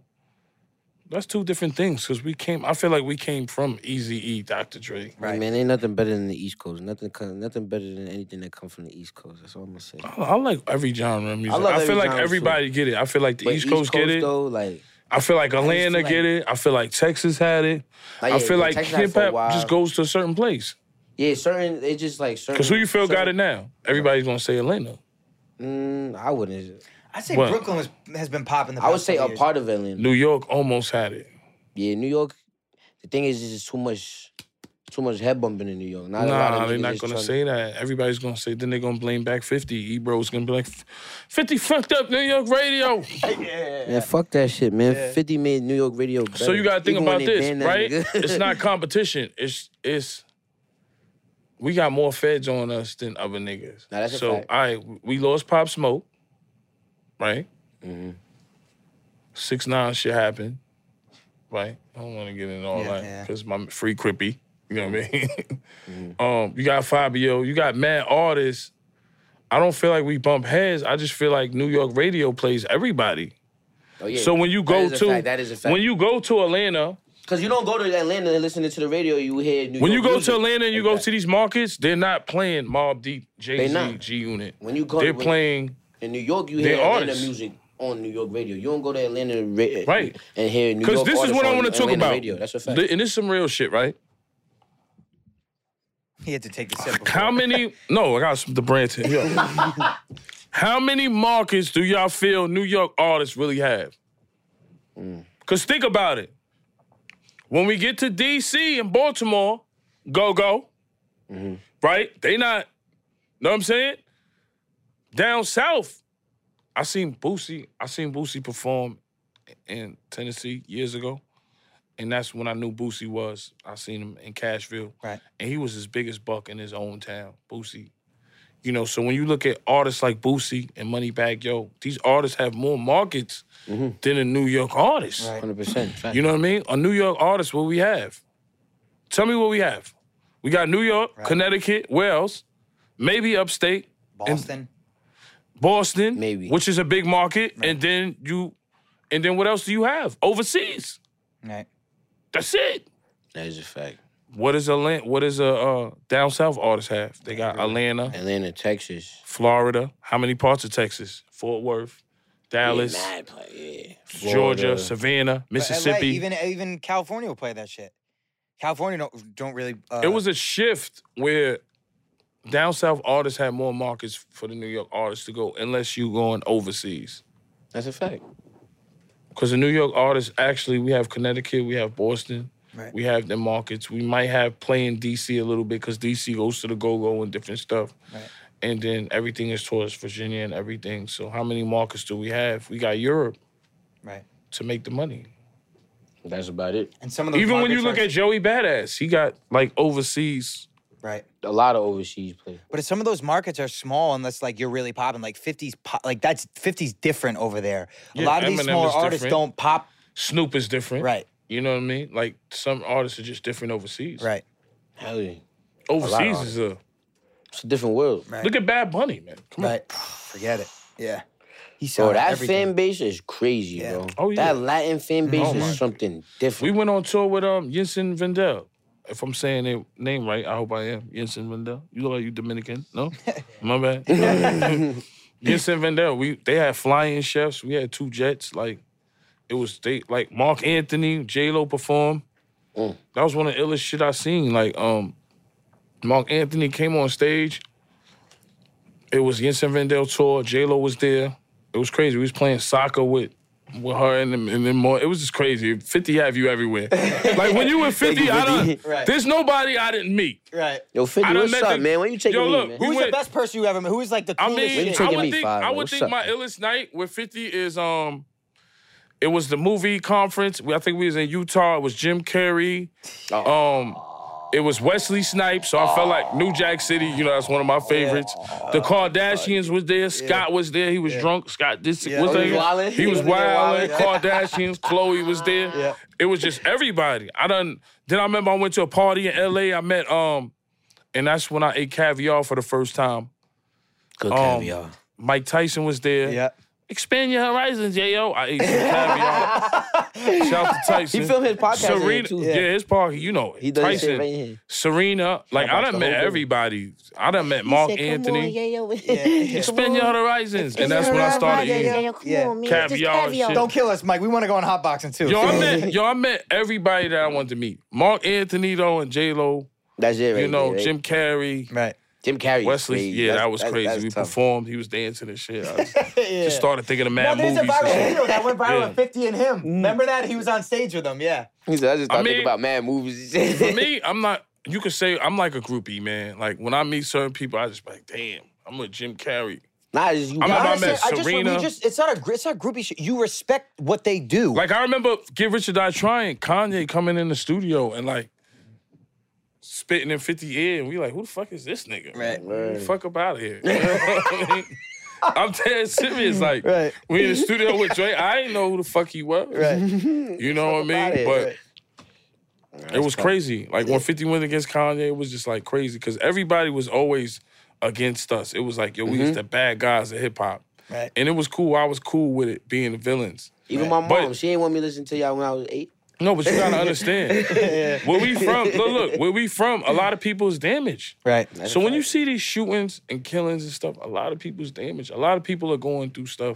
B: That's two different things because we came. I feel like we came from Easy E, Dr. Dre.
A: Right.
F: Hey, man, ain't nothing better than the East Coast. Nothing, co- nothing better than anything that comes from the East Coast. That's all I'm gonna say.
B: I, I like every genre of music. I,
F: love every
B: feel like
F: genre, too.
B: everybody get it. I feel like the
F: But
B: East, Coast, get it.
F: though, like,
B: I feel like Atlanta
F: like-
B: get it. I feel like Texas had it.
F: Like,
B: I
F: yeah,
B: feel like
F: Texas had it
B: hip
F: for a
B: hop just
F: while.
B: goes to a certain place.
F: yeah, certain. It just like certain.
B: Cause who you feel got it
F: certain-
B: now? Everybody's gonna say Atlanta.
F: Mm, I wouldn't.
A: I'd say
B: What?
A: Brooklyn was, has been popping the.
F: I would
A: past
F: say
A: couple
F: a
A: years.
F: part of Atlanta.
B: New York almost had it.
F: Yeah, New York. The thing is, it's just too much, too much head bumping in New York. Not a lot
B: Nah,
F: of
B: they're
F: niggas
B: not
F: is
B: gonna
F: tryna-
B: say that. Everybody's gonna say then they're gonna blame back Fifty. Ebro's gonna be like, Fifty fucked up New York radio.
F: Man, fuck that shit, man. Fifty made New York radio. Better.
B: So you gotta think
F: Even when
B: about
F: they
B: this,
F: banned that
B: right?
F: nigga.
B: it's not competition. It's it's we got more feds on us than other niggas.
F: Nah, that's a
B: so
F: fact.
B: all right, we lost Pop Smoke, right?
F: Mm-hmm.
B: Six nine shit happened, right? I don't want to get into all
A: Yeah,
B: that
A: yeah.
B: because my free crippy. You know what I mean?
F: Mm-hmm.
B: um, you got Fabio, you got mad artists. I don't feel like we bump heads. I just feel like New York radio plays everybody.
F: Oh, yeah.
B: So when you
F: That
B: go
F: is a
B: to
F: fact, that is a fact.
B: when you go to Atlanta,
F: Because you don't go to Atlanta and listen to the radio, you hear New
B: When you
F: York
B: go
F: music.
B: to Atlanta and you go
F: Exactly.
B: to these markets, they're not playing Mob Deep, Jay Z,
F: not.
B: G Unit.
F: When you go
B: they're
F: to-
B: playing
F: In New York, you
B: They're
F: hear Atlanta
B: artists.
F: music on New York radio. You don't go to Atlanta ra- eh,
B: Right.
F: and hear New
B: because
F: York
B: this is
F: artists
B: what I
F: on
B: want to talk
F: Atlanta
B: about.
F: Radio. That's a fact.
B: Th- And this is some real shit, right?
A: He had to take the sip.
B: How many? no, I got some the brand here. Yo. How many markets do y'all feel New York artists really have? Cause think about it. When we get to DC and Baltimore, go go, right? They not. Know what I'm saying? Down south, I seen Boosie. I seen Boosie perform in Tennessee years ago, and that's when I knew Boosie was. I seen him in Cashville
A: Right.
B: and he was his biggest buck in his own town, Boosie. You know, so when you look at artists like Boosie and Moneybag Yo, these artists have more markets than a New York artist.
A: Right.
F: 100%. fact.
B: You know what I mean? A New York artist, what we have? Tell me what we have. We got New York, Connecticut, where else? Maybe upstate,
A: Boston.
B: Boston,
F: Maybe.
B: which is a big market, and then you, and then what else do you have? Overseas.
A: Right.
B: That's it.
F: that is a fact.
B: What is Atlanta? What is a uh, down south artist have? They got Atlanta,
F: Atlanta, Texas.
B: Florida. How many parts of Texas? Fort Worth, Dallas,
F: Yeah, mad play, yeah.
B: Georgia,
F: Florida.
B: Savannah,
A: But LA,
B: Mississippi.
A: even even California will play that shit. California don't don't really. Uh,
B: it was a shift where down south artists had more markets for the New York artists to go, unless you going overseas.
F: That's a fact.
B: Because the New York artists actually, we have Connecticut, we have Boston,
A: Right.
B: we have the markets. We might have playing DC a little bit because DC goes to the Go Go and different stuff.
A: Right.
B: And then everything is towards Virginia and everything. So how many markets do we have? We got Europe
A: right.
B: to make the money.
F: That's about it.
A: And some of those
B: Even when you
A: markets
B: look
A: are-
B: at Joey Badass, he got like overseas
A: Right.
F: A lot of overseas players.
A: But some of those markets are small unless like you're really popping. Like 50s, pop, like that's 50s different over there. a
B: Yeah,
A: lot of these
B: Eminem
A: smaller
B: is
A: artists
B: different.
A: don't pop.
B: Snoop is different.
A: Right.
B: You know what I mean? Like some artists are just different overseas.
A: Right.
F: Hell yeah.
B: Overseas is a
F: It's a different world.
A: Right.
B: look at Bad Bunny, man. Come on.
A: Right. Forget it. Yeah. He
F: Bro,
A: sold
F: that
A: everything.
F: fan base is crazy,
A: Yeah.
F: bro.
B: Oh, yeah.
F: That Latin fan base
B: my.
F: is something
B: We
F: different.
B: went on tour with um Jensen Vendel. If I'm saying their name right, I hope I am. Jensen Vendel. You look like you Dominican. No? My bad. Jensen Vendel. We they had flying chefs. We had two jets. Like it was they like Mark Anthony, J Lo performed. That was one of the illest shit I seen. Like um Mark Anthony came on stage. It was Jensen Vendel tour. J Lo was there. It was crazy. We was playing soccer with with her and, them- and then more. It was just crazy. Fifty have you everywhere. like when you were fifty, I don't.
A: Right.
B: There's nobody I didn't meet.
A: Right.
F: Yo,
B: I
F: 50,
B: done
F: what's
B: met
F: up,
B: the-
F: man? When you taking
B: Yo,
F: me,
B: look,
F: man?
B: we-
A: Who's
B: went-
A: the best person you ever met? Who is like the
B: I
A: coolest?
B: mean,
A: shit?
B: I
F: taking
B: would
F: me
B: think
F: five,
B: I
F: bro.
B: would
F: What's
B: think
F: up?
B: my illest night with fifty is um. It was the movie conference. We- I think we was in Utah. It was Jim Carrey.
F: Oh.
B: Um, it was Wesley Snipes. So I felt like New Jack City. You know, that's one of my favorites. The Kardashians was there. Scott was there. He was drunk. Scott this was
A: Oh,
B: there.
A: he
F: wildin'?
B: He was
F: He was in there
B: wild.
F: wildin'.
B: Kardashians. Chloe was there. It was just everybody. I done. Then I remember I went to a party in L.A. I met um, and that's when I ate caviar for the first time.
F: Good
B: Um,
F: caviar.
B: Mike Tyson was there.
A: yeah.
B: Expand your horizons, yo. I ate some caviar. Shout out to Tyson.
F: He filmed his podcast in here,
B: Serena,
F: too.
B: yeah. his podcast. You know,
F: He does his shit
B: Tyson,
F: right here.
B: Serena. Like I done met everybody. I done met Mark Oh, Anthony. Expand your horizons, and that's when I started eating
A: Yeah.
B: caviar. and shit.
A: Don't kill us, Mike. We want to go on hotboxing too.
B: Yo, I met yo, I met everybody that I wanted to meet. Mark Anthony though, and J Lo.
F: That's it, right
B: You know,
F: there, right?
B: Jim Carrey.
A: right.
F: Jim Carrey. is
B: Wesley,
F: crazy.
B: yeah,
F: That's-
B: that was
F: that's-
B: crazy.
F: that's
B: we
F: tough.
B: performed. He was dancing and shit. I was- just started thinking of mad
A: there's a
B: movies.
A: viral
B: and shit.
A: video that went viral
B: Yeah.
A: at 50 and him. Remember that? He was on stage with them. Yeah.
F: He said, I just started
B: mean-
F: thinking about mad movies. and shit."
B: for me, I'm not. You could say I'm like a groupie, man. Like when I meet certain people, I just be like, damn, I'm with Jim Carrey.
F: nah, it's you.
B: I'm not-
A: Honestly,
B: I met
A: I just, we
B: Serena.
A: just, it's not a, gr- it's not groupie shit. You respect what they do.
B: Like I remember Get Rich or Die Trying, Kanye coming in the studio and like spitting in 50 ear, and we like, who the fuck is this nigga?
A: Right.
B: Get the fuck up out of here. You know what I mean? I'm dead serious. Like
A: Right.
B: we in the studio with Dre, I didn't know who the fuck he was.
A: Right.
B: You know what I mean?
F: outta here.
B: But it was crazy. Like when 50 went against Kanye, it was just like crazy because everybody was always against us. It was like, yo, we was the bad guys of hip hop.
A: Right.
B: And it was cool. I was cool with it being the villains.
F: Even my mom,
B: But-
F: she ain't want me to listen to y'all when I was eight.
B: No, but you gotta understand. Where we from, look, look, where we from, a lot of people's damaged.
A: Right.
B: So when you see these shootings and killings and stuff, a lot of people's damaged. A lot of people are going through stuff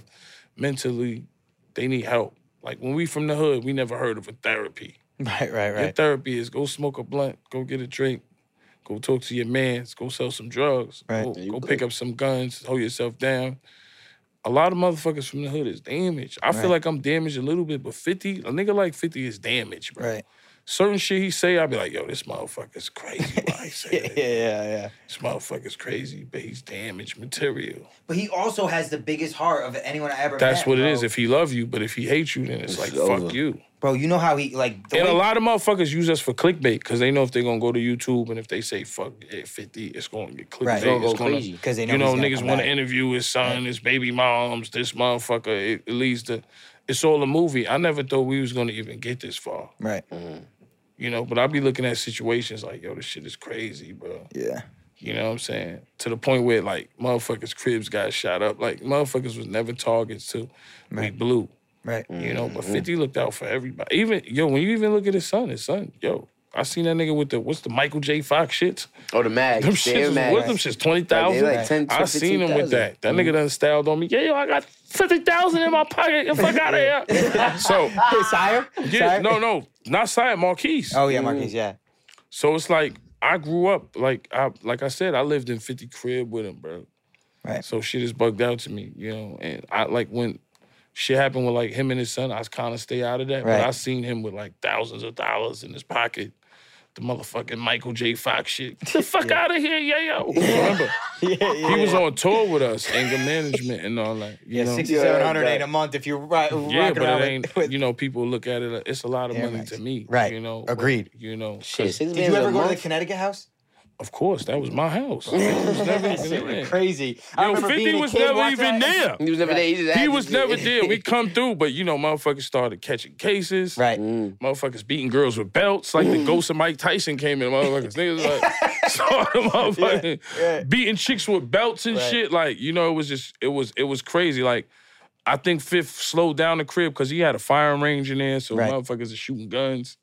B: mentally. They need help. Like when we from the hood, we never heard of a therapy.
A: Right, right,
B: Your
A: right.
B: therapy is go smoke a blunt, go get a drink, go talk to your mans, go sell some drugs,
A: Right.
B: go, go pick up some guns, hold yourself down. A lot of motherfuckers from the hood is damaged. I feel like I'm damaged a little bit, but 50, a nigga like 50 is damaged, bro.
A: Right.
B: Certain shit he say, I be like, yo, this motherfucker's crazy. Why he say that?
A: Yeah, yeah, yeah.
B: This motherfucker's crazy, but he's damaged material.
A: But he also has the biggest heart of anyone I ever
B: That's
A: met,
B: what it
A: bro.
B: is. If he love you, but if he hates you, then it's like, fuck
F: over.
B: you.
A: Bro, you know how he, like, the
B: And a
A: way-
B: lot of motherfuckers use us for clickbait because they know if they're gonna go to YouTube and if they say fuck yeah, 50, it's gonna get clickbait.
A: Right. It's
B: It's
A: gonna
B: gonna,
F: go crazy.
A: 'Cause they know
B: you
A: he's
B: know,
A: gonna
B: niggas
A: come
B: wanna
A: back.
B: interview his son, his baby moms, this motherfucker. It, it leads to it's all a movie. I never thought we was gonna even get this far.
A: Right.
B: You know, but I be looking at situations like, yo, this shit is crazy, bro.
A: Yeah.
B: You know what I'm saying? To the point where like motherfuckers' cribs got shot up. Like motherfuckers was never targets to we blew.
A: Right.
B: You know,
F: Mm-hmm.
B: but 50 looked out for everybody. Even yo, when you even look at his son, his son, yo, I seen that nigga with the what's the Michael J. Fox shits?
F: Oh, the mag.
B: Them
F: the Air
B: shits was-
F: Mag.
B: what them shits? Twenty thousand?
F: Like, they like 10,
B: I seen him with
F: 15,000.
B: that. That nigga done styled on me. Yeah, yo, I got fifty thousand in my pocket. If I got it, yeah. so
A: Hey, Sire?
B: yeah, no, no, not Side Marquise.
A: Oh, yeah, Marquis, yeah.
B: So it's like I grew up like I like I said I lived in 50 crib with him, bro.
A: Right.
B: So shit is bugged out to me, you know. And I like when shit happened with like him and his son, I kind of stay out of that.
A: Right.
B: But I seen him with like thousands of dollars in his pocket. The motherfucking Michael J. Fox shit. Get the fuck out of here, yeah, yo. Remember, he was on tour with us, anger management and all that. You
A: Yeah,
B: know?
A: 6700 ain't a month if you're right.
B: Yeah, but it ain't. you know, people look at it. It's a lot of
A: Yeah,
B: money
A: right.
B: to me.
A: Right.
B: You know.
A: Agreed.
B: You know.
F: Shit, six
A: Did you
F: bands a
A: ever go to the
F: month?
A: Connecticut house?
B: Of course, that was my house. It was never
A: That shit
B: even there.
A: went crazy. I
B: Yo,
A: remember
B: 50
A: being a
B: was
A: kid
B: never
A: watching
B: even
A: that-
B: there.
F: He was never there. He, just
B: He
F: had
B: was
F: to-
B: never there. We come through, but you know, motherfuckers started catching cases.
A: Right. Mm.
F: Mm.
B: Motherfuckers beating girls with belts, like the ghost of Mike Tyson came in. Motherfuckers, niggas like started motherfucking beating chicks with belts and shit. Like you know, it was just it was it was crazy. Like I think Fifth slowed down the crib because he had a firing range in there, so
A: Right.
B: motherfuckers are shooting guns.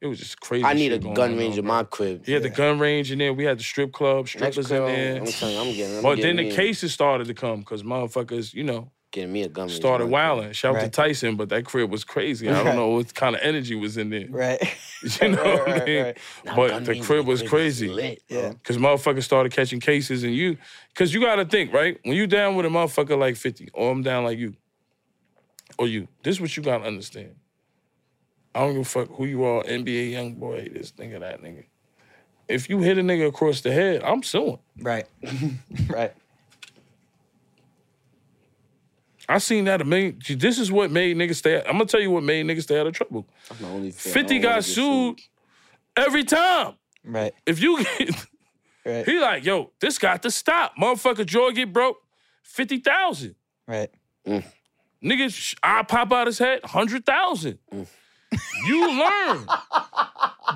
B: It was just crazy.
F: I need a
B: shit going
F: gun
B: on,
F: range in
B: bro.
F: my crib.
B: He had the gun range in there. We had the strip club,
F: Next
B: strippers in
F: crib,
B: there.
F: I'm telling you, I'm getting. I'm
B: But
F: getting
B: then the
F: me,
B: cases started to come because motherfuckers, you know,
F: getting me a gun range. in
B: started
F: my crib.
B: wilding. Shout out to
A: Right.
B: Tyson, but that crib was crazy. I don't know what kind of energy was in there.
A: Right.
B: You know what I
A: right,
B: mean?
A: right.
F: Nah, gun
B: But
F: range
B: the
F: in
B: crib was
F: is
B: crazy.
F: lit, bro.
B: Cause motherfuckers started catching cases and you, cause you gotta think, right? When you down with a motherfucker like 50, or I'm down like you, or you, this is what you gotta understand. I don't give a fuck who you are, NBA young boy, this nigga, that nigga. If you hit a nigga across the head, I'm suing.
A: Right. right.
B: I seen that a million. This is what made niggas stay. I'm gonna tell you what made niggas stay out of trouble.
F: I'm the only fan. I
B: 50
F: don't wanna
B: got
F: get
B: sued every time.
A: Right.
B: If you get,
A: Right.
B: he like, yo, this got to stop. Motherfucker, Joy get broke, 50,000.
A: Right.
B: Nigga, sh- I pop out his head, 100,000. You learn.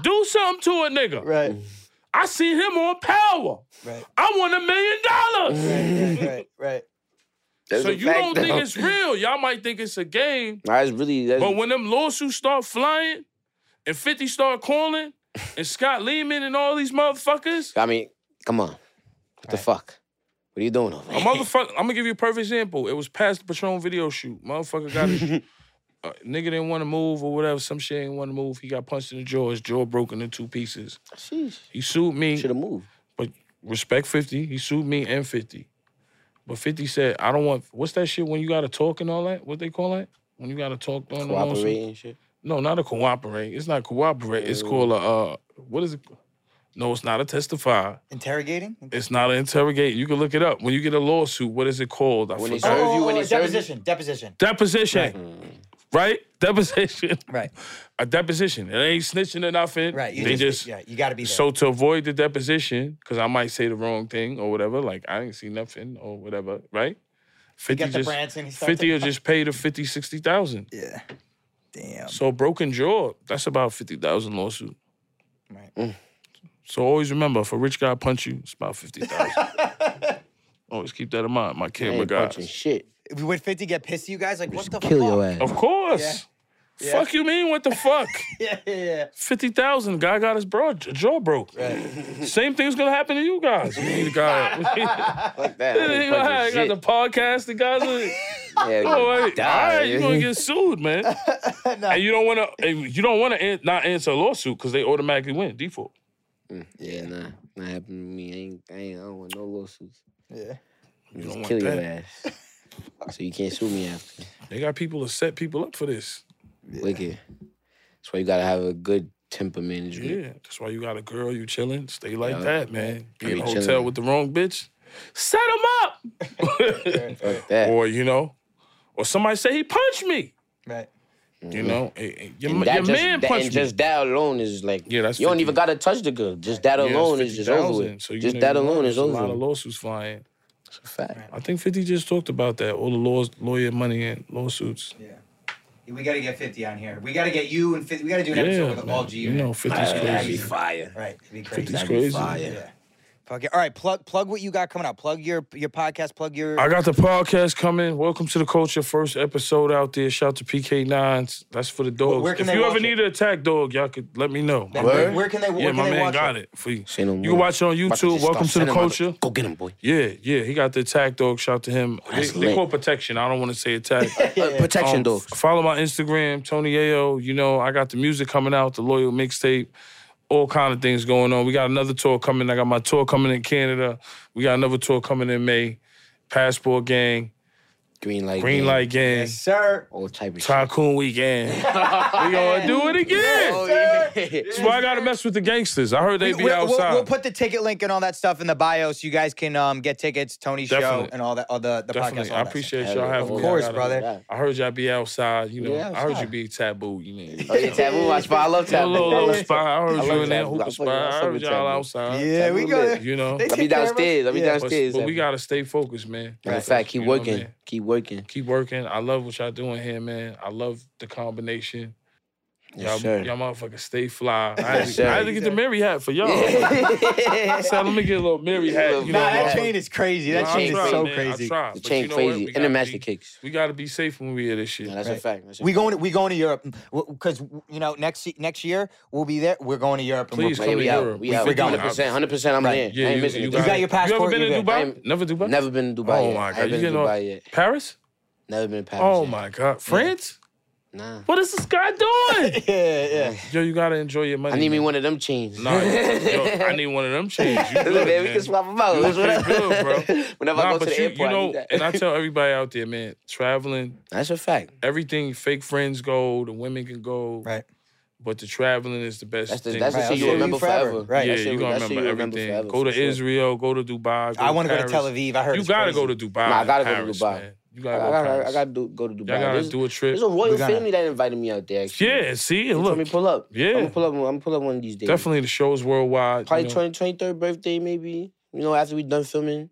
B: Do something to a nigga.
A: Right.
B: I see him on power.
A: Right.
B: I want a million dollars.
A: Right. Right. Right.
F: That's
B: So
F: a
B: you
F: fact,
B: don't
F: though.
B: think it's real. Y'all might think it's a game,
F: Nah, it's really. That's,
B: But when them lawsuits start flying and 50 start calling and Scott Lehman and all these motherfuckers,
F: I mean, come on. What the fuck? What are you doing over
B: a
F: there?
B: motherfucker, I'm gonna give you a perfect example. It was past the Patron video shoot. Motherfucker got his, uh, nigga didn't wanna move or whatever. Some shit didn't wanna move. He got punched in the jaw. His jaw broken in two pieces.
F: Sheesh.
B: He sued me.
F: Should have moved.
B: But respect 50. He sued me and 50. But 50 said, I don't want what's that shit when you gotta talk and all that? What they call that? When you gotta talk on the lawsuit?
F: Cooperate and shit.
B: No, not a cooperate. It's not cooperate. It's called a uh, what is it? No, it's not a testify.
A: Interrogating.
B: It's not an interrogate. You can look it up. When you get a lawsuit, what is it called? I
F: When they
B: forgot.
F: serve you, when they serve you.
A: Oh, deposition. Deposition.
B: Deposition.
A: Mm-hmm.
B: Right? Deposition.
A: Right.
B: A deposition. It ain't snitching or nothing.
A: Right. You
B: they
A: just,
B: just,
A: yeah. You got to be there.
B: so to avoid the deposition, because I might say the wrong thing or whatever, like I didn't see nothing or whatever, right? 50
A: got the
B: just,
A: Branson, he starts
B: 50
A: to-
B: will just pay the 50, 60,000.
A: yeah. Damn.
B: So broken jaw, that's about 50,000 lawsuit.
A: Right.
F: Mm.
B: So always remember, if a rich guy punch you, it's about 50,000. always keep that in mind, my
F: I
B: camera
F: ain't punching
B: guys.
F: shit.
A: Would Fifty get pissed at you guys? Like, what the
F: Kill
A: fuck?
F: your ass.
B: Of course. Fuck you mean? What the fuck?
A: Yeah, yeah, yeah.
B: 50,000, guy got his bra, jaw broke. Same thing's gonna happen to you guys. We need a guy.
F: Fuck that. I
B: You
F: ain't
B: know
F: punching
B: how I got
F: shit.
B: the podcast, the guys are.
F: Yeah,
B: Oh, wait.
F: die.
B: All right, you're gonna get sued, man. And you don't wanna and you don't wanna an- not answer a lawsuit because they automatically win default.
F: Yeah, nah. Not happening to me. I ain't, I ain't, I don't want no lawsuits.
A: Yeah.
B: don't
F: You Just
B: want
F: kill your
B: that.
F: ass. So you can't sue me after.
B: They got people to set people up for this.
F: Wicked. That's why you gotta have a good temper management.
B: Yeah. That's why you got a girl, you chilling, stay like
F: Yeah.
B: that, man. Be in
F: be
B: a hotel
F: chilling.
B: with the wrong bitch. Set them up.
F: Fuck that.
B: or you know, or somebody say he punched me.
A: Right.
B: You know, eh, eh, your,
F: Mm. And
B: ma-
F: that
B: your
F: just,
B: man
F: that,
B: punched
F: and
B: me.
F: just that alone is like
B: Yeah, that's
F: you don't
B: 50.
F: even gotta touch the girl. Just that
B: Yeah, it's
F: alone is just over
B: 50,000,
F: with.
B: so you
F: just
B: know
F: that
B: you
F: alone
B: know,
F: is
B: there's
F: over
B: A lot of
F: with.
B: lawsuits flying.
F: It's a fact.
B: I think 50 just talked about that. All the laws, lawyer money and lawsuits.
A: We got to get Fifty on here. We got to get you and Fifty. We got to do an episode
B: Yeah,
A: with
B: man.
A: all G.
B: you
A: in it.
B: know, 50's crazy.
F: fire.
A: Right. It'd be crazy.
B: 50's crazy.
A: Yeah. Fuck it. All right. Plug plug what you got coming out. Plug your your podcast. Plug your.
B: I got the podcast coming. Welcome to the culture. First episode out there. Shout to PK9s. That's for the dogs.
A: where can
B: if
A: they
B: you ever
A: watch it?
B: need an attack dog, y'all could let me know. My
A: where,
B: man-
A: where can they? Where
B: yeah,
A: can
B: my
A: they
B: man
A: watch
B: got
A: it?
B: it for you.
F: Say no
B: You
F: more.
B: can watch it on
F: About to
B: YouTube.
F: just
B: Welcome to
F: start
B: the
F: sending my-
B: culture.
F: Go get him, boy.
B: Yeah, yeah. He got the attack dog. Shout to him. They,
F: that's
B: they
F: lit.
B: call protection. I don't want to say attack.
F: Uh, protection
B: Um,
F: dogs.
B: Follow my Instagram, Tony Ayo. You know, I got the music coming out, the loyal mixtape, all kind of things going on. We got another tour coming. I got my tour coming in Canada. We got another tour coming in May. Passport Gang,
F: Green light.
B: Green
F: game,
B: Light Gang,
A: Yes, sir.
F: All type of shit. Oh,
B: Tycoon Weekend. we gonna do it again. That's why I gotta mess with the gangsters. I heard they be
A: we'll,
B: outside.
A: we'll, we'll put the ticket link and all that stuff in the bio so you guys can um, get tickets, Tony's show,
B: Definitely.
A: and all that, all the, the podcast.
B: Definitely.
A: all
B: I
A: that
B: appreciate
F: Hell
B: y'all
F: yeah.
B: having me.
A: Of
B: I
A: course,
B: gotta-
A: brother.
B: I heard y'all be outside. You know,
F: Yeah,
B: I heard you
F: outside.
B: be taboo. You know,
F: Oh, yeah, taboo watch, but I love
B: a
F: taboo.
B: little,
F: I
B: little
F: love
B: spot. I heard
F: I
B: you
F: love
B: in there,
F: Taboo. I
B: hoop
F: fucking-
B: spot.
F: I
B: I
F: fuck
B: heard
F: with
B: y'all
F: Taboo.
A: stuff.
B: outside.
A: Yeah, we
F: Taboo
A: go.
F: lit.
B: You know,
A: They
F: I'll be
A: take care of us.
F: downstairs. I'll be
A: Yeah.
B: but,
F: downstairs.
B: but we
F: Taboo.
B: gotta stay focused, man.
F: Matter of fact, keep
B: You know what I
F: working.
B: mean?
F: Keep working.
B: Keep working. I love what y'all doing here, man. I love the combination. Y'all,
F: Yes, sir.
B: y'all motherfuckers stay fly. I had,
F: Yes,
B: to, I
F: sir.
B: had to get the Mary hat for y'all. so let me get a little Mary hat.
A: Nah,
B: You know,
A: that
B: motherfucker.
A: chain is crazy. That
B: Nah, I
A: chain
B: tried,
A: is so
B: man. I
A: crazy.
B: tried,
F: The
B: but
F: chain
B: you know what?
F: crazy.
B: We
F: And
B: gotta
F: the master
B: be-
F: kicks.
B: We gotta be safe when we hear this shit.
F: Yeah, that's a
A: Right.
F: fact. That's a
A: We
F: fact.
A: going we going to Europe because you know next y- next year we'll be there. We're going to Europe. and we're-
B: Please
F: Like,
B: come to
F: yeah, we out.
B: Europe.
F: We
B: We
F: out.
A: freaking out.
F: 100%. 100%. I'm
A: Right.
F: in.
B: Yeah,
F: I ain't
B: you,
F: missing
B: you,
F: it.
A: got your passport,
B: You ever
A: you
B: been to
A: good.
B: Dubai?
F: I ain't-
B: Never Dubai.
F: Never been to Dubai.
B: Oh
F: yet.
B: my
F: I
B: god,
F: ain't
B: you
F: been to
B: didn't know
F: Dubai yet.
B: Paris?
F: Never been to Paris.
B: Oh
F: yet.
B: my god, France?
F: Nah.
B: What is this guy doing?
A: yeah, yeah.
B: yo, you gotta enjoy your money.
F: I need me
B: man.
F: one of them chains.
B: Nah, yo, I need one of them chains. You
F: Look,
B: good,
F: man, we
B: man.
F: can swap them out.
B: You
F: That's what I-
B: feel good, bro.
F: Whenever I
B: Nah,
F: go to
B: but
F: the
B: you,
F: airport,
B: you
F: I
B: know,
F: need that.
B: and I tell everybody out there, man, traveling,
F: that's a fact.
B: everything, fake friends go, the women can go,
A: Right.
B: but the traveling is the best
F: That's the
B: thing.
F: that's the
A: Right,
F: shit
A: I'll
F: you remember
A: show you forever.
F: forever.
A: Right.
B: yeah,
F: That shit-
B: you're gonna
F: that shit
B: remember
F: you
B: everything.
F: forever,
B: go
F: for
B: to
F: sure.
B: Israel, go to Dubai. Go
A: I want to go to
B: Paris.
A: Tel Aviv. I heard
B: You
A: it's
B: gotta
A: crazy.
B: go to Dubai.
F: Nah, I
B: and
F: gotta go to
B: Paris,
F: Dubai.
B: man. You
F: I
B: gotta go to
F: gotta,
B: Paris.
F: I gotta do, go to Dubai.
B: Y'all gotta
F: There's-
B: do a trip.
F: There's a royal
A: gotta-
F: family that invited me out there. Actually.
B: Yeah, see,
F: They told me
B: look,
F: pull up.
B: Yeah.
F: I'm gonna pull up. I'm gonna pull up one of these days.
B: definitely the shows worldwide. you
F: Probably
B: know.
F: 20, 23rd birthday, maybe. You know, after we done filming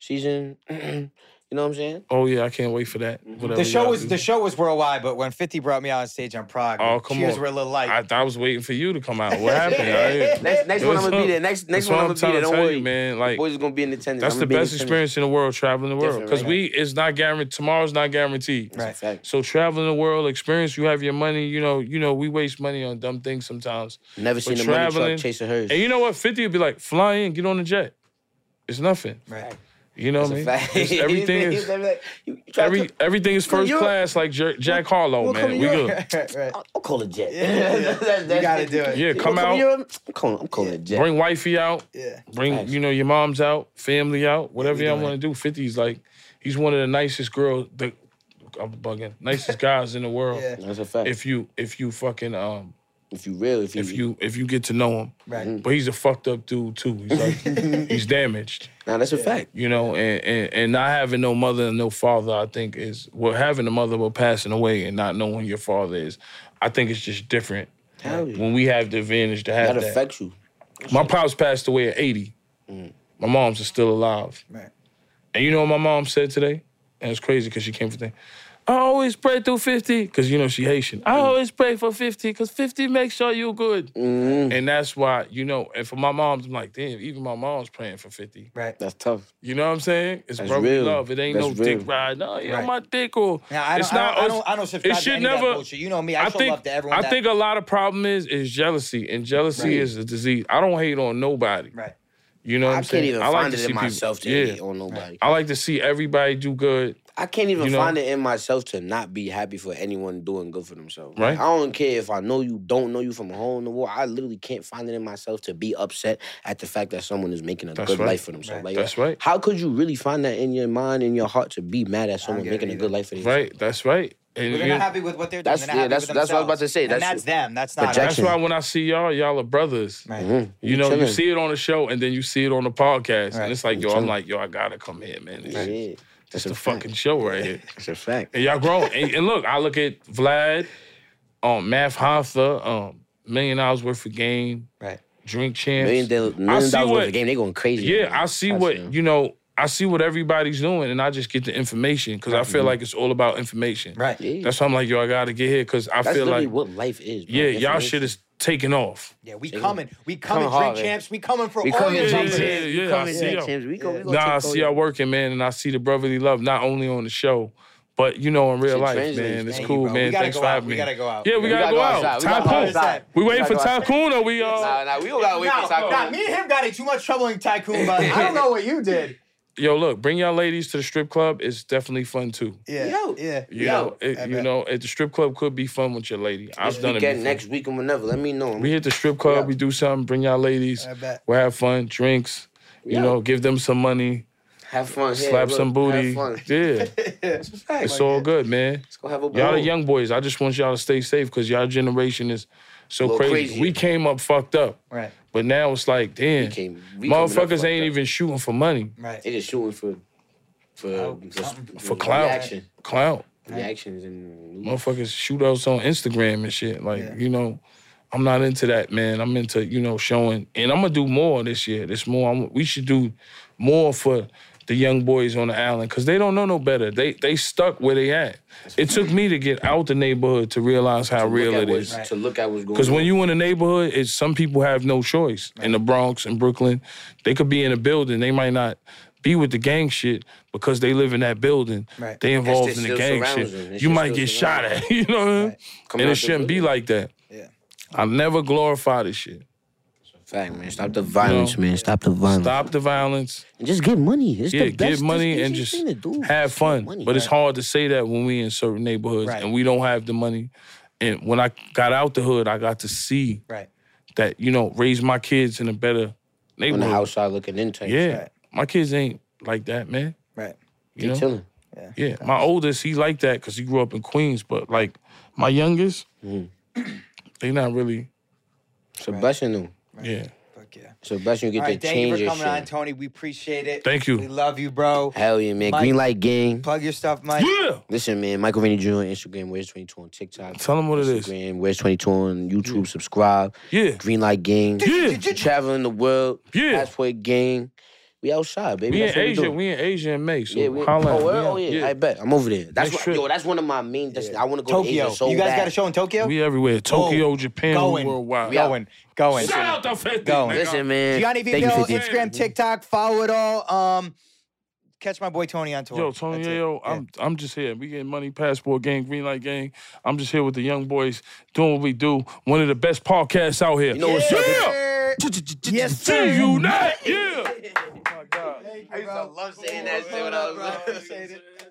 F: season. you know what I'm saying?
B: Oh yeah, I can't wait for that.
F: Mhm.
B: Whatever
A: The show
B: y'all
A: was
B: do.
A: the show was worldwide, but when Fifty brought me on stage on Prague,
B: Oh, come
A: cheers
B: on.
A: were a little light.
B: I, I was waiting for you to come out. What happened? I didn't-
F: Next, next
B: Yo,
F: one, I'm
B: that's
F: gonna be
B: what-
F: there. Next,
B: that's
F: next one,
B: what
F: I'm gonna be there.
B: trying to
F: Don't
B: tell
F: worry,
B: you, man. Like
F: Boys is gonna be in attendance.
B: that's
F: I'ma
B: the
F: be in
B: best
F: attendance.
B: experience in the world, traveling the world.
F: Different,
B: Because
F: right?
B: we it's not guaranteed. Tomorrow's not guaranteed.
A: Right.
F: That's a fact.
B: So traveling the world, experience. You have your money. You know, you know, we waste money on dumb things sometimes.
F: Never seen a money
B: traveling-
F: truck chasing hers.
B: And you know what? Fifty would be like, fly in, get on the jet. It's nothing.
A: Right.
B: You know
F: That's a
B: what I mean?
F: fact.
B: It's- Everything
F: He's
B: is
F: never like, you- you try to-
B: every everything is
F: Come
B: first
F: Europe.
B: class, like Jer- Jack Harlow,
F: we'll come
B: man. We
F: Europe.
B: good.
A: right, right.
F: I'll call it jet.
A: yeah. You gotta do it.
B: Yeah, come out.
F: I'm calling, I'm calling it jet.
B: Bring wifey out.
A: Yeah.
B: Bring
F: Nice.
B: you know your mom's out, family out, whatever
A: we
B: y'all
A: doing
B: want to do. 50's like he's one of the nicest girls. The I'm bugging nicest guys in the world.
A: Yeah.
F: That's a fact. If,
B: If you if you fucking um
F: you real, if you,
B: if you if you get to know him,
F: Mm-hmm.
A: Right.
B: but he's a fucked up dude too. He's like he's damaged,
F: nah, that's a fact.
B: you know. And, and and not having no mother and no father, I think is well having a mother but passing away and not knowing your father is, I think it's just different.
F: Hell yeah.
B: When we have the advantage to have
F: Mm. That
B: that,
F: affects you.
B: my pops passed away at 80. My mom's is still alive.
A: Right.
B: And you know what my mom said today? And it's crazy because she came from there. I always pray through 50 because, you know, she Haitian. I always pray for 50 because 50 makes sure you're good.
F: Mm. Mm-hmm.
B: And that's why, you know, and for my mom's, I'm like, damn, even my mom's praying for 50.
A: Right.
F: That's tough.
B: You know what I'm saying? It's
F: That's
B: brotherly
F: real.
B: love. It ain't
F: That's
B: no
F: real.
B: dick ride. No, yeah,
A: Right.
B: my dick or.
A: Now, I don't,
B: it's
A: I don't,
B: not,
A: I don't, I don't
B: it
A: subscribe to
B: should
A: any of that bullshit. You know me. I, show love to everyone.
B: I
A: that-
B: think a lot of problem is is jealousy, and jealousy
F: Right.
B: is a disease. I don't hate on nobody.
A: Right.
B: You know, what
F: I
B: I'm
F: can't
B: saying?
F: even
B: I like
F: find
B: to
F: it
B: see
F: in
B: people-
F: myself to
B: yeah.
F: hate on nobody.
B: I like to see everybody do good.
F: I can't even
B: You know?
F: find it in myself to not be happy for anyone doing good for themselves.
B: Right.
F: Like, I don't care if I know you, don't know you from a hole in the wall. I literally can't find it in myself to be upset at the fact that someone is making a
B: That's
F: good
B: right.
F: life for themselves. Like,
B: That's right.
F: How could you really find that in your mind, in your heart, to be mad at someone
A: get it
F: making a
A: either.
F: good life for themselves?
B: Right. That's right. And
A: But they're
B: you-
A: not happy with what they're doing.
F: That's-
A: They're not
F: yeah,
A: happy
F: that's-
A: with
F: that's what I was about to
A: themselves.
F: say.
A: And
F: That's-
A: that's them. That's not us.
B: that's why when I see y'all, y'all are brothers.
A: Right.
F: Mhm.
B: You know, you
F: Chilling.
B: see it on the show, and then you see it on the podcast,
A: Right.
B: and it's like, yo, I'm
F: chilling.
B: like, yo, I gotta come here, man. It's,
F: Yeah.
B: it's
F: That's
B: the
F: a fact.
B: fucking show right here.
F: That's a fact.
B: And y'all grown. and, and look, I look at Vlad, um, Math Hoffa, um, million dollars worth of game,
A: Right.
B: drink champs.
F: Million, dollar,
B: I
F: million
B: see
F: dollars worth
B: what
F: of game, they going crazy.
B: Yeah,
F: man.
B: I see
F: That's
B: what
F: real.
B: you know. I see what everybody's doing, and I just get the information because I
F: Mm-hmm.
B: feel like it's all about information.
A: Right.
F: Yeah.
B: That's why I'm like, yo, I gotta get here because I
F: That's
B: feel
F: literally
B: like,
F: what life is. Bro.
B: yeah, y'all
F: Information.
B: shit is taking off.
A: Yeah, we coming. We coming,
F: hard,
A: drink
F: man.
A: champs. We coming for
F: We
A: all
F: coming,
A: your
B: yeah,
F: drink
A: champs.
B: yeah,
F: champs.
B: yeah,
F: We
B: I
F: coming,
B: see
F: drink
B: y'all.
F: champs. We gonna- we gonna
B: Nah, I
F: take
B: see
F: over.
B: y'all working, man, and I see the brotherly love not only on the show, but you know in real
F: Shit
B: life,
F: translates.
B: man. It's
A: Thank you,
B: cool,
A: bro. We
B: man.
A: gotta
B: Thanks
A: go
B: for
A: out.
B: having
A: We
B: me.
A: gotta go out.
B: Yeah, we
F: We
B: gotta
F: gotta
B: go
F: go
B: out.
F: outside. We gotta go
B: Tycoon.
F: outside.
B: We
F: We
B: waiting for
F: gotta go outside.
B: Tycoon, or we uh,
F: Nah, nah, we don't gotta wait
A: Now,
F: for Taco.
A: nah, me and him got in too much trouble in Tycoon, but I don't know what you did.
B: yo, look, bring y'all ladies to the strip club. It's definitely fun too.
A: Yeah.
F: Yo.
A: Yeah.
B: You
F: Yo,
B: know, it,
A: I
B: you
A: bet.
B: know, at the strip club could be fun with your lady. I've done it
F: Weekend,
B: before.
F: next week and whenever. Let me know.
B: We hit the strip club,
F: Yeah.
B: we do something, bring y'all ladies,
A: I bet.
B: we'll have fun, drinks, you
F: Yeah.
B: know, give them some money,
F: have fun. Yeah,
B: slap
F: look,
B: some booty.
F: Have fun.
B: Yeah,
F: It's a fact.
B: it's all good, man.
F: Let's go have a ball.
B: Y'all are young boys. I just want y'all to stay safe because y'all generation is so
F: Little
B: crazy.
F: crazier.
B: We came up fucked up,
A: Right.
B: but now it's like damn,
F: came- we coming up
B: motherfuckers
F: fucked
B: ain't
F: up.
B: even shooting for money,
A: Right.
F: They just shooting for for
A: something.
B: for clout,
F: reaction,
B: clout.
F: reactions, and
B: Motherfuckers shootouts on Instagram and shit. Like you know, I'm not into that, man. I'm into you know showing, and I'm gonna do more this year. This more, I'm, we should do more for the young boys on the island because they don't know no better. They they stuck where they at. It took me to get out the neighborhood to realize how real
F: look
B: it
F: at what-
B: is.
F: to look at what's going.
B: Because
F: on.
B: when you in a neighborhood, it's some people have no choice. In the Bronx and Brooklyn, they could be in a building. They might not be with the gang shit because they live in that building.
A: Right.
B: They involved
F: shit
B: in the
F: still
B: gang
F: surrounds
B: shit.
F: them. That
B: You
F: shit
B: might
F: still
B: get shot
F: surrounds
B: at. You know what I mean?
F: Come
B: And it
F: out the
B: shouldn't be
F: building.
B: like that.
A: Yeah.
B: I never glorify this shit.
F: fact, man, stop the violence, man, stop the violence.
B: Stop the violence.
F: And just get money. It's
B: Yeah,
F: the best,
B: give money
F: it's
B: and
F: the
B: just
F: easiest thing to do.
B: have
F: Just get
B: fun.
F: money.
B: But it's hard to say that when we in certain neighborhoods
A: Right.
B: and we don't have the money. And when I got out the hood, I got to see
A: Right.
B: that you know raise my kids in a better
F: on
B: neighborhood.
F: the outside looking in. type
B: Yeah,
A: Right.
B: my kids ain't like that, man.
A: Right.
B: You
F: shit.
B: know,
F: chilling.
B: yeah. My oldest, he like that because he grew up in Queens, but like my youngest,
F: Mm.
B: they not really.
F: It's a blessing though.
B: Yeah,
A: Fuck yeah.
F: It's a blessing you
A: All
F: get
A: right.
F: to
A: Thank you
F: change
A: for
F: your
A: coming on,
F: shit.
A: Tony. We appreciate it.
B: Thank you.
A: We love you, bro.
F: Hell yeah, man.
A: Mike-
F: Green light gang.
A: Plug your stuff, Mike.
B: yeah.
F: Listen, man, Michael Vinny Jr. on Instagram, Where's 22 on TikTok.
B: Tell 'em what it is.
F: Instagram, Where's 22 on YouTube, subscribe.
B: Yeah.
F: Green Light Gang.
B: Yeah.
F: Traveling the world.
B: Yeah.
F: Passport Gang. We outside, baby.
B: We
F: That's
B: in
F: what we
B: Asia.
F: doing.
B: We in Asia in May. So
F: Yeah, we,
B: holla at
F: oh,
B: me.
F: word? oh yeah, I bet. I'm over there. That's
B: Next
F: what,
B: trip.
F: yo, that's one of my main destinations. I want to go to
A: Tokyo.
F: Asia so
A: you guys
F: bad.
A: got a show in Tokyo?
B: We everywhere. Tokyo, Japan,
A: going.
B: worldwide.
F: out.
A: Going. Going.
B: Shout out to 50.
A: Going.
B: nigga.
F: Listen, man.
A: Gianni
F: thank you,
A: Vito,
F: 50.
A: Instagram, TikTok, follow it all. Um, catch my boy Tony on tour.
B: Yo, Tony,
A: That's
B: yo,
A: it.
B: yo, I'm I'm just here. We getting money, passport gang, green light gang. I'm just here with the young boys doing what we do. One of the best podcasts out here. You
F: know what's up,
B: yeah.
A: Yes,
B: Do
A: sir.
B: you not? Yeah.
A: I used to love saying that shit when I was.